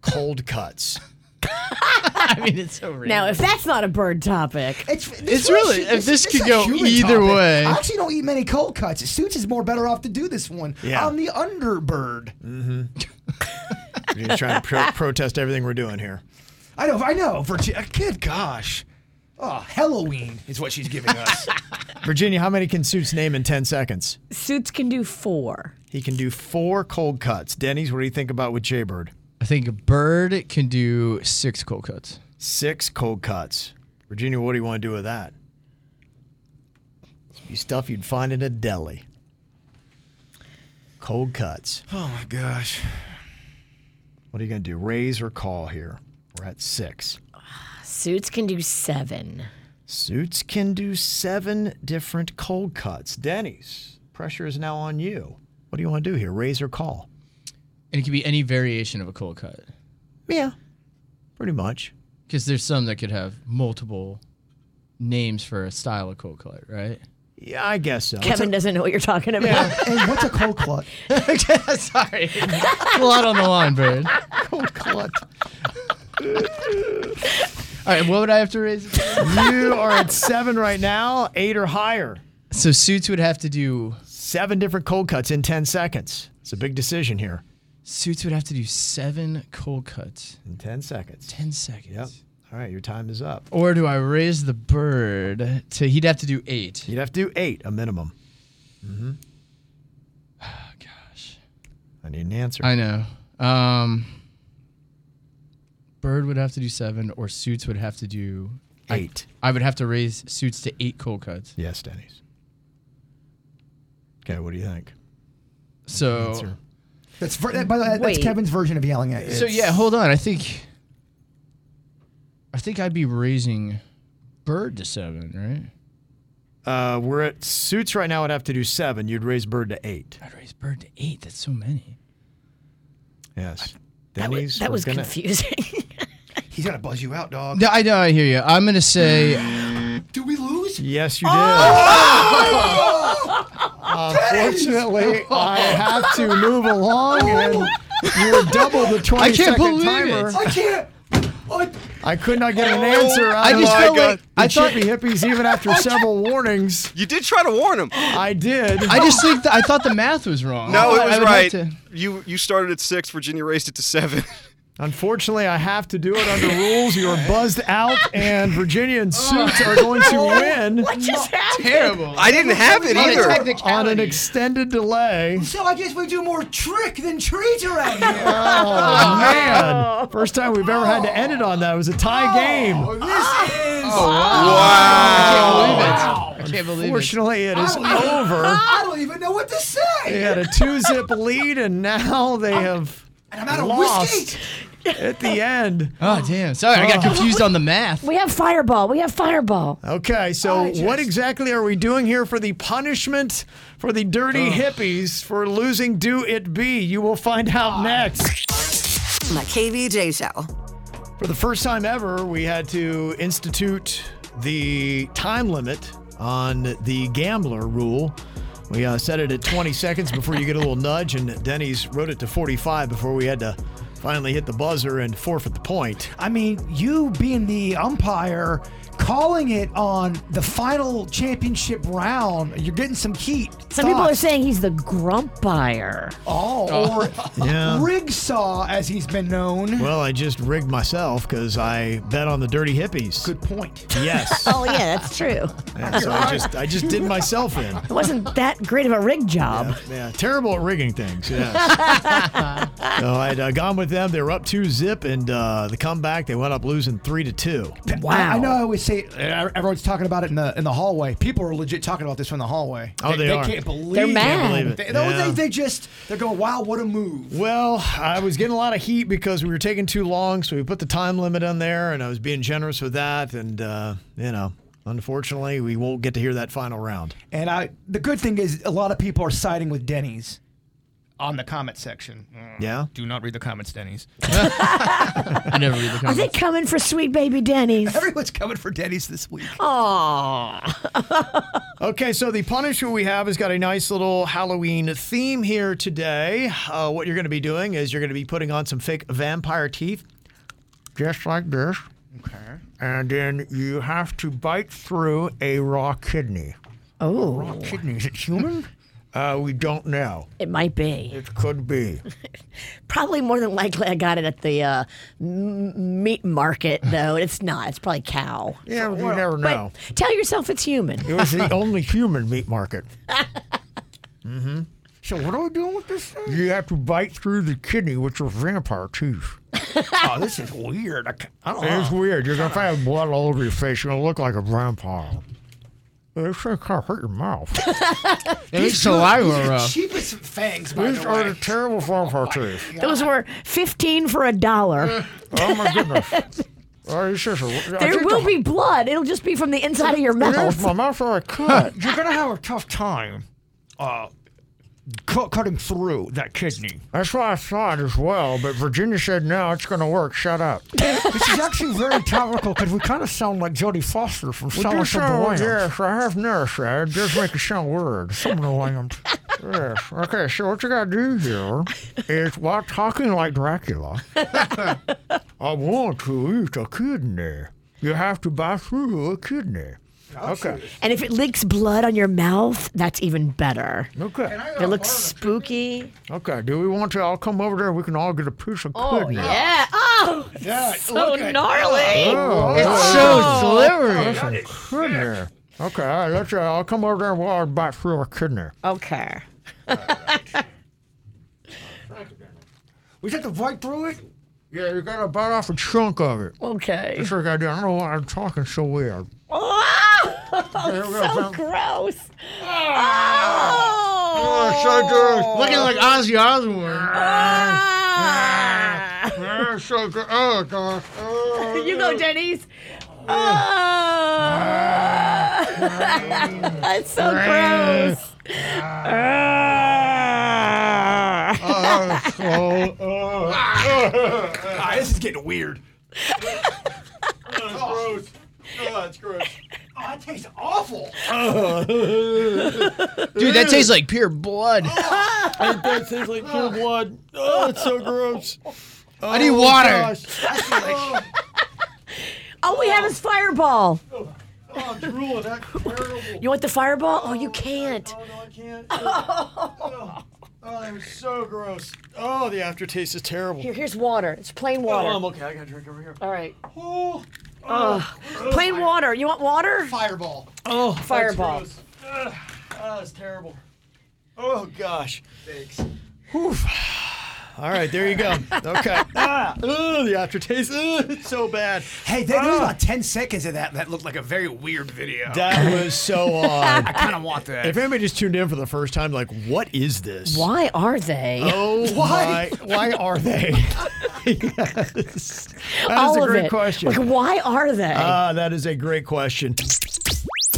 Speaker 3: Cold cuts.
Speaker 21: I mean, it's so real.
Speaker 1: Now, if that's not a bird topic,
Speaker 4: it's
Speaker 21: It's really- if this could
Speaker 4: a
Speaker 21: go
Speaker 4: human
Speaker 21: either
Speaker 4: topic.
Speaker 21: way.
Speaker 4: I actually don't eat many cold cuts. Suits is more better off to do this one.
Speaker 3: Yeah.
Speaker 4: I'm the underbird.
Speaker 3: Virginia's trying to pro- protest everything we're doing here.
Speaker 4: I know. I know. Virginia. Good gosh. Oh, Halloween is what she's giving us.
Speaker 3: Virginia, how many can Suits name in 10 seconds?
Speaker 1: Suits can do four.
Speaker 3: He can do four cold cuts. Denny's, what do you think about with Jaybird?
Speaker 21: I think Bird can do six cold cuts.
Speaker 3: Six cold cuts. Virginia, what do you want to do with that? It'd be stuff you'd find in a deli. Cold cuts.
Speaker 4: oh my gosh.
Speaker 3: What are you going to do? Raise or call here? We're at six.
Speaker 1: Suits can do seven.
Speaker 3: Suits can do seven different cold cuts. Denny's, pressure is now on you. What do you want to do here? Raise or call?
Speaker 21: And it could be any variation of a cold cut.
Speaker 3: Yeah. Pretty much.
Speaker 21: Because there's some that could have multiple names for a style of cold cut, right?
Speaker 3: Yeah, I guess so.
Speaker 1: Kevin doesn't know what you're talking about.
Speaker 4: And what's a cold clut?
Speaker 21: Sorry. a lot on the line, Bird. Oh,
Speaker 3: Cold cut.
Speaker 21: All right, what would I have to raise?
Speaker 3: you are at seven right now, eight or higher.
Speaker 21: So Suits would have to do
Speaker 3: Seven different cold cuts in 10 seconds. It's a big decision here.
Speaker 21: Suits would have to do seven cold cuts
Speaker 3: In 10 seconds.
Speaker 21: ten seconds.
Speaker 3: Yep. All right, your time is up.
Speaker 21: Or do I raise the bird to he'd have to do eight?
Speaker 3: You'd have to do eight, a minimum. Mm-hmm.
Speaker 21: Gosh.
Speaker 3: I need an answer.
Speaker 21: I know. Um Bird would have to do seven or Suits would have to do I-
Speaker 3: Eight.
Speaker 21: I, would have to raise Suits to eight cold cuts.
Speaker 3: Yes, Denny's. Okay, what do you think?
Speaker 21: So
Speaker 3: Answer.
Speaker 4: That's ver- that- by the way, that's
Speaker 1: Wait.
Speaker 4: Kevin's version of yelling at you.
Speaker 21: So yeah, hold on. I think I think I'd be raising Bird to seven, right?
Speaker 3: Uh, we're at suits right now. I'd have to do seven. You'd raise bird to eight.
Speaker 21: I'd raise Bird to eight. That's so many.
Speaker 3: Yes.
Speaker 1: That was,
Speaker 3: Denny's
Speaker 1: that
Speaker 3: we're
Speaker 1: was
Speaker 3: gonna-
Speaker 1: confusing.
Speaker 7: He's gonna buzz you out, dog.
Speaker 21: No, I know. I hear you. I'm gonna say.
Speaker 7: Do we lose?
Speaker 3: Yes, you
Speaker 20: Oh!
Speaker 7: Ah!
Speaker 3: oh.
Speaker 7: Unfortunately, I have to move along, and you're double the 20
Speaker 3: I can't believe
Speaker 7: timer.
Speaker 3: it. I can't.
Speaker 7: I could not get an answer.
Speaker 3: I
Speaker 7: out of
Speaker 3: just
Speaker 7: my
Speaker 3: felt like- "Oh,
Speaker 7: the
Speaker 3: I thought-
Speaker 7: chippy hippies, even after several warnings.
Speaker 20: You did try to warn him.
Speaker 7: I did.
Speaker 21: I just think that I thought the math was wrong.
Speaker 20: No,
Speaker 21: I- I
Speaker 20: it was
Speaker 21: would have
Speaker 20: right.
Speaker 21: to-
Speaker 20: You you started at six. Virginia raised it to seven.
Speaker 3: Unfortunately, I have to do it under rules. You are buzzed out, and Virginia and Suits are going to win.
Speaker 1: What just happened?
Speaker 21: Terrible.
Speaker 20: I didn't have it
Speaker 3: On a
Speaker 20: either.
Speaker 3: technicality. On an extended delay.
Speaker 4: So I guess we do more trick than treat around here.
Speaker 3: Oh, man. First time we've ever had to end it on that. It was a tie
Speaker 4: This
Speaker 3: game.
Speaker 4: is.
Speaker 3: Wow.
Speaker 21: Oh, I can't believe it. I can't believe it.
Speaker 3: Unfortunately, it is
Speaker 4: I don't even-
Speaker 3: over.
Speaker 4: I don't even know what to say.
Speaker 3: They had a two zip lead, and now they have
Speaker 4: out of
Speaker 3: lost at the end.
Speaker 21: Oh damn! Sorry, I got confused on the math.
Speaker 1: We have fireball. We have fireball.
Speaker 3: Okay, so what exactly are we doing here for the punishment for the dirty hippies for losing? Do it be? You will find out next.
Speaker 5: My KVJ show.
Speaker 3: For the first time ever, we had to institute the time limit on the gambler rule. We uh, set it at 20 seconds before you get a little nudge, and Denny's wrote it to 45 before we had to finally hit the buzzer and forfeit the point.
Speaker 4: I mean, you being the umpire, calling it on the final championship round, you're getting some heat.
Speaker 1: Some people are
Speaker 4: Thoughts?
Speaker 1: saying he's the grumpire.
Speaker 4: Oh, or
Speaker 3: Yeah.
Speaker 4: rig saw, as he's been known.
Speaker 3: Well, I just rigged myself because I bet on the dirty hippies. Good
Speaker 4: point.
Speaker 3: Yes.
Speaker 1: oh yeah, that's true.
Speaker 3: Yeah, so I just I just did myself in.
Speaker 1: It wasn't that great of a rig job.
Speaker 3: Yeah, terrible at rigging things. Yes. so I'd uh, gone with them. They were up two zip, and uh, the comeback they went up losing three to two.
Speaker 4: I, I know. I always say uh, everyone's talking about it in the in the hallway. People are legit talking about this from the hallway.
Speaker 3: Oh, they are.
Speaker 4: can't believe
Speaker 3: They're mad. Can't believe it.
Speaker 4: They, no,
Speaker 3: Yeah.
Speaker 4: they, they just they're going, wow, what a move.
Speaker 3: Well, I was getting a lot of heat because we were taking too long, so we put the time limit on there, and I was being generous with that. And uh, you know, unfortunately, we won't get to hear that final round.
Speaker 4: And I, the good thing is, a lot of people are siding with Denny's on the comment section. Mm.
Speaker 3: Yeah.
Speaker 4: Do not read the comments, Denny's.
Speaker 21: I never read the
Speaker 1: Are they coming for sweet baby Denny's?
Speaker 4: Everyone's coming for Denny's this week.
Speaker 1: Aww.
Speaker 3: Okay, so the punishment we have has got a nice little Halloween theme here today. Uh, what you're going to be doing is you're going to be putting on some fake vampire teeth, just like this. Okay. And then you have to bite through a raw kidney.
Speaker 1: Oh.
Speaker 3: Raw kidney. Is it human? uh, we don't know.
Speaker 1: It might be.
Speaker 3: It could be.
Speaker 1: Probably more than likely, I got it at the uh, m- meat market, though. It's not. It's probably cow.
Speaker 3: Yeah, you never
Speaker 1: But
Speaker 3: know.
Speaker 1: tell yourself it's human.
Speaker 3: It was the only human meat market. Mm-hmm.
Speaker 4: So what are we doing with this thing?
Speaker 3: You have to bite through the kidney with your vampire teeth.
Speaker 4: oh, this is weird. I, ca- I don't know.
Speaker 3: It's weird. You're gonna find blood all over your face. You're gonna look like a vampire. It's gonna kind of hurt your mouth.
Speaker 21: These
Speaker 4: These
Speaker 21: saliva
Speaker 4: are the
Speaker 21: rough.
Speaker 4: cheapest fangs, by
Speaker 3: These
Speaker 4: the
Speaker 3: are the
Speaker 4: way.
Speaker 3: terrible vampire teeth.
Speaker 1: Those were 15 for a dollar.
Speaker 3: Oh my goodness. Oh, it's just a, I
Speaker 1: There
Speaker 3: think
Speaker 1: will
Speaker 3: the-
Speaker 1: be blood. It'll just be from the inside of your
Speaker 3: Yes,
Speaker 1: mouth.
Speaker 3: my mouth already cut.
Speaker 4: You're gonna have a tough time. Uh, cu- cutting through that kidney.
Speaker 3: That's what I thought as well, but Virginia said no, it's gonna work. Shut up.
Speaker 4: this is actually very topical because we kind of sound like Jodie Foster from
Speaker 3: Well, do
Speaker 4: Silence of the
Speaker 3: so,
Speaker 4: Lambs.
Speaker 3: yes, I have noticed that. It does make it sound weird. Some of the land. Yes. Okay, so what you gotta do here is while talking like Dracula, I want to eat a kidney. You have to buy through a kidney.
Speaker 7: Oh,
Speaker 3: Okay.
Speaker 1: And if it leaks blood on your mouth, that's even better.
Speaker 3: Okay.
Speaker 1: It looks spooky.
Speaker 3: Okay. Do we want to all come over there? We can all get a piece of
Speaker 1: Oh,
Speaker 3: kidney.
Speaker 1: yeah. Oh, so gnarly.
Speaker 3: Oh,
Speaker 21: It's so slippery.
Speaker 3: That's a kidney. Oh, Okay, all right, let's, uh, I'll come over there and we'll all bite through a kidney.
Speaker 1: Okay.
Speaker 4: We just have to bite through it.
Speaker 3: Yeah, you gotta bite off a chunk of it.
Speaker 1: Okay.
Speaker 3: That's what I gotta do. I don't know why I'm talking so weird.
Speaker 1: Oh, so gross. Oh,
Speaker 21: Looking like Ozzy Osbourne.
Speaker 1: Ah.
Speaker 3: so good. Oh, gosh.
Speaker 1: You go, Ah. Denny's. Oh. That's so gross. Ah.
Speaker 3: Oh, so,
Speaker 21: Ah. uh.
Speaker 4: Ah, this is getting weird.
Speaker 7: gross. Oh, that's gross.
Speaker 4: Oh, that tastes awful.
Speaker 21: Dude, that tastes like pure blood.
Speaker 7: That tastes like pure blood. Oh, it's so gross. Oh,
Speaker 21: I need water.
Speaker 1: All we have is fireball.
Speaker 7: Oh, I'm drooling. That's terrible.
Speaker 1: You want the fireball? Oh, you can't.
Speaker 7: Oh, that was so gross. Oh, the aftertaste is terrible.
Speaker 1: Here, here's water. It's plain water.
Speaker 7: Oh, I'm okay. I got a drink over here.
Speaker 1: All right.
Speaker 7: Oh,
Speaker 1: plain water. You want water?
Speaker 7: Fireball. Oh, that's
Speaker 1: Fireball.
Speaker 7: gross. Ugh. Oh, that's terrible. Oh gosh. Thanks.
Speaker 3: All right, there you go. Okay.
Speaker 7: ah, ugh, the aftertaste. Ugh, it's so bad. Ah.
Speaker 4: Hey, there, there was about 10 seconds of that. That looked like a very weird video.
Speaker 3: That was so odd.
Speaker 4: I kind of want that.
Speaker 3: If anybody just tuned in for the first time, like, what is this?
Speaker 1: Why are they?
Speaker 3: Oh,
Speaker 1: Why?
Speaker 3: why? Why are they? That is
Speaker 1: All
Speaker 3: a
Speaker 1: of
Speaker 3: great
Speaker 1: it.
Speaker 3: question.
Speaker 1: Like, why are they?
Speaker 3: Ah, that is a great question.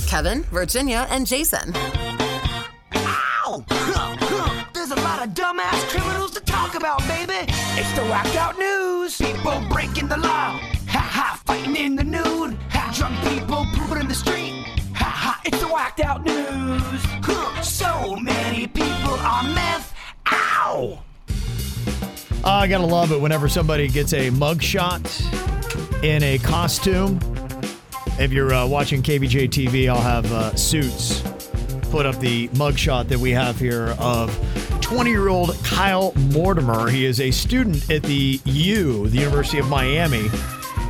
Speaker 5: Kevin, Virginia, and Jason.
Speaker 2: Ow! Huh, huh. There's a lot of dumbass criminals to talk about, baby. It's the whacked out news. People breaking the law. Ha ha, fighting in the nude. Ha, drunk people pooping in the street. Ha ha, it's the whacked out news. Huh, So many people are meth. Ow!
Speaker 3: Ah, I gotta love it whenever somebody gets a mugshot in a costume. If you're uh, watching KBJ TV, I'll have uh, suits put up the mugshot that we have here of 20 year old Kyle Mortimer. He is a student at the U, the University of Miami.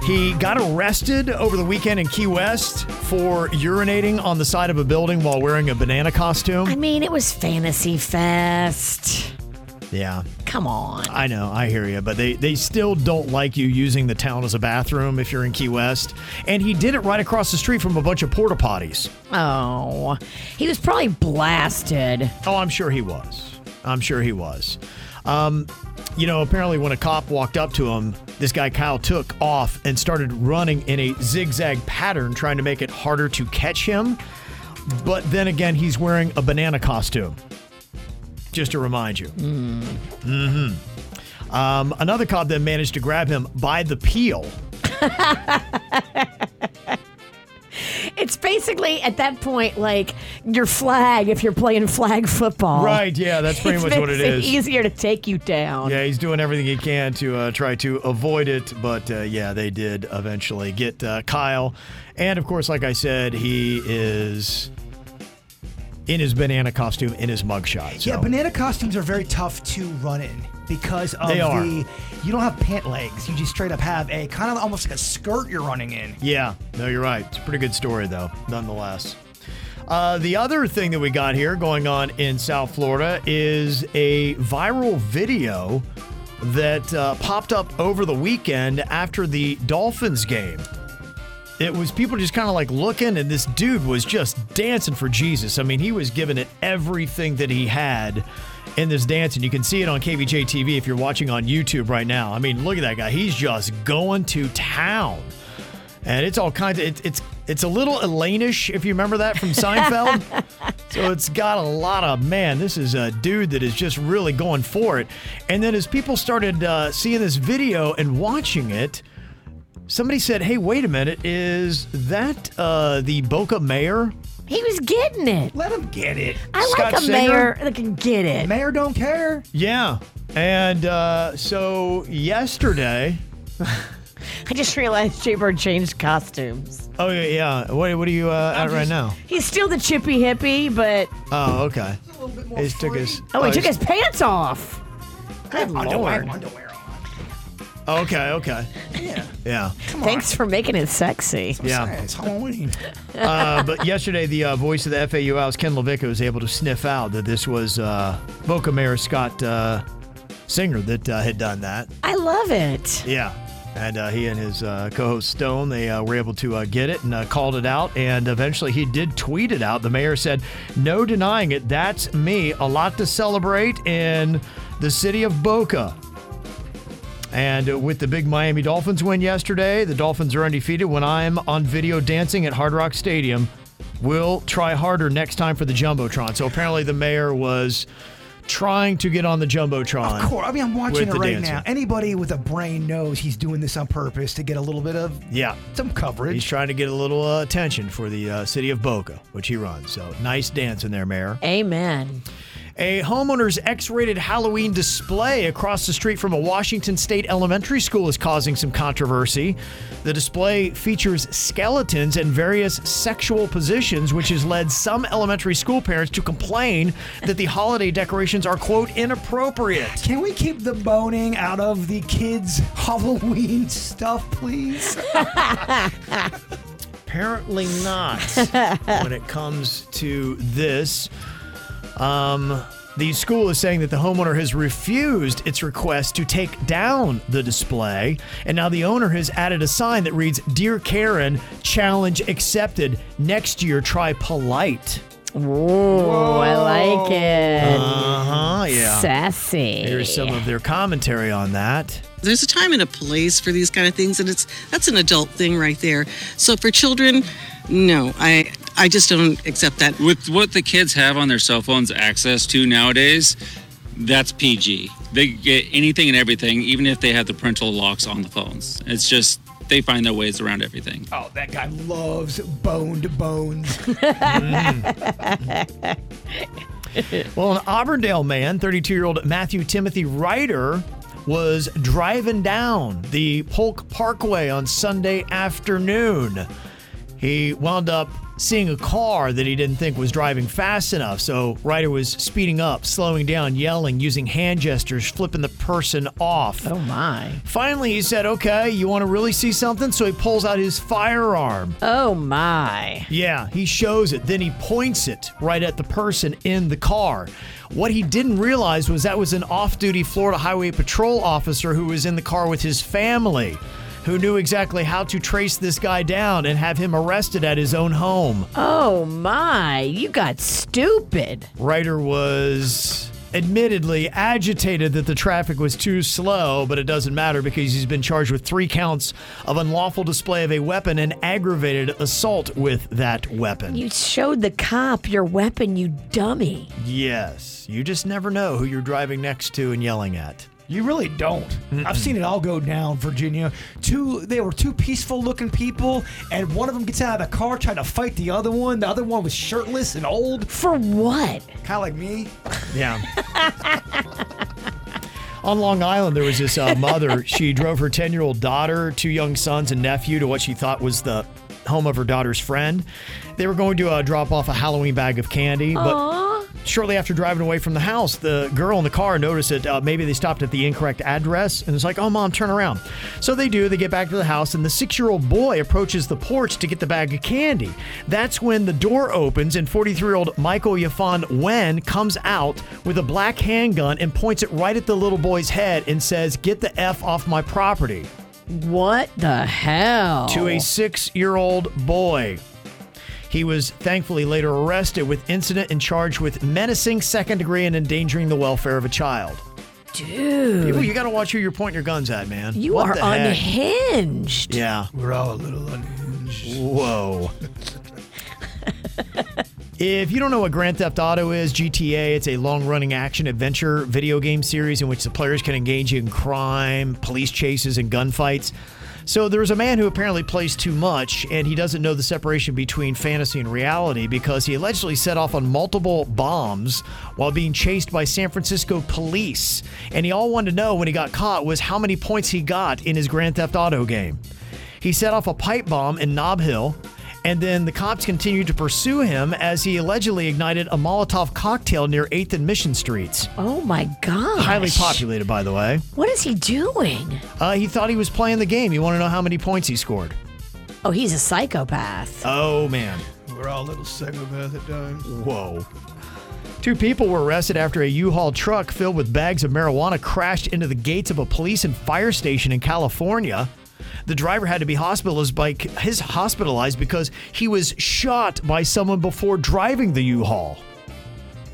Speaker 3: He got arrested over the weekend in Key West for urinating on the side of a building while wearing a banana costume.
Speaker 1: I mean, it was Fantasy Fest.
Speaker 3: Yeah.
Speaker 1: Come on.
Speaker 3: I know, I hear you, but they, they still don't like you using the town as a bathroom if you're in Key West. And he did it right across the street from a bunch of porta potties.
Speaker 1: Oh, he was probably blasted.
Speaker 3: Oh, I'm sure he was. I'm sure he was. Um, you know, apparently when a cop walked up to him, this guy Kyle took off and started running in a zigzag pattern, trying to make it harder to catch him. But then again, he's wearing a banana costume. Just to remind you. Mm-hmm. Um, another cop then managed to grab him by the peel.
Speaker 1: It's basically at that point like your flag if you're playing flag football.
Speaker 3: Right, yeah, that's pretty
Speaker 1: It
Speaker 3: much what it
Speaker 1: makes
Speaker 3: is.
Speaker 1: Easier to take you down.
Speaker 3: Yeah, he's doing everything he can to uh, try to avoid it, but uh, yeah, they did eventually get uh, Kyle. And of course, like I said, he is in his banana costume in his mugshot. So.
Speaker 4: Yeah, banana costumes are very tough to run in because of
Speaker 3: They are.
Speaker 4: the you don't have pant legs. You just straight up have a kind of almost like a skirt you're running in.
Speaker 3: Yeah, no, you're right. It's a pretty good story, though, nonetheless. Uh, the other thing that we got here going on in South Florida is a viral video that uh, popped up over the weekend after the Dolphins game. It was people just kind of like looking, and this dude was just dancing for Jesus. I mean, he was giving it everything that he had in this dance, and you can see it on KVJ TV if you're watching on YouTube right now. I mean, look at that guy. He's just going to town. And it's all kinds of it, it's it's a little Elainish if you remember that from Seinfeld. so it's got a lot of man. This is a dude that is just really going for it. And then as people started uh, seeing this video and watching it, somebody said, "Hey, wait a minute! Is that uh, the Boca Mayor?"
Speaker 1: He was getting it.
Speaker 4: Let him get it.
Speaker 1: I
Speaker 3: Scott
Speaker 1: like a
Speaker 3: Singer?
Speaker 1: mayor that can get it.
Speaker 4: Mayor don't care.
Speaker 3: Yeah. And uh, so yesterday.
Speaker 1: I just realized Jay Bird changed costumes.
Speaker 3: Oh yeah, yeah. What, what are you uh, at right now?
Speaker 1: He's still the chippy hippie, but
Speaker 3: Oh, okay. He just took his.
Speaker 1: oh, he
Speaker 3: oh,
Speaker 1: took
Speaker 3: he's-
Speaker 1: his pants off. Good lord.
Speaker 3: Okay, okay. Yeah. Yeah.
Speaker 1: Thanks for making it sexy.
Speaker 3: Yeah.
Speaker 4: It's Halloween.
Speaker 3: uh, but yesterday, the uh, voice of the FAU House, Ken LaVica, was able to sniff out that this was uh, Boca Mayor Scott uh, Singer that uh, had done that.
Speaker 1: I love it.
Speaker 3: Yeah. And uh, he and his uh, co-host Stone, they uh, were able to uh, get it and uh, called it out. And eventually, he did tweet it out. The mayor said, "No denying it. That's me. A lot to celebrate in the city of Boca." And uh, with the big Miami Dolphins win yesterday, the Dolphins are undefeated. When I'm on video dancing at Hard Rock Stadium, we'll try harder next time for the jumbotron. So apparently, the mayor was trying to get on the jumbotron.
Speaker 4: Of course. I mean, I'm watching
Speaker 3: with
Speaker 4: it
Speaker 3: the
Speaker 4: right
Speaker 3: dancer.
Speaker 4: now. Anybody with a brain knows he's doing this on purpose to get a little bit of
Speaker 3: Yeah,
Speaker 4: some coverage.
Speaker 3: He's trying to get a little uh, attention for the uh, city of Boca, which he runs. So nice dance in there, Mayor.
Speaker 1: Amen.
Speaker 3: A homeowner's X-rated Halloween display across the street from a Washington State elementary school is causing some controversy. The display features skeletons in various sexual positions, which has led some elementary school parents to complain that the holiday decorations are quote inappropriate.
Speaker 4: Can we keep the boning out of the kids' Halloween stuff, please?
Speaker 3: Apparently not
Speaker 4: Oh,
Speaker 3: when it comes to this. Um, the school is saying that the homeowner has refused its request to take down the display, and now the owner has added a sign that reads "Dear Karen, challenge accepted. Next year, try polite."
Speaker 1: Whoa, I like it.
Speaker 7: Uh-huh,
Speaker 3: Uh huh. Yeah.
Speaker 1: Sassy.
Speaker 3: Here's some of their commentary on that.
Speaker 6: There's a time and a place for these kind of things, and it's that's an adult thing right there. So for children, no, I I just don't accept that.
Speaker 22: With what the kids have on their cell phones access to nowadays, that's PG. They get anything and everything, even if they have the parental locks on the phones. It's just they find their ways around everything.
Speaker 4: oh, that guy loves boned bones.
Speaker 3: Mm. well, an Auburndale man, 32 year old Matthew Timothy Ryder, was driving down the Polk Parkway on Sunday afternoon. He wound up seeing a car that he didn't think was driving fast enough. So Ryder was speeding up, slowing down, yelling, using hand gestures, flipping the person off. Oh,
Speaker 1: my.
Speaker 3: Finally, he said, Okay, you want to really see something? So he pulls out his firearm.
Speaker 1: Oh, my.
Speaker 3: Yeah, he shows it. Then he points it right at the person in the car. What he didn't realize was that was an off duty Florida Highway Patrol officer who was in the car with his family, who knew exactly how to trace this guy down and have him arrested at his own home.
Speaker 1: Oh, my. You got stupid.
Speaker 3: Ryder was admittedly agitated that the traffic was too slow, but it doesn't matter because he's been charged with three counts of unlawful display of a weapon and aggravated assault with that weapon.
Speaker 1: You showed the cop your weapon, you dummy.
Speaker 3: Yes. You just never know who you're driving next to and yelling at.
Speaker 4: You really don't. I've seen it all go down, Virginia. Two, they were two peaceful-looking people, and one of them gets out of the car trying to fight the other one. The other one was shirtless and old.
Speaker 1: For what?
Speaker 4: Kind of like me.
Speaker 3: Yeah. On Long Island, there was this uh, mother. She drove her 10 year old daughter, two young sons, and nephew to what she thought was the home of her daughter's friend. They were going to uh, drop off a Halloween bag of candy, but shortly after driving away from the house, the girl in the car noticed that uh, maybe they stopped at the incorrect address and it's like, oh, mom, turn around. So they do. They get back to the house, and the six year old boy approaches the porch to get the bag of candy. That's when the door opens, and 43 year old Michael Yafan Wen comes out with a black handgun and points it right at the little boy's head and says, get the F off my property.
Speaker 1: What the hell?
Speaker 3: To a six year old boy. He was thankfully later arrested with incident and charged with menacing second degree and endangering the welfare of a child.
Speaker 1: Dude.
Speaker 3: People, you got to watch who you're pointing your guns at, man.
Speaker 1: You
Speaker 3: What
Speaker 1: are
Speaker 3: the heck?
Speaker 1: unhinged.
Speaker 3: Yeah.
Speaker 4: We're all a little unhinged.
Speaker 3: Whoa. If you don't know what Grand Theft Auto is, GTA, it's a long running action adventure video game series in which the players can engage in crime, police chases, and gunfights. So there's a man who apparently plays too much, and he doesn't know the separation between fantasy and reality because he allegedly set off on multiple bombs while being chased by San Francisco police. And he all wanted to know when he got caught was how many points he got in his Grand Theft Auto game. He set off a pipe bomb in Knob Hill, and then the cops continued to pursue him as he allegedly ignited a Molotov cocktail near 8th and Mission Streets.
Speaker 1: Oh my gosh.
Speaker 3: Highly populated, by the way.
Speaker 1: What is he doing?
Speaker 3: Uh, he thought he was playing the game. You want to know how many points he scored?
Speaker 1: Oh, he's a psychopath.
Speaker 3: Oh, man.
Speaker 7: We're all a little psychopath at times.
Speaker 3: Whoa. Two people were arrested after a U-Haul truck filled with bags of marijuana crashed into the gates of a police and fire station in California. The driver had to be hospitalized by his hospitalized because he was shot by someone before driving the U-Haul.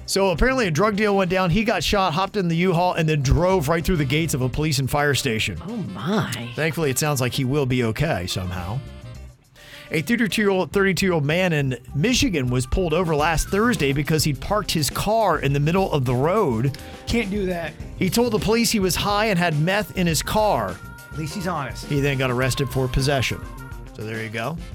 Speaker 3: So apparently a drug deal went down. He got shot, hopped in the U-Haul, and then drove right through the gates of a police and fire station.
Speaker 1: Oh my.
Speaker 3: Thankfully, it sounds like he will be okay somehow. A 32-year-old 32-year-old man in Michigan was pulled over last Thursday because he'd parked his car in the middle of the road. Can't do that. He told the police he was high and had meth in his car.
Speaker 4: At least he's honest.
Speaker 3: He then got arrested for possession. So there you go.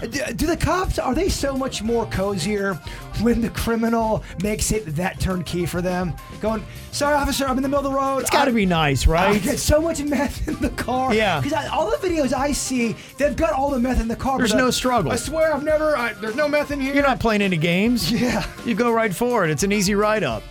Speaker 4: Do, do the cops are they so much more cozier when the criminal makes it that turnkey for them? Going, sorry, officer, I'm in the middle of the road.
Speaker 3: It's got to
Speaker 4: I-
Speaker 3: be nice,
Speaker 4: I
Speaker 3: right?
Speaker 4: got so much meth in the car.
Speaker 3: Yeah.
Speaker 4: Because all the videos I see, they've got all the meth in the car.
Speaker 3: There's
Speaker 4: but I-
Speaker 3: no struggle.
Speaker 4: I swear I've never. I, there's no meth in here.
Speaker 3: You're not playing any games. Yeah. You go right for it. It's an easy write up.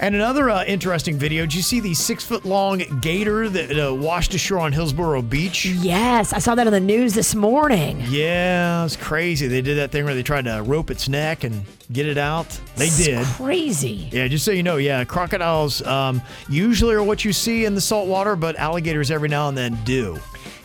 Speaker 3: And another uh, interesting video. Did you see the six foot long gator that uh, washed ashore on Hillsborough Beach?
Speaker 1: Yes, I saw that on the news this morning.
Speaker 3: Yeah, it's crazy. They did that thing where they tried to rope its neck and get it out. They
Speaker 1: It's
Speaker 3: did.
Speaker 1: crazy.
Speaker 3: Yeah, just so you know, yeah, crocodiles um, usually are what you see in the salt water, but alligators every now and then do.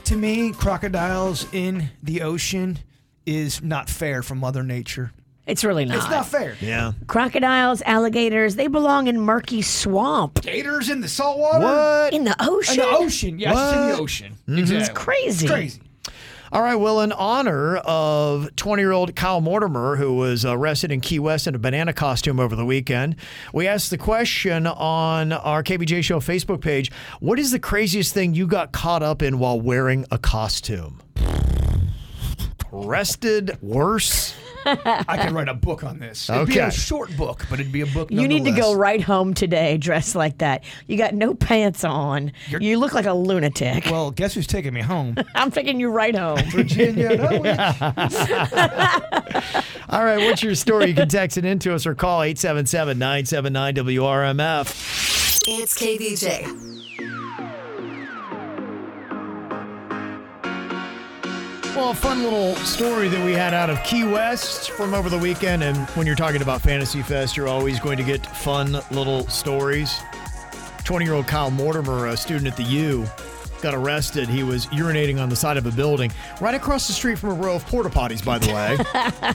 Speaker 4: To me, crocodiles in the ocean is not fair for Mother Nature.
Speaker 1: It's really not.
Speaker 4: It's not fair.
Speaker 3: Yeah.
Speaker 1: Crocodiles, alligators, they belong in murky swamp.
Speaker 4: Gators in the saltwater?
Speaker 3: What?
Speaker 1: In the ocean?
Speaker 4: In the ocean. Yes, in the
Speaker 3: What?
Speaker 4: ocean.
Speaker 3: Mhm.
Speaker 4: Exactly.
Speaker 3: It's crazy.
Speaker 4: It's crazy.
Speaker 3: All right, well, in honor of 20 year old Kyle Mortimer, who was arrested in Key West in a banana costume over the weekend, we asked the question on our KBJ Show Facebook page What is the craziest thing you got caught up in while wearing a costume? Arrested, worse.
Speaker 4: I could write a book on this. It'd be
Speaker 3: Okay.
Speaker 4: a short book, but it'd be a book.
Speaker 1: You need to go
Speaker 4: nonetheless.
Speaker 1: right home today dressed like that. You got no pants on. you look like a lunatic.
Speaker 4: Well, guess who's taking me home?
Speaker 1: I'm taking you right home.
Speaker 4: Virginia, no,
Speaker 3: All right, what's your story? You can text it into us or call 877 979 WRMF.
Speaker 5: It's KBJ.
Speaker 3: Well, a fun little story that we had out of Key West from over the weekend. And when you're talking about Fantasy Fest, you're always going to get fun little stories. 20 year old Kyle Mortimer, a student at the U, got arrested. He was urinating on the side of a building right across the street from a row of porta potties, by the way.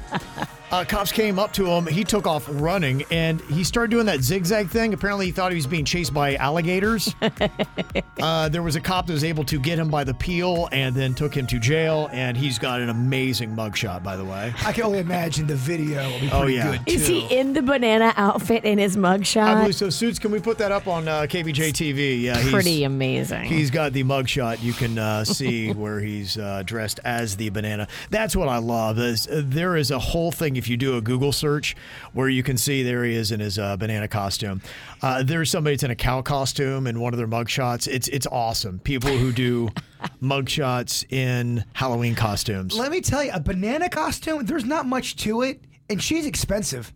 Speaker 3: uh, cops came up to him. He took off running and he started doing that zigzag thing. Apparently, he thought he was being chased by alligators. uh, there was a cop that was able to get him by the peel and then took him to jail. And he's got an amazing mugshot, by the way.
Speaker 4: I can only imagine the video. Will be pretty
Speaker 3: Oh, yeah.
Speaker 4: good.
Speaker 1: Is he in the banana outfit in his
Speaker 3: I
Speaker 1: mugshot?
Speaker 3: believe so. Suits, can we put that up on uh, KBJ TV? Yeah, he's-
Speaker 1: Pretty amazing.
Speaker 3: He's got the mugshot. You can uh, see where he's uh, dressed as the banana. That's what I love. Is, uh, there is a whole thing if you do a Google search where you can see there he is in his uh, banana costume. Uh, there's somebody that's in a cow costume in one of their mugshots. It's it's awesome. People who do mugshots in Halloween costumes.
Speaker 4: Let me tell you, a banana costume. There's not much to it, and she's expensive.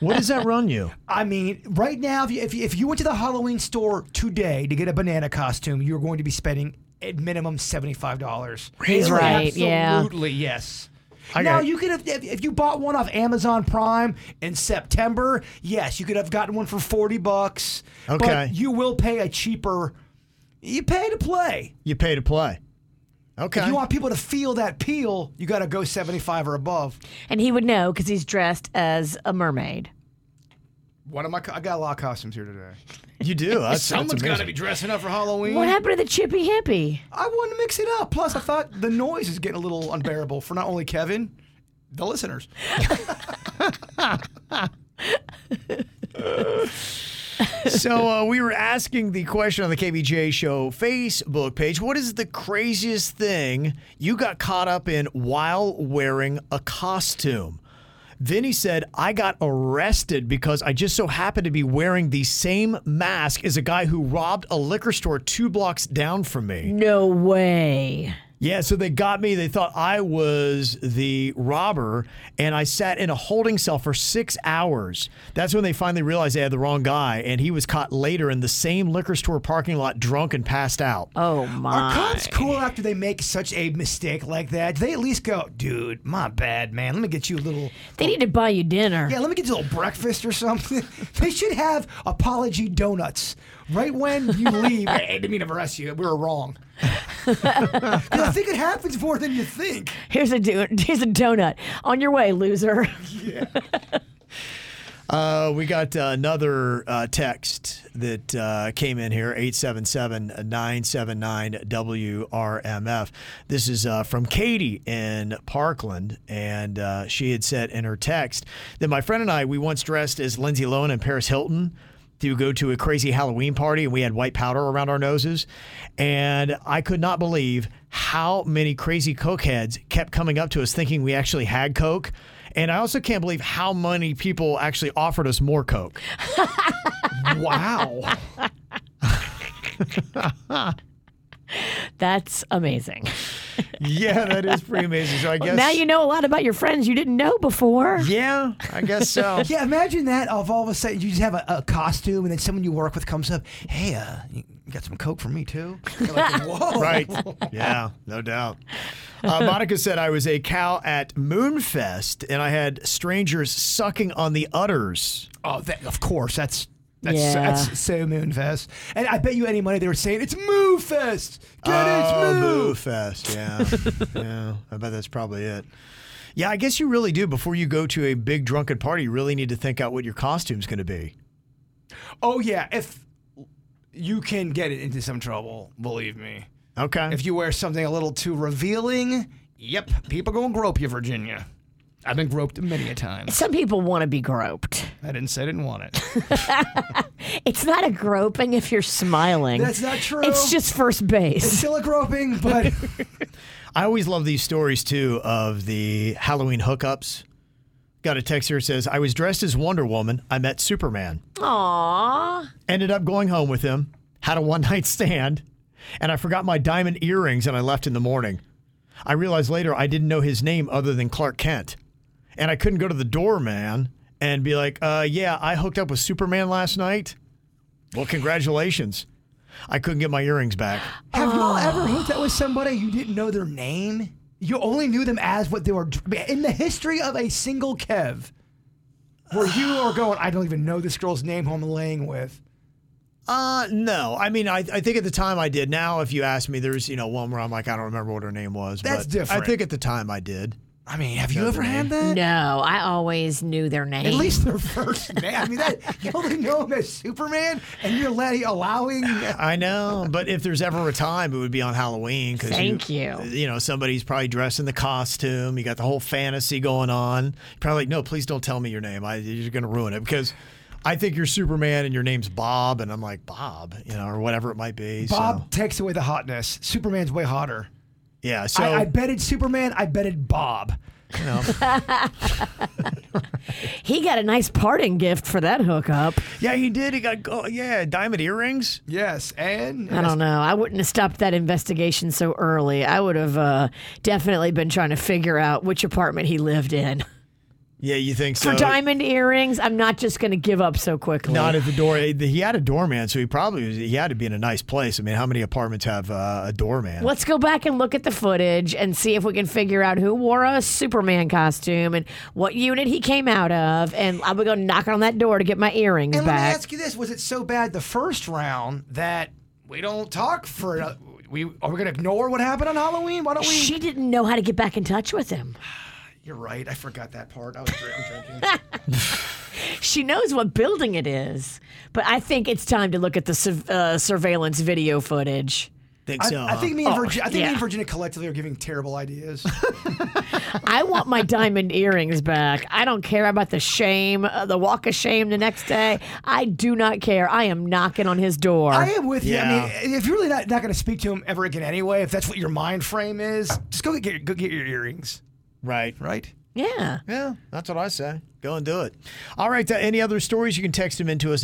Speaker 3: What does that run you?
Speaker 4: I mean, right now, if you, if you, if you went to the Halloween store today to get a banana costume, you're going to be spending at minimum seventy five dollars.
Speaker 1: He's right, yeah.
Speaker 4: Absolutely, yes.
Speaker 3: I
Speaker 4: now
Speaker 3: got-
Speaker 4: you could have if, if you bought one off Amazon Prime in September. Yes, you could have gotten one for forty bucks.
Speaker 3: Okay.
Speaker 4: but you will pay a cheaper. You pay to play.
Speaker 3: You pay to play. Okay.
Speaker 4: If you want people to feel that peel, you got to go seventy five or above.
Speaker 1: and he would know because he's dressed as a mermaid.
Speaker 7: One of my, co- I got a lot of costumes here today.
Speaker 3: You do. That's,
Speaker 7: Someone's
Speaker 3: got
Speaker 7: got to be dressing up for Halloween.
Speaker 1: What happened to the chippy hippie?
Speaker 4: I wanted to mix it up. Plus, I thought the noise is getting a little unbearable for not only Kevin, the listeners.
Speaker 3: so uh, we were asking the question on the KBJ Show Facebook page. What is the craziest thing you got caught up in while wearing a costume? Vinny said, I got arrested because I just so happened to be wearing the same mask as a guy who robbed a liquor store two blocks down from me.
Speaker 1: No way.
Speaker 3: Yeah, so they got me. They thought I was the robber, and I sat in a holding cell for six hours. That's when they finally realized they had the wrong guy, and he was caught later in the same liquor store parking lot, drunk and passed out.
Speaker 1: Oh
Speaker 4: Are
Speaker 1: my.
Speaker 4: cops cool after they make such a mistake like that? Do they at least go, dude, my bad, man. Let me get you a little.
Speaker 1: They need to buy you dinner.
Speaker 4: Yeah, let me get you a little breakfast or something. they should have apology donuts right when you leave. hey, didn't mean to arrest you. We were wrong. 'Cause I think it happens more than you think.
Speaker 1: Here's a do- here's a donut on your way, loser.
Speaker 3: Uh, we got uh, another uh, text that uh, came in here 877 979 WRMF. This is uh, from Katie in Parkland. And uh, she had said in her text that my friend and I, we once dressed as Lindsay Lohan and Paris Hilton to go to a crazy Halloween party and we had white powder around our noses. And I could not believe how many crazy Coke heads kept coming up to us thinking we actually had Coke. And I also can't believe how many people actually offered us more Coke. wow.
Speaker 1: That's amazing.
Speaker 3: Yeah, that is pretty amazing. So I guess
Speaker 1: now you know a lot about your friends you didn't know before.
Speaker 3: Yeah, I guess so.
Speaker 4: yeah, imagine that. Of all of a sudden, you just have a, a costume, and then someone you work with comes up. Hey, uh, you you got some coke for me too? You're like, Whoa!
Speaker 3: Right. Yeah, no doubt. Uh, Monica said I was a cow at Moonfest and I had strangers sucking on the udders.
Speaker 4: Oh, that, of course. That's That's,
Speaker 3: Yeah.
Speaker 4: that's so Moonfest. And I bet you any money they were saying, it's Moo Fest. Get
Speaker 3: oh,
Speaker 4: it, Moo.
Speaker 3: Boo Fest. Yeah. yeah. I bet that's probably it. Yeah, I guess you really do. Before you go to a big drunken party, you really need to think out what your costume's going to be.
Speaker 4: Oh, yeah. If you can get it into some trouble, believe me.
Speaker 3: Okay.
Speaker 4: If you wear something a little too revealing, yep, people going to grope you, Virginia. I've been groped many a time.
Speaker 1: Some people want to be groped.
Speaker 4: I didn't say I didn't want it.
Speaker 1: It's not a groping if you're smiling.
Speaker 4: That's not true.
Speaker 1: It's just first base.
Speaker 4: It's still a groping, but
Speaker 3: I always love these stories too of the Halloween hookups. Got a text here that says, I was dressed as Wonder Woman. I met Superman.
Speaker 1: Aww.
Speaker 3: Ended up going home with him, had a one night stand, and I forgot my diamond earrings and I left in the morning. I realized later I didn't know his name other than Clark Kent. And I couldn't go to the doorman and be like, uh, yeah, I hooked up with Superman last night. Well, congratulations. I couldn't get my earrings back.
Speaker 4: Have you all ever hooked up with somebody you didn't know their name? You only knew them as what they were. In the history of a single Kev, where you are going, I don't even know this girl's name who I'm laying with.
Speaker 3: Uh, no. I mean, I, I think at the time I did. Now, if you ask me, there's, you know, one where I'm like, I don't remember what her name was.
Speaker 4: That's
Speaker 3: but
Speaker 4: different.
Speaker 3: I think at the time I did.
Speaker 4: I mean, have you ever had that?
Speaker 1: No, I always knew their name.
Speaker 4: At least their first name. I mean, that you only know him as Superman, and you're letting allowing.
Speaker 3: I know, but if there's ever a time, it would be on Halloween. Cause
Speaker 1: Thank you.
Speaker 3: You know, somebody's probably dressed in the costume. You got the whole fantasy going on. Probably like, no, please don't tell me your name. I, you're going to ruin it because I think you're Superman and your name's Bob, and I'm like Bob, you know, or whatever it might be.
Speaker 4: Bob
Speaker 3: So,
Speaker 4: takes away the hotness. Superman's way hotter.
Speaker 3: yeah. Uh, So
Speaker 4: I, I betted Superman. I betted Bob.
Speaker 3: you know.
Speaker 1: He got a nice parting gift for that hookup.
Speaker 3: yeah, he did. He got go- yeah diamond earrings.
Speaker 4: Yes, and
Speaker 1: I don't know. I wouldn't have stopped that investigation so early. I would have uh, definitely been trying to figure out which apartment he lived in.
Speaker 3: Yeah, you think so?
Speaker 1: For diamond earrings, I'm not just going to give up so quickly.
Speaker 3: Not at the door. He had a doorman, so he probably was, he had to be in a nice place. I mean, how many apartments have uh, a doorman?
Speaker 1: Let's go back and look at the footage and see if we can figure out who wore a Superman costume and what unit he came out of. And I'm going to knock on that door to get my earrings
Speaker 4: And let me
Speaker 1: back.
Speaker 4: ask you this: Was it so bad the first round that we don't talk for? uh, We are we gonna ignore what happened on Halloween? Why don't we?
Speaker 1: she didn't know how to get back in touch with him.
Speaker 4: You're right. I forgot that part. I was drinking. drinking.
Speaker 1: She knows what building it is, but I think it's time to look at the surv- uh, surveillance video footage.
Speaker 3: Think
Speaker 4: I,
Speaker 3: so?
Speaker 4: I think me and
Speaker 1: Oh,
Speaker 4: Virginia. I think me
Speaker 1: yeah.
Speaker 4: and Virginia collectively are giving terrible ideas.
Speaker 1: I want my diamond earrings back. I don't care about the shame, uh, the walk of shame the next day. I do not care. I am knocking on his door.
Speaker 4: I am with you.
Speaker 1: Yeah.
Speaker 4: I mean, if you're really not, not going to speak to him ever again anyway, if that's what your mind frame is, just go get go get your earrings.
Speaker 3: Right.
Speaker 4: Right.
Speaker 1: Yeah.
Speaker 3: Yeah, that's what I say. Go and do it. All right. Uh, any other stories? You can text them into us,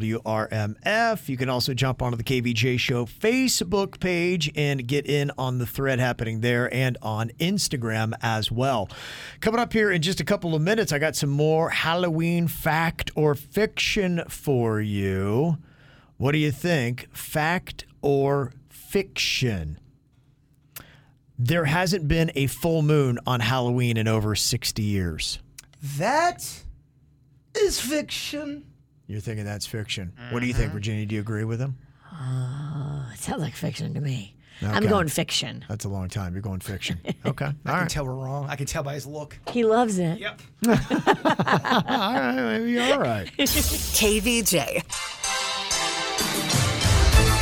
Speaker 3: 877-979-WRMF. You can also jump onto the KVJ Show Facebook page and get in on the thread happening there and on Instagram as well. Coming up here in just a couple of minutes, I got some more Halloween fact or fiction for you. What do you think? Fact or fiction? There hasn't been a full moon on Halloween in over 60 years.
Speaker 4: That is fiction.
Speaker 3: You're thinking
Speaker 1: Mm-hmm.
Speaker 3: that's fiction. What do you think, Virginia? Do you agree with him?
Speaker 1: Oh, it sounds like Ah, fiction to me. I'm
Speaker 4: Okay.
Speaker 1: going fiction.
Speaker 4: That's a long time. You're going fiction. Okay. All I can
Speaker 1: right.
Speaker 4: tell we're wrong. I can tell by his look.
Speaker 1: He loves it. Yep.
Speaker 4: all right. Maybe all right.
Speaker 5: KVJ.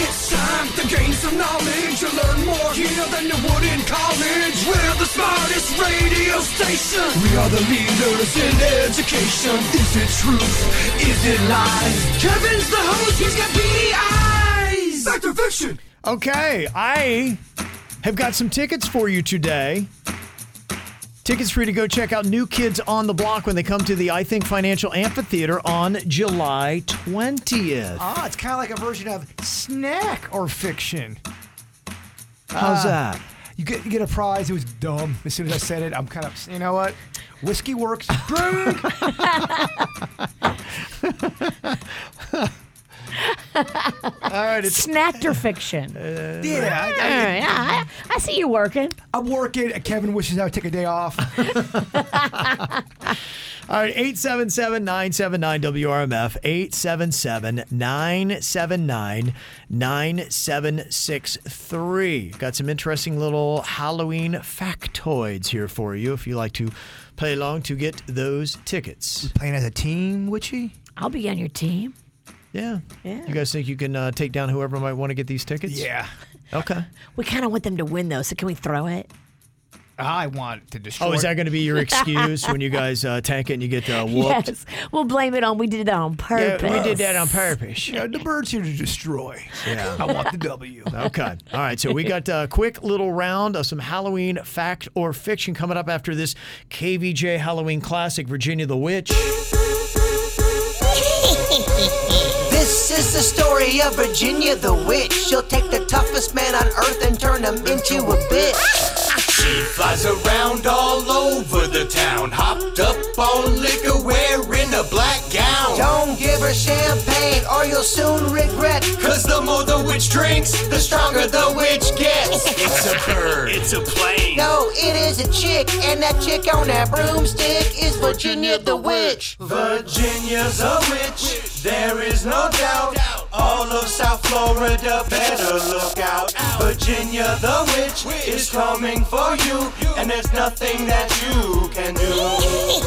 Speaker 2: It's time to gain some knowledge to learn more here than you would in college. We're the smartest radio station. We are the leaders in education. Is it truth? Is it lies? Kevin's the host. He's got beady eyes. Fact or fiction?
Speaker 3: Okay, I have got some tickets for you today. Tickets for you to go check out New Kids on the Block when they come to the I Think Financial Amphitheater on July 20th.
Speaker 4: Ah, it's kind of like a version of snack or fiction.
Speaker 3: How's
Speaker 4: Ah,
Speaker 3: that?
Speaker 4: You get you get a prize. It was dumb. As soon as I said it, I'm kind of you know what? Whiskey works. Drink.
Speaker 1: All
Speaker 3: right.
Speaker 1: It's snacked or fiction.
Speaker 4: yeah, I- I-
Speaker 1: Uh, All right, I, I see you working.
Speaker 4: I'm working. Kevin wishes I would take a day off.
Speaker 3: All right, 877 979 WRMF, 877 979 9763. Got some interesting little Halloween factoids here for you if you like to play along to get those tickets.
Speaker 4: Playing as a team, Witchy?
Speaker 1: I'll be on your team.
Speaker 3: Yeah.
Speaker 1: Yeah.
Speaker 3: You guys think you can uh, take down whoever might want to get these tickets?
Speaker 4: Yeah.
Speaker 3: Okay.
Speaker 1: We kind of want them to win, though, so can we throw it?
Speaker 4: I want to destroy.
Speaker 3: Oh, is that going to be your excuse when you guys uh, tank it and you get uh, whooped?
Speaker 1: Yes. We'll blame it on we did that on purpose.
Speaker 3: purpose.
Speaker 4: Yeah, the bird's here to destroy.
Speaker 3: Yeah.
Speaker 4: I want the W.
Speaker 3: Okay. All right. So we got a quick little round of some Halloween fact or fiction coming up after this KVJ Halloween classic, Virginia the Witch.
Speaker 2: This is the story of Virginia the witch. She'll take the toughest man on earth and turn him into a bitch.
Speaker 9: She flies around all over the town, hopped up on liquor, wearing a black gown.
Speaker 2: Don't give her champagne or you'll soon regret.
Speaker 9: Cause the more the witch drinks, the stronger the witch gets. It's a bird, it's a plane.
Speaker 2: No, it is a chick, and that chick on that broomstick is Virginia the witch.
Speaker 9: Virginia's a witch, there is no doubt. All of South Florida better look out. Virginia the witch is coming for you, and there's nothing that you can do.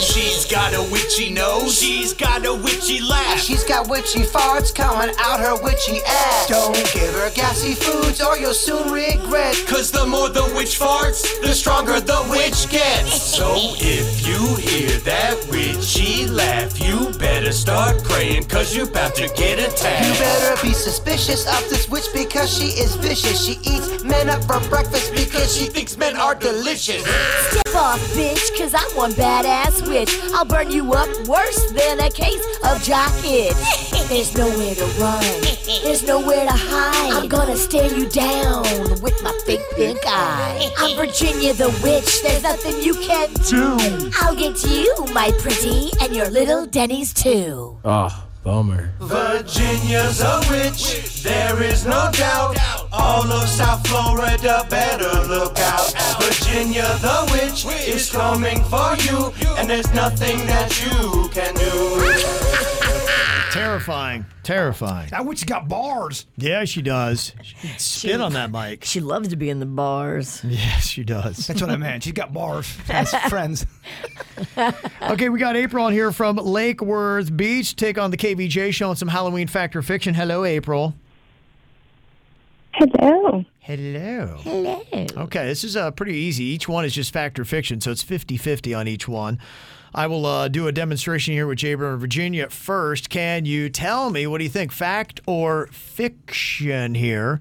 Speaker 9: She's got a witchy nose, she's got a witchy
Speaker 2: And
Speaker 9: laugh.
Speaker 2: she's got witchy farts coming out her witchy ass. Don't give her gassy foods or you'll soon regret.
Speaker 9: Cause the more the witch farts, the stronger the witch gets. So if you hear that witchy laugh, you better start praying, cause you're about to get
Speaker 2: You
Speaker 9: attacked.
Speaker 2: better be suspicious of this witch because she is vicious. She eats men up for breakfast because she thinks men are delicious.
Speaker 10: Step off, bitch, cause I'm one badass witch. I'll burn you up worse than a case of jock itch. There's nowhere to run, there's nowhere to hide. I'm gonna stare you down with my big, big eye. I'm Virginia the witch, there's nothing you can do. I'll get you, my pretty, and your little Denny's too.
Speaker 21: Oh, bummer.
Speaker 9: Virginia's a witch, there is no doubt. All of South Florida better look out. Virginia the witch is coming for you, and there's nothing that you can do.
Speaker 3: Terrifying. Terrifying.
Speaker 4: That witch got bars.
Speaker 3: Yeah, she does. She can spit on that mic.
Speaker 1: She loves to be in the bars.
Speaker 3: Yes, she does.
Speaker 4: That's what I meant. She's got bars. That's friends.
Speaker 3: Okay, we got April on here from Lake Worth Beach. Take on the KVJ show and some Halloween factor fiction. Hello, April.
Speaker 23: Hello.
Speaker 3: Hello.
Speaker 23: Hello.
Speaker 3: Okay, this is uh, pretty easy. Each one is just fact or fiction, so it's 50 50 on each one. I will uh, do a demonstration here with Jaber in Virginia first. Can you tell me what do you think, fact or fiction here?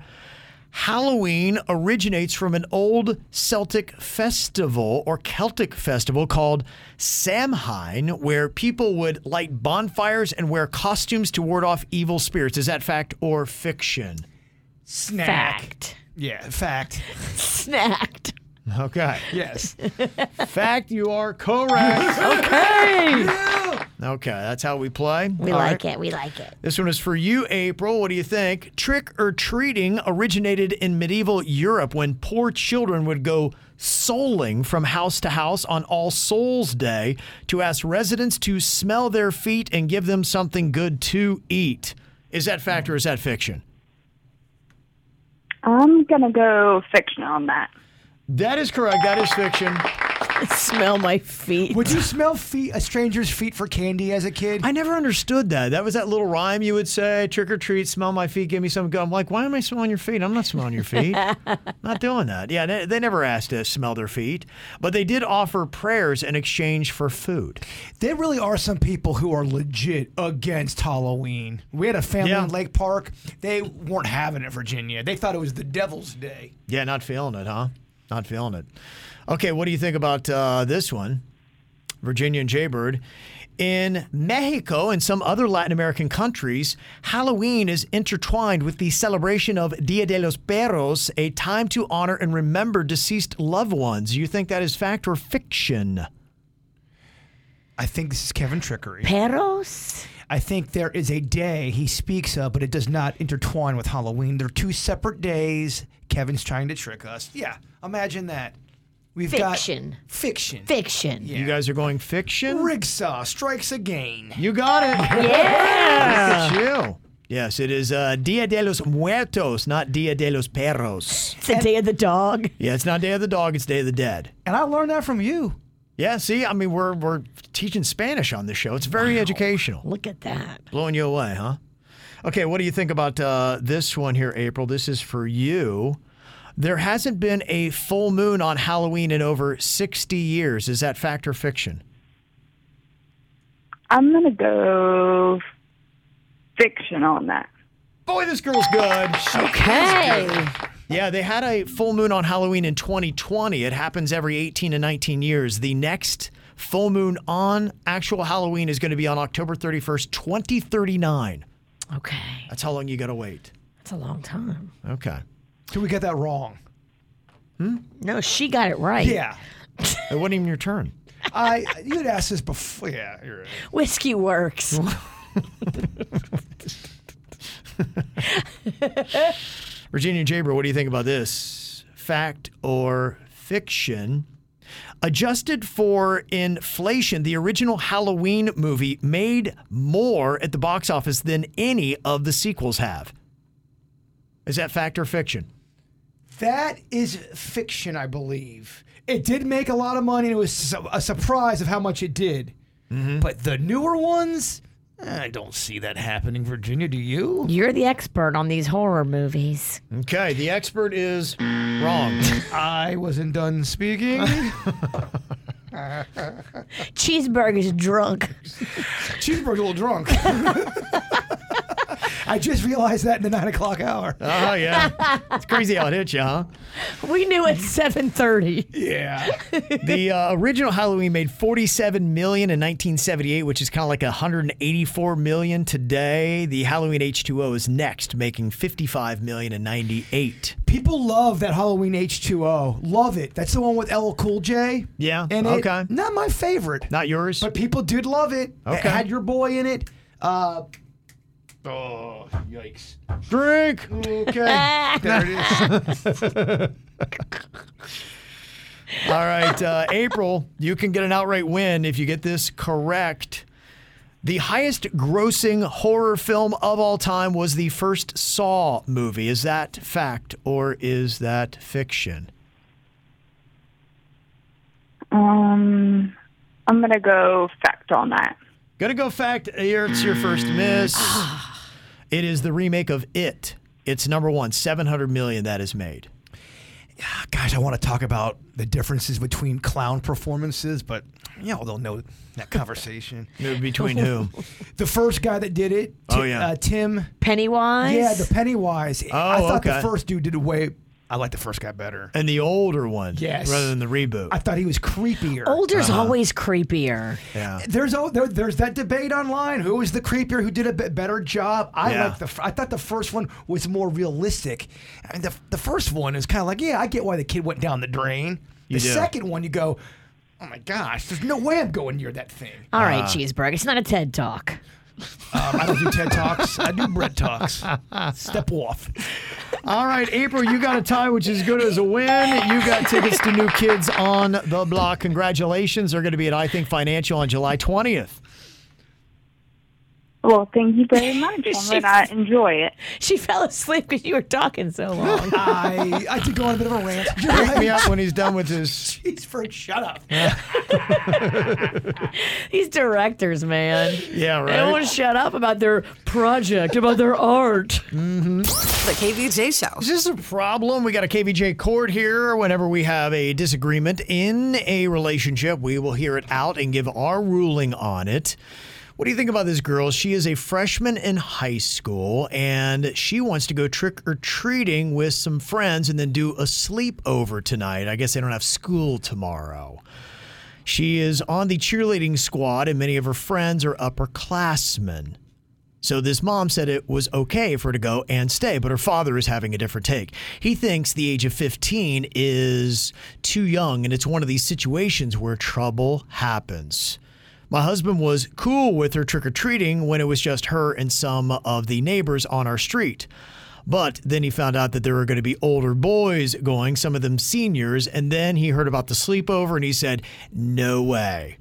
Speaker 3: Halloween originates from an old Celtic festival or Celtic festival called Samhain, where people would light bonfires and wear costumes to ward off evil spirits. Is that fact or fiction?
Speaker 4: Snack. Yeah, fact.
Speaker 1: Snacked.
Speaker 3: Okay.
Speaker 4: Yes.
Speaker 3: Fact, you are correct.
Speaker 1: okay.
Speaker 3: Okay, that's how we play.
Speaker 1: We
Speaker 3: All
Speaker 1: like
Speaker 3: right.
Speaker 1: it. We like it.
Speaker 3: This one is for you, April. What do you think? Trick or treating originated in medieval Europe when poor children would go souling from house to house on All Souls Day to ask residents to smell their feet and give them something good to eat. Is that fact or is that fiction?
Speaker 13: I'm gonna go fiction on that.
Speaker 3: That is correct. That is fiction.
Speaker 1: smell my feet.
Speaker 4: Would you smell feet a stranger's feet for candy as a kid?
Speaker 3: I never understood that. That was that little rhyme you would say, trick or treat, smell my feet, give me some gum. I'm like, why am I smelling your feet? I'm not smelling your feet. not doing that. Yeah, they, they never asked to smell their feet, but they did offer prayers in exchange for food.
Speaker 4: There really are some people who are legit against Halloween. We had a family
Speaker 3: Yeah.
Speaker 4: in Lake Park. They weren't having it, Virginia. They thought it was the devil's day.
Speaker 3: Yeah, not feeling it, huh? Not feeling it. Okay, what do you think about uh, this one? Virginia and Jaybird. In Mexico and some other Latin American countries, Halloween is intertwined with the celebration of Dia de los Perros, a time to honor and remember deceased loved ones. You think that is fact or fiction?
Speaker 4: I think this is Kevin Trickery.
Speaker 1: Perros?
Speaker 4: I think there is a day he speaks of, but it does not intertwine with Halloween. They're two separate days. Kevin's trying to trick us. Yeah, imagine that. We've
Speaker 1: Fiction.
Speaker 4: got fiction.
Speaker 1: Fiction.
Speaker 3: You guys are going fiction?
Speaker 4: Rigsaw strikes again.
Speaker 3: You got it.
Speaker 4: Yeah.
Speaker 3: Look at you. Yes, it is uh, Dia de los Muertos, not Dia de los Perros.
Speaker 1: It's the day of the dog.
Speaker 3: Yeah, it's not Day of the Dog, it's Day of the Dead.
Speaker 4: And I learned that from you.
Speaker 3: Yeah, see, I mean, we're, we're teaching Spanish on this show. It's very educational.
Speaker 1: Look at that.
Speaker 3: Blowing you away, huh? Okay, what do you think about uh, this one here, April? This is for you. There hasn't been a full moon on Halloween in over 60 years. Is that fact or fiction?
Speaker 13: I'm gonna go fiction on that.
Speaker 3: Boy, this girl's good. Okay. Yeah, they had a full moon on Halloween in 2020. It happens every 18 to 19 years. The next full moon on actual Halloween is going to be on October 31st, 2039.
Speaker 1: Okay.
Speaker 3: That's how long you got to wait.
Speaker 1: That's a long time.
Speaker 3: Okay.
Speaker 4: Did we get that wrong?
Speaker 1: Hmm? No, she got it right.
Speaker 4: Yeah.
Speaker 3: It wasn't even your turn.
Speaker 4: I you'd asked this before. Yeah, you're right.
Speaker 1: Whiskey works.
Speaker 3: Virginia Jaber, what do you think about this? Fact or fiction? Adjusted for inflation, the original Halloween movie made more at the box office than any of the sequels have. Is that fact or fiction?
Speaker 4: That is fiction, I believe. It did make a lot of money, and it was su- a surprise of how much it did.
Speaker 3: Mm-hmm.
Speaker 4: But the newer ones, eh, I don't see that happening. Virginia, do you?
Speaker 1: You're the expert on these horror movies.
Speaker 3: Okay, the expert is wrong.
Speaker 4: I wasn't done speaking.
Speaker 1: Cheeseburger's drunk.
Speaker 4: Cheeseburger a little drunk. I just realized that in the nine o'clock hour.
Speaker 3: Oh, yeah. It's crazy how it hits you, huh?
Speaker 1: We knew at 7:30.
Speaker 4: Yeah.
Speaker 3: the uh, original Halloween made 47 million in 1978, which is kind of like 184 million today. The Halloween H2O is next, making 55 million in 98.
Speaker 4: People love that Halloween H2O. Love it. That's the one with LL Cool J.
Speaker 3: Yeah.
Speaker 4: And it-
Speaker 3: okay.
Speaker 4: not my favorite.
Speaker 3: Not yours.
Speaker 4: But people did love it.
Speaker 3: Okay.
Speaker 4: It had your boy in it. Uh, oh, yikes.
Speaker 3: Drink.
Speaker 4: Okay. there it is.
Speaker 3: All right, uh, April, you can get an outright win if you get this correct. The highest grossing horror film of all time was the first Saw movie. Is that fact or is that fiction?
Speaker 13: Um, I'm gonna go fact on that.
Speaker 3: Gonna go fact. Here it's your first miss. it is the remake of It. It's number one, 700 million that is made.
Speaker 4: Gosh, Ah, I want to talk about the differences between clown performances, but you know, they'll know that conversation.
Speaker 3: Between who?
Speaker 4: the first guy that did it,
Speaker 3: Oh,
Speaker 4: Ti-
Speaker 3: yeah.
Speaker 4: uh, Tim.
Speaker 1: Pennywise?
Speaker 4: Yeah, the Pennywise. I
Speaker 3: Oh,
Speaker 4: thought
Speaker 3: okay.
Speaker 4: the first dude did way. I like the first guy better.
Speaker 3: And the older one.
Speaker 4: Yes.
Speaker 3: Rather than the reboot.
Speaker 4: I thought he was creepier.
Speaker 1: Older's
Speaker 3: Uh-huh.
Speaker 1: always creepier.
Speaker 3: yeah.
Speaker 4: There's al- there, there's that debate online. Who is the creepier? Who did a bit better job? I
Speaker 3: Yeah.
Speaker 4: like the. fir- I thought the first one was more realistic. I mean, the the first one is kind of like, yeah, I get why the kid went down the drain.
Speaker 3: You
Speaker 4: the
Speaker 3: do.
Speaker 4: second one, you go, oh my gosh, there's no way I'm going near that thing.
Speaker 1: All right,
Speaker 3: Ah.
Speaker 1: cheeseburger. It's not a TED talk.
Speaker 4: Um, I don't do TED talks. I do Brett talks. Step off.
Speaker 3: All right, April, you got a tie, which is good as a win. You got tickets to New Kids on the Block. Congratulations. They're going to be at I Think Financial on July 20th.
Speaker 13: Well, thank you very much. I'm
Speaker 1: She-
Speaker 13: going to enjoy it.
Speaker 1: She fell asleep because you were talking so long.
Speaker 4: I, I did go on a bit of a rant.
Speaker 3: Wake me up when he's done with his.
Speaker 4: Jeez, Frank, shut up.
Speaker 1: These directors, man.
Speaker 3: Yeah,
Speaker 1: They don't
Speaker 5: right.
Speaker 1: want to shut up about their project, about their art.
Speaker 5: The KVJ Show.
Speaker 3: Mm-hmm. Is this a problem? We got a KVJ court here. Whenever we have a disagreement in a relationship, we will hear it out and give our ruling on it. What do you think about this girl? She is a freshman in high school and she wants to go trick or treating with some friends and then do a sleepover tonight. I guess they don't have school tomorrow. She is on the cheerleading squad, and many of her friends are upperclassmen. So this mom said it was okay for her to go and stay, but her father is having a different take. He thinks the age of 15 is too young, and it's one of these situations where trouble happens. My husband was cool with her trick or treating when it was just her and some of the neighbors on our street. But then he found out that there were going to be older boys going, some of them seniors, and then he heard about the sleepover and he said, No way.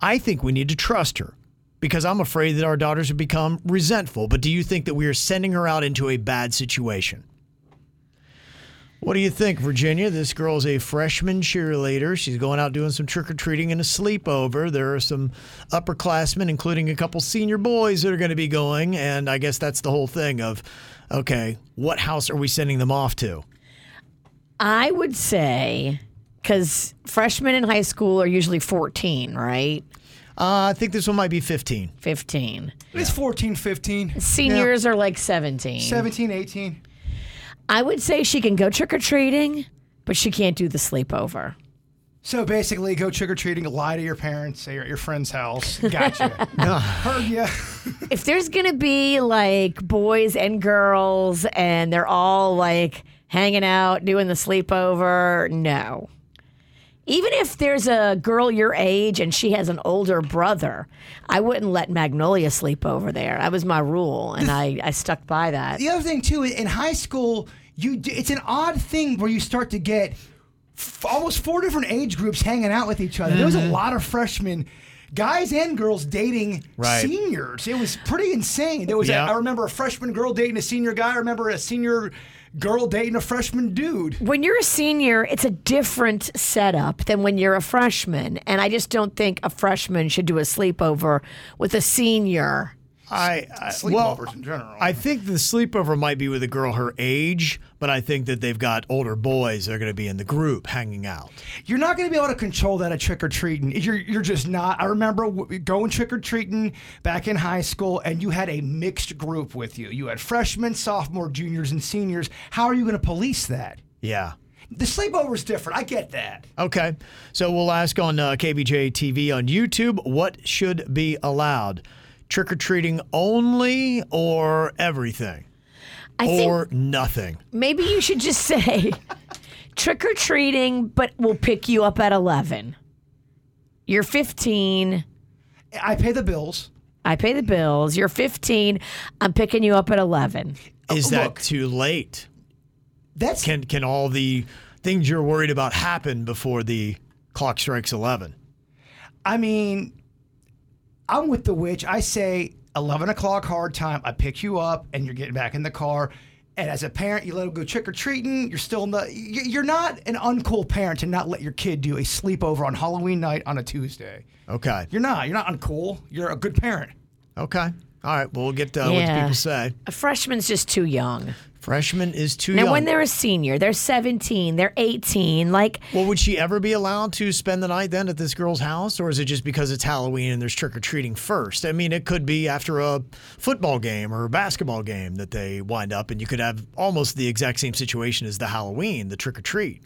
Speaker 3: I think we need to trust her because I'm afraid that our daughters would become resentful. But do you think that we are sending her out into a bad situation? What do you think, Virginia? This girl's a freshman cheerleader. She's going out doing some trick or treating and a sleepover. There are some upperclassmen, including a couple senior boys, that are going to be going. And I guess that's the whole thing of okay, what house are we sending them off to?
Speaker 1: I would say, because freshmen in high school are usually 14, right?
Speaker 3: Uh, I think this one might be 15.
Speaker 1: 15.
Speaker 4: It's 14, 15.
Speaker 1: Seniors are like 17.
Speaker 4: Yeah. 17, 18.
Speaker 1: I would say she can go trick or treating, but she can't do the sleepover.
Speaker 4: So basically, go trick or treating, lie to your parents, say you're at your friend's house. Gotcha. Heard ya.
Speaker 1: if there's gonna be like boys and girls and they're all like hanging out doing the sleepover no even if there's a girl your age and she has an older brother i wouldn't let magnolia sleep over there that was my rule and i, I stuck by that
Speaker 4: The other thing too, in high school, you d- it's an odd thing where you start to get f- almost four different age groups hanging out with each other. There was a
Speaker 3: Mhm.
Speaker 4: lot of freshmen. Guys and girls dating
Speaker 3: Right.
Speaker 4: seniors. It was pretty insane. There was a-
Speaker 3: Yeah.
Speaker 4: I remember a freshman girl dating a senior guy. I remember a senior girl dating a freshman dude.
Speaker 1: when you're a senior, it's a different setup than when you're a freshman. And I just don't think a freshman should do a sleepover with a senior.
Speaker 3: I, I Uh, well, in general. I think the sleepover might be with a girl her age, but I think that they've got older boys that are going to be in the group hanging out.
Speaker 4: You're not going to be able to control that at trick or treating. You're you're just not. I remember w- going trick or treating back in high school, and you had a mixed group with you. You had freshmen, sophomore, juniors, and seniors. How are you going to police that?
Speaker 3: Yeah.
Speaker 4: The sleepover's different. I get that.
Speaker 3: Okay. So we'll ask on uh, KBJ TV on YouTube what should be allowed trick or treating only or everything?
Speaker 1: I think-
Speaker 3: or nothing.
Speaker 1: Maybe you should just say trick or treating, but we'll pick you up at 11. You're 15.
Speaker 4: I pay the bills.
Speaker 1: I pay the bills. You're 15. I'm picking you up at 11.
Speaker 3: Is that too late?
Speaker 4: That's
Speaker 3: can can all the things you're worried about happen before the clock strikes 11?
Speaker 4: I mean, I'm with the witch. I say 11 o'clock hard time. I pick you up, and you're getting back in the car. And as a parent, you let them go trick or treating. You're still not. you- You're not an uncool parent to not let your kid do a sleepover on Halloween night on a Tuesday.
Speaker 3: Okay.
Speaker 4: You're not. You're not uncool. You're a good parent.
Speaker 3: Okay. All right. Well, we'll get uh, what the
Speaker 1: Yeah.
Speaker 3: people say.
Speaker 1: A freshman's just too young.
Speaker 3: Freshman is too
Speaker 1: now,
Speaker 3: young.
Speaker 1: when they're a senior, they're 17, they're 18. Like,
Speaker 3: well, would she ever be allowed to spend the night then at this girl's house, or is it just because it's Halloween and there's trick or treating first? I mean, it could be after a football game or a basketball game that they wind up, and you could have almost the exact same situation as the Halloween, the trick or treat.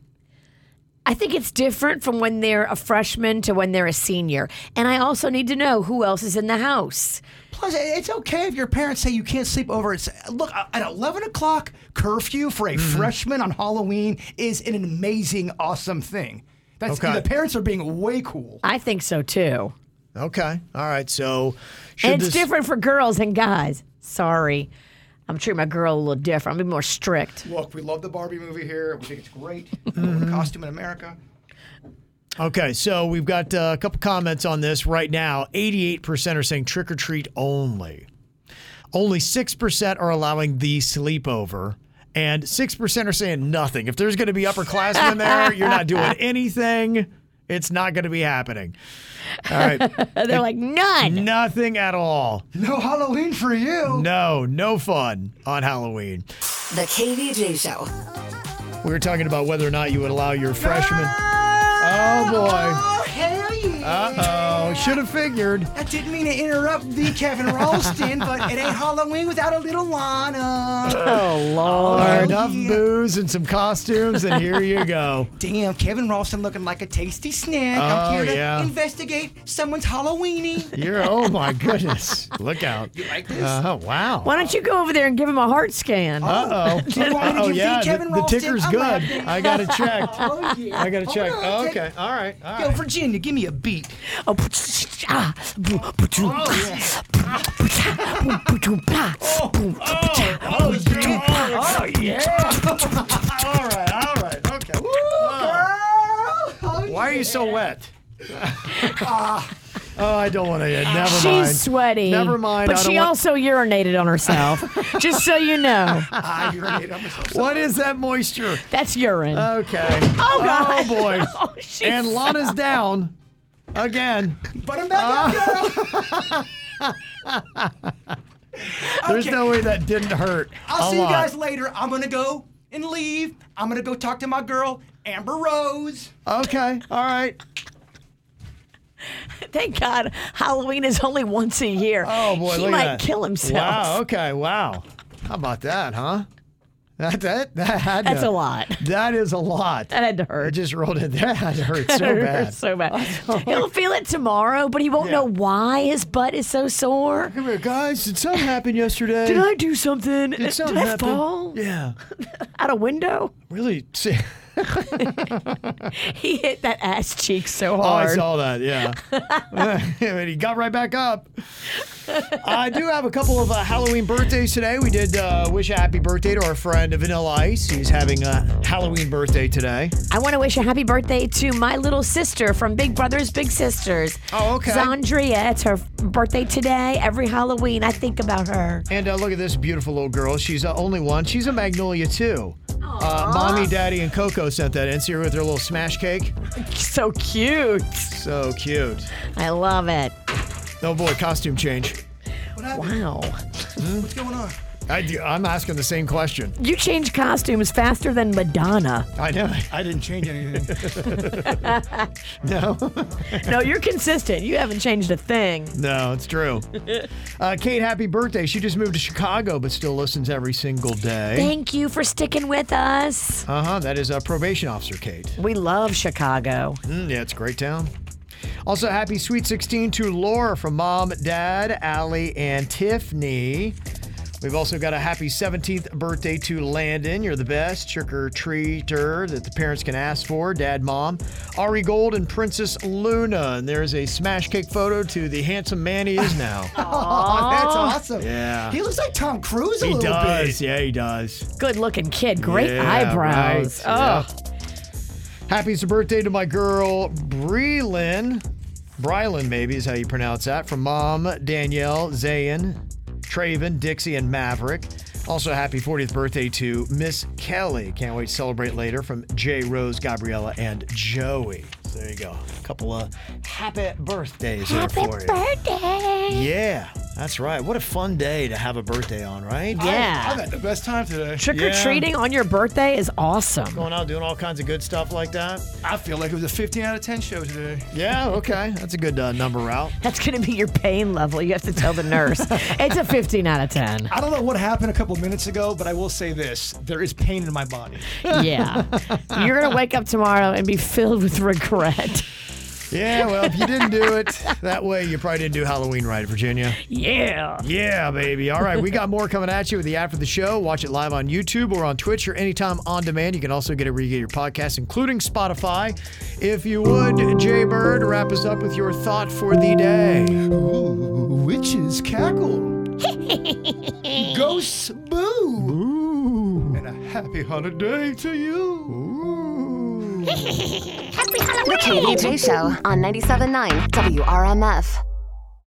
Speaker 1: I think it's different from when they're a freshman to when they're a senior. And I also need to know who else is in the house.
Speaker 4: Plus, it- it's okay if your parents say you can't sleep over. It's look uh, at eleven o'clock curfew for a
Speaker 3: Mm-hmm.
Speaker 4: freshman on Halloween is an amazing, awesome thing. That's
Speaker 3: Okay.
Speaker 4: the parents are being way cool.
Speaker 1: I think so too.
Speaker 3: Okay. All right. So, should
Speaker 1: and it's
Speaker 3: this-
Speaker 1: different for girls and guys. Sorry. I'm treating my girl a little different. I'm be more strict.
Speaker 4: Look, we love the Barbie movie here. We think it's great.
Speaker 3: Mm-hmm.
Speaker 4: Costume in America.
Speaker 3: Okay, so we've got uh, a couple comments on this right now. 88% are saying trick or treat only. Only 6% are allowing the sleepover, and 6% are saying nothing. If there's going to be upperclassmen there, you're not doing anything. It's not going to be happening. All right.
Speaker 1: They're like, none.
Speaker 3: Nothing at all.
Speaker 7: No Halloween for you.
Speaker 3: No, no fun on Halloween.
Speaker 5: The KVJ Show.
Speaker 3: We were talking about whether or not you would allow your freshmen. Oh, boy.
Speaker 4: Oh, hell yeah.
Speaker 3: Uh oh. Should have figured.
Speaker 4: I didn't mean to interrupt the Kevin Ralston, but it ain't Halloween without a little Lana.
Speaker 3: Oh, Lord. Enough booze and some costumes, and here you go.
Speaker 4: Damn, Kevin Ralston looking like a tasty snack.
Speaker 3: Oh,
Speaker 4: I'm here to
Speaker 3: yeah.
Speaker 4: investigate someone's Halloweeny.
Speaker 3: You're, oh, my goodness. Look out. You
Speaker 4: like
Speaker 3: this? Uh, wow.
Speaker 1: Why don't you go over there and give him a heart scan?
Speaker 3: Uh oh.
Speaker 4: You wanted
Speaker 3: oh,
Speaker 4: to see
Speaker 3: yeah. the-
Speaker 4: Kevin
Speaker 3: the,
Speaker 4: Ralston?
Speaker 3: ticker's
Speaker 4: I'm
Speaker 3: good.
Speaker 4: laughing.
Speaker 3: I got it checked.
Speaker 4: Oh, yeah.
Speaker 3: I got to
Speaker 4: Hold
Speaker 3: check.
Speaker 4: on,
Speaker 3: Oh,
Speaker 4: take-
Speaker 3: okay. All right. All
Speaker 4: Yo,
Speaker 3: right.
Speaker 4: Virginia, give me a beat.
Speaker 1: Oh, ah, boom, ba-doom,
Speaker 3: Oh,
Speaker 1: ah, boom, ba-doom, ba-doom, ba,
Speaker 3: Oh,
Speaker 1: boom, ah, ba-doom, ba-doom, ba.
Speaker 3: all right. All right. Okay. Why are you so wet? oh, I don't want to. Never
Speaker 1: She's
Speaker 3: mind.
Speaker 1: sweaty.
Speaker 3: Never mind.
Speaker 1: But
Speaker 3: I don't
Speaker 1: she
Speaker 3: want-
Speaker 1: also urinated on herself, just so you know.
Speaker 3: What is that moisture?
Speaker 1: That's urine.
Speaker 3: Okay.
Speaker 1: Oh, God.
Speaker 3: Oh boy.
Speaker 1: Oh, she's
Speaker 3: and Lana's
Speaker 1: so-
Speaker 3: down again.
Speaker 4: Put him back up, girl.
Speaker 3: There's
Speaker 4: Okay.
Speaker 3: no way that didn't hurt.
Speaker 4: I'll
Speaker 3: a
Speaker 4: see
Speaker 3: lot.
Speaker 4: you guys later. I'm gonna go and leave. I'm gonna go talk to my girl, Amber Rose.
Speaker 3: Okay. All right.
Speaker 1: Thank God Halloween is only once a year.
Speaker 3: Oh boy,
Speaker 1: he
Speaker 3: look at
Speaker 1: might
Speaker 3: that.
Speaker 1: kill himself.
Speaker 3: Wow. Okay. Wow. How about that, huh? That that that had
Speaker 1: That's
Speaker 3: to-
Speaker 1: a lot.
Speaker 3: That is a lot. That
Speaker 1: had to hurt.
Speaker 3: It just rolled in. That had to hurt
Speaker 1: That
Speaker 3: so
Speaker 1: hurts
Speaker 3: bad. Oh,
Speaker 1: so bad. He'll feel it tomorrow, but he won't know why his butt is so sore.
Speaker 3: Come here, guys. Did something happen yesterday?
Speaker 1: Did I do something? Did,
Speaker 3: something
Speaker 1: I
Speaker 3: happen?
Speaker 1: fall
Speaker 3: Yeah.
Speaker 1: out a window?
Speaker 3: Really. See,
Speaker 1: He hit that ass cheek so
Speaker 3: oh, I
Speaker 1: hard.
Speaker 3: saw that. Yeah. and he got right back up. I do have a couple of uh, Halloween birthdays today. We did uh, wish a happy birthday to our friend Vanilla Ice. He's having a Halloween birthday today.
Speaker 1: I want to wish a happy birthday to my little sister from Big Brothers Big Sisters.
Speaker 3: Oh, okay.
Speaker 1: Zandria. It's her birthday today. Every Halloween, I think about her.
Speaker 3: And uh, look at this beautiful little girl. She's uh, only one. She's a Magnolia too. Uh, mommy, Daddy, and Coco sent that in. See her with her little smash cake.
Speaker 1: So cute.
Speaker 3: So cute.
Speaker 1: I love it.
Speaker 3: Oh boy, costume change.
Speaker 1: Wow.
Speaker 4: What's going on?
Speaker 3: I do, I'm asking the same question.
Speaker 1: You change costumes faster than Madonna.
Speaker 3: I know.
Speaker 7: I didn't change anything.
Speaker 3: No.
Speaker 1: No, you're consistent. You haven't changed a thing.
Speaker 3: No, it's true. Uh, Kate, happy birthday. She just moved to Chicago, but still listens every single day.
Speaker 1: Thank you for sticking with us.
Speaker 3: Uh huh. That is a probation officer, Kate.
Speaker 1: We love Chicago.
Speaker 3: Mm, yeah, it's a great town. Also, happy Sweet 16 to Laura from Mom, Dad, Allie, and Tiffany. We've also got a happy 17th birthday to Landon. You're the best trick or treater that the parents can ask for, Dad, Mom. Ari Gold and Princess Luna. And there's a smash cake photo to the handsome man he is now.
Speaker 4: Oh, that's awesome.
Speaker 3: Yeah.
Speaker 4: He looks like Tom Cruise a
Speaker 3: he
Speaker 4: little
Speaker 3: does.
Speaker 4: bit.
Speaker 3: Yeah, he does.
Speaker 1: Good looking kid. Great
Speaker 3: Yeah,
Speaker 1: eyebrows.
Speaker 3: right.
Speaker 1: Oh,
Speaker 3: Yeah. Happy birthday to my girl, Breelyn. Brylan, maybe is how you pronounce that. From mom, Danielle, Zayn, Traven, Dixie, and Maverick. Also, happy 40th birthday to Miss Kelly. Can't wait to celebrate later from J. Rose, Gabriella, and Joey. So there you go. A couple of happy birthdays there for you.
Speaker 1: birthday.
Speaker 3: Yeah, that's right. What a fun day to have a birthday on, right?
Speaker 7: I've
Speaker 1: Yeah.
Speaker 7: had the best time today.
Speaker 1: Trick or treating on your birthday is awesome.
Speaker 3: Going out, doing all kinds of good stuff like that.
Speaker 7: I feel like it was a 15 out of 10 show today.
Speaker 3: Yeah, okay. That's a good uh, number out.
Speaker 1: That's going to be your pain level. You have to tell the nurse. it's a 15 out of 10.
Speaker 7: I don't know what happened a couple minutes ago, but I will say this: there is pain in my body.
Speaker 1: Yeah. You're going to wake up tomorrow and be filled with regret.
Speaker 3: Yeah, well, if you didn't do it that way, you probably didn't do Halloween right, Virginia.
Speaker 1: Yeah.
Speaker 3: Yeah, baby. All right, we got more coming at you with the after the show. Watch it live on YouTube or on Twitch or anytime on demand. You can also get it where you get your podcast, including Spotify. If you would, Jay Bird, wrap us up with your thought for the day.
Speaker 7: Ooh, witches cackle, ghosts boo, and a happy holiday to you.
Speaker 5: The KVJ Show on 97.9 WRMF.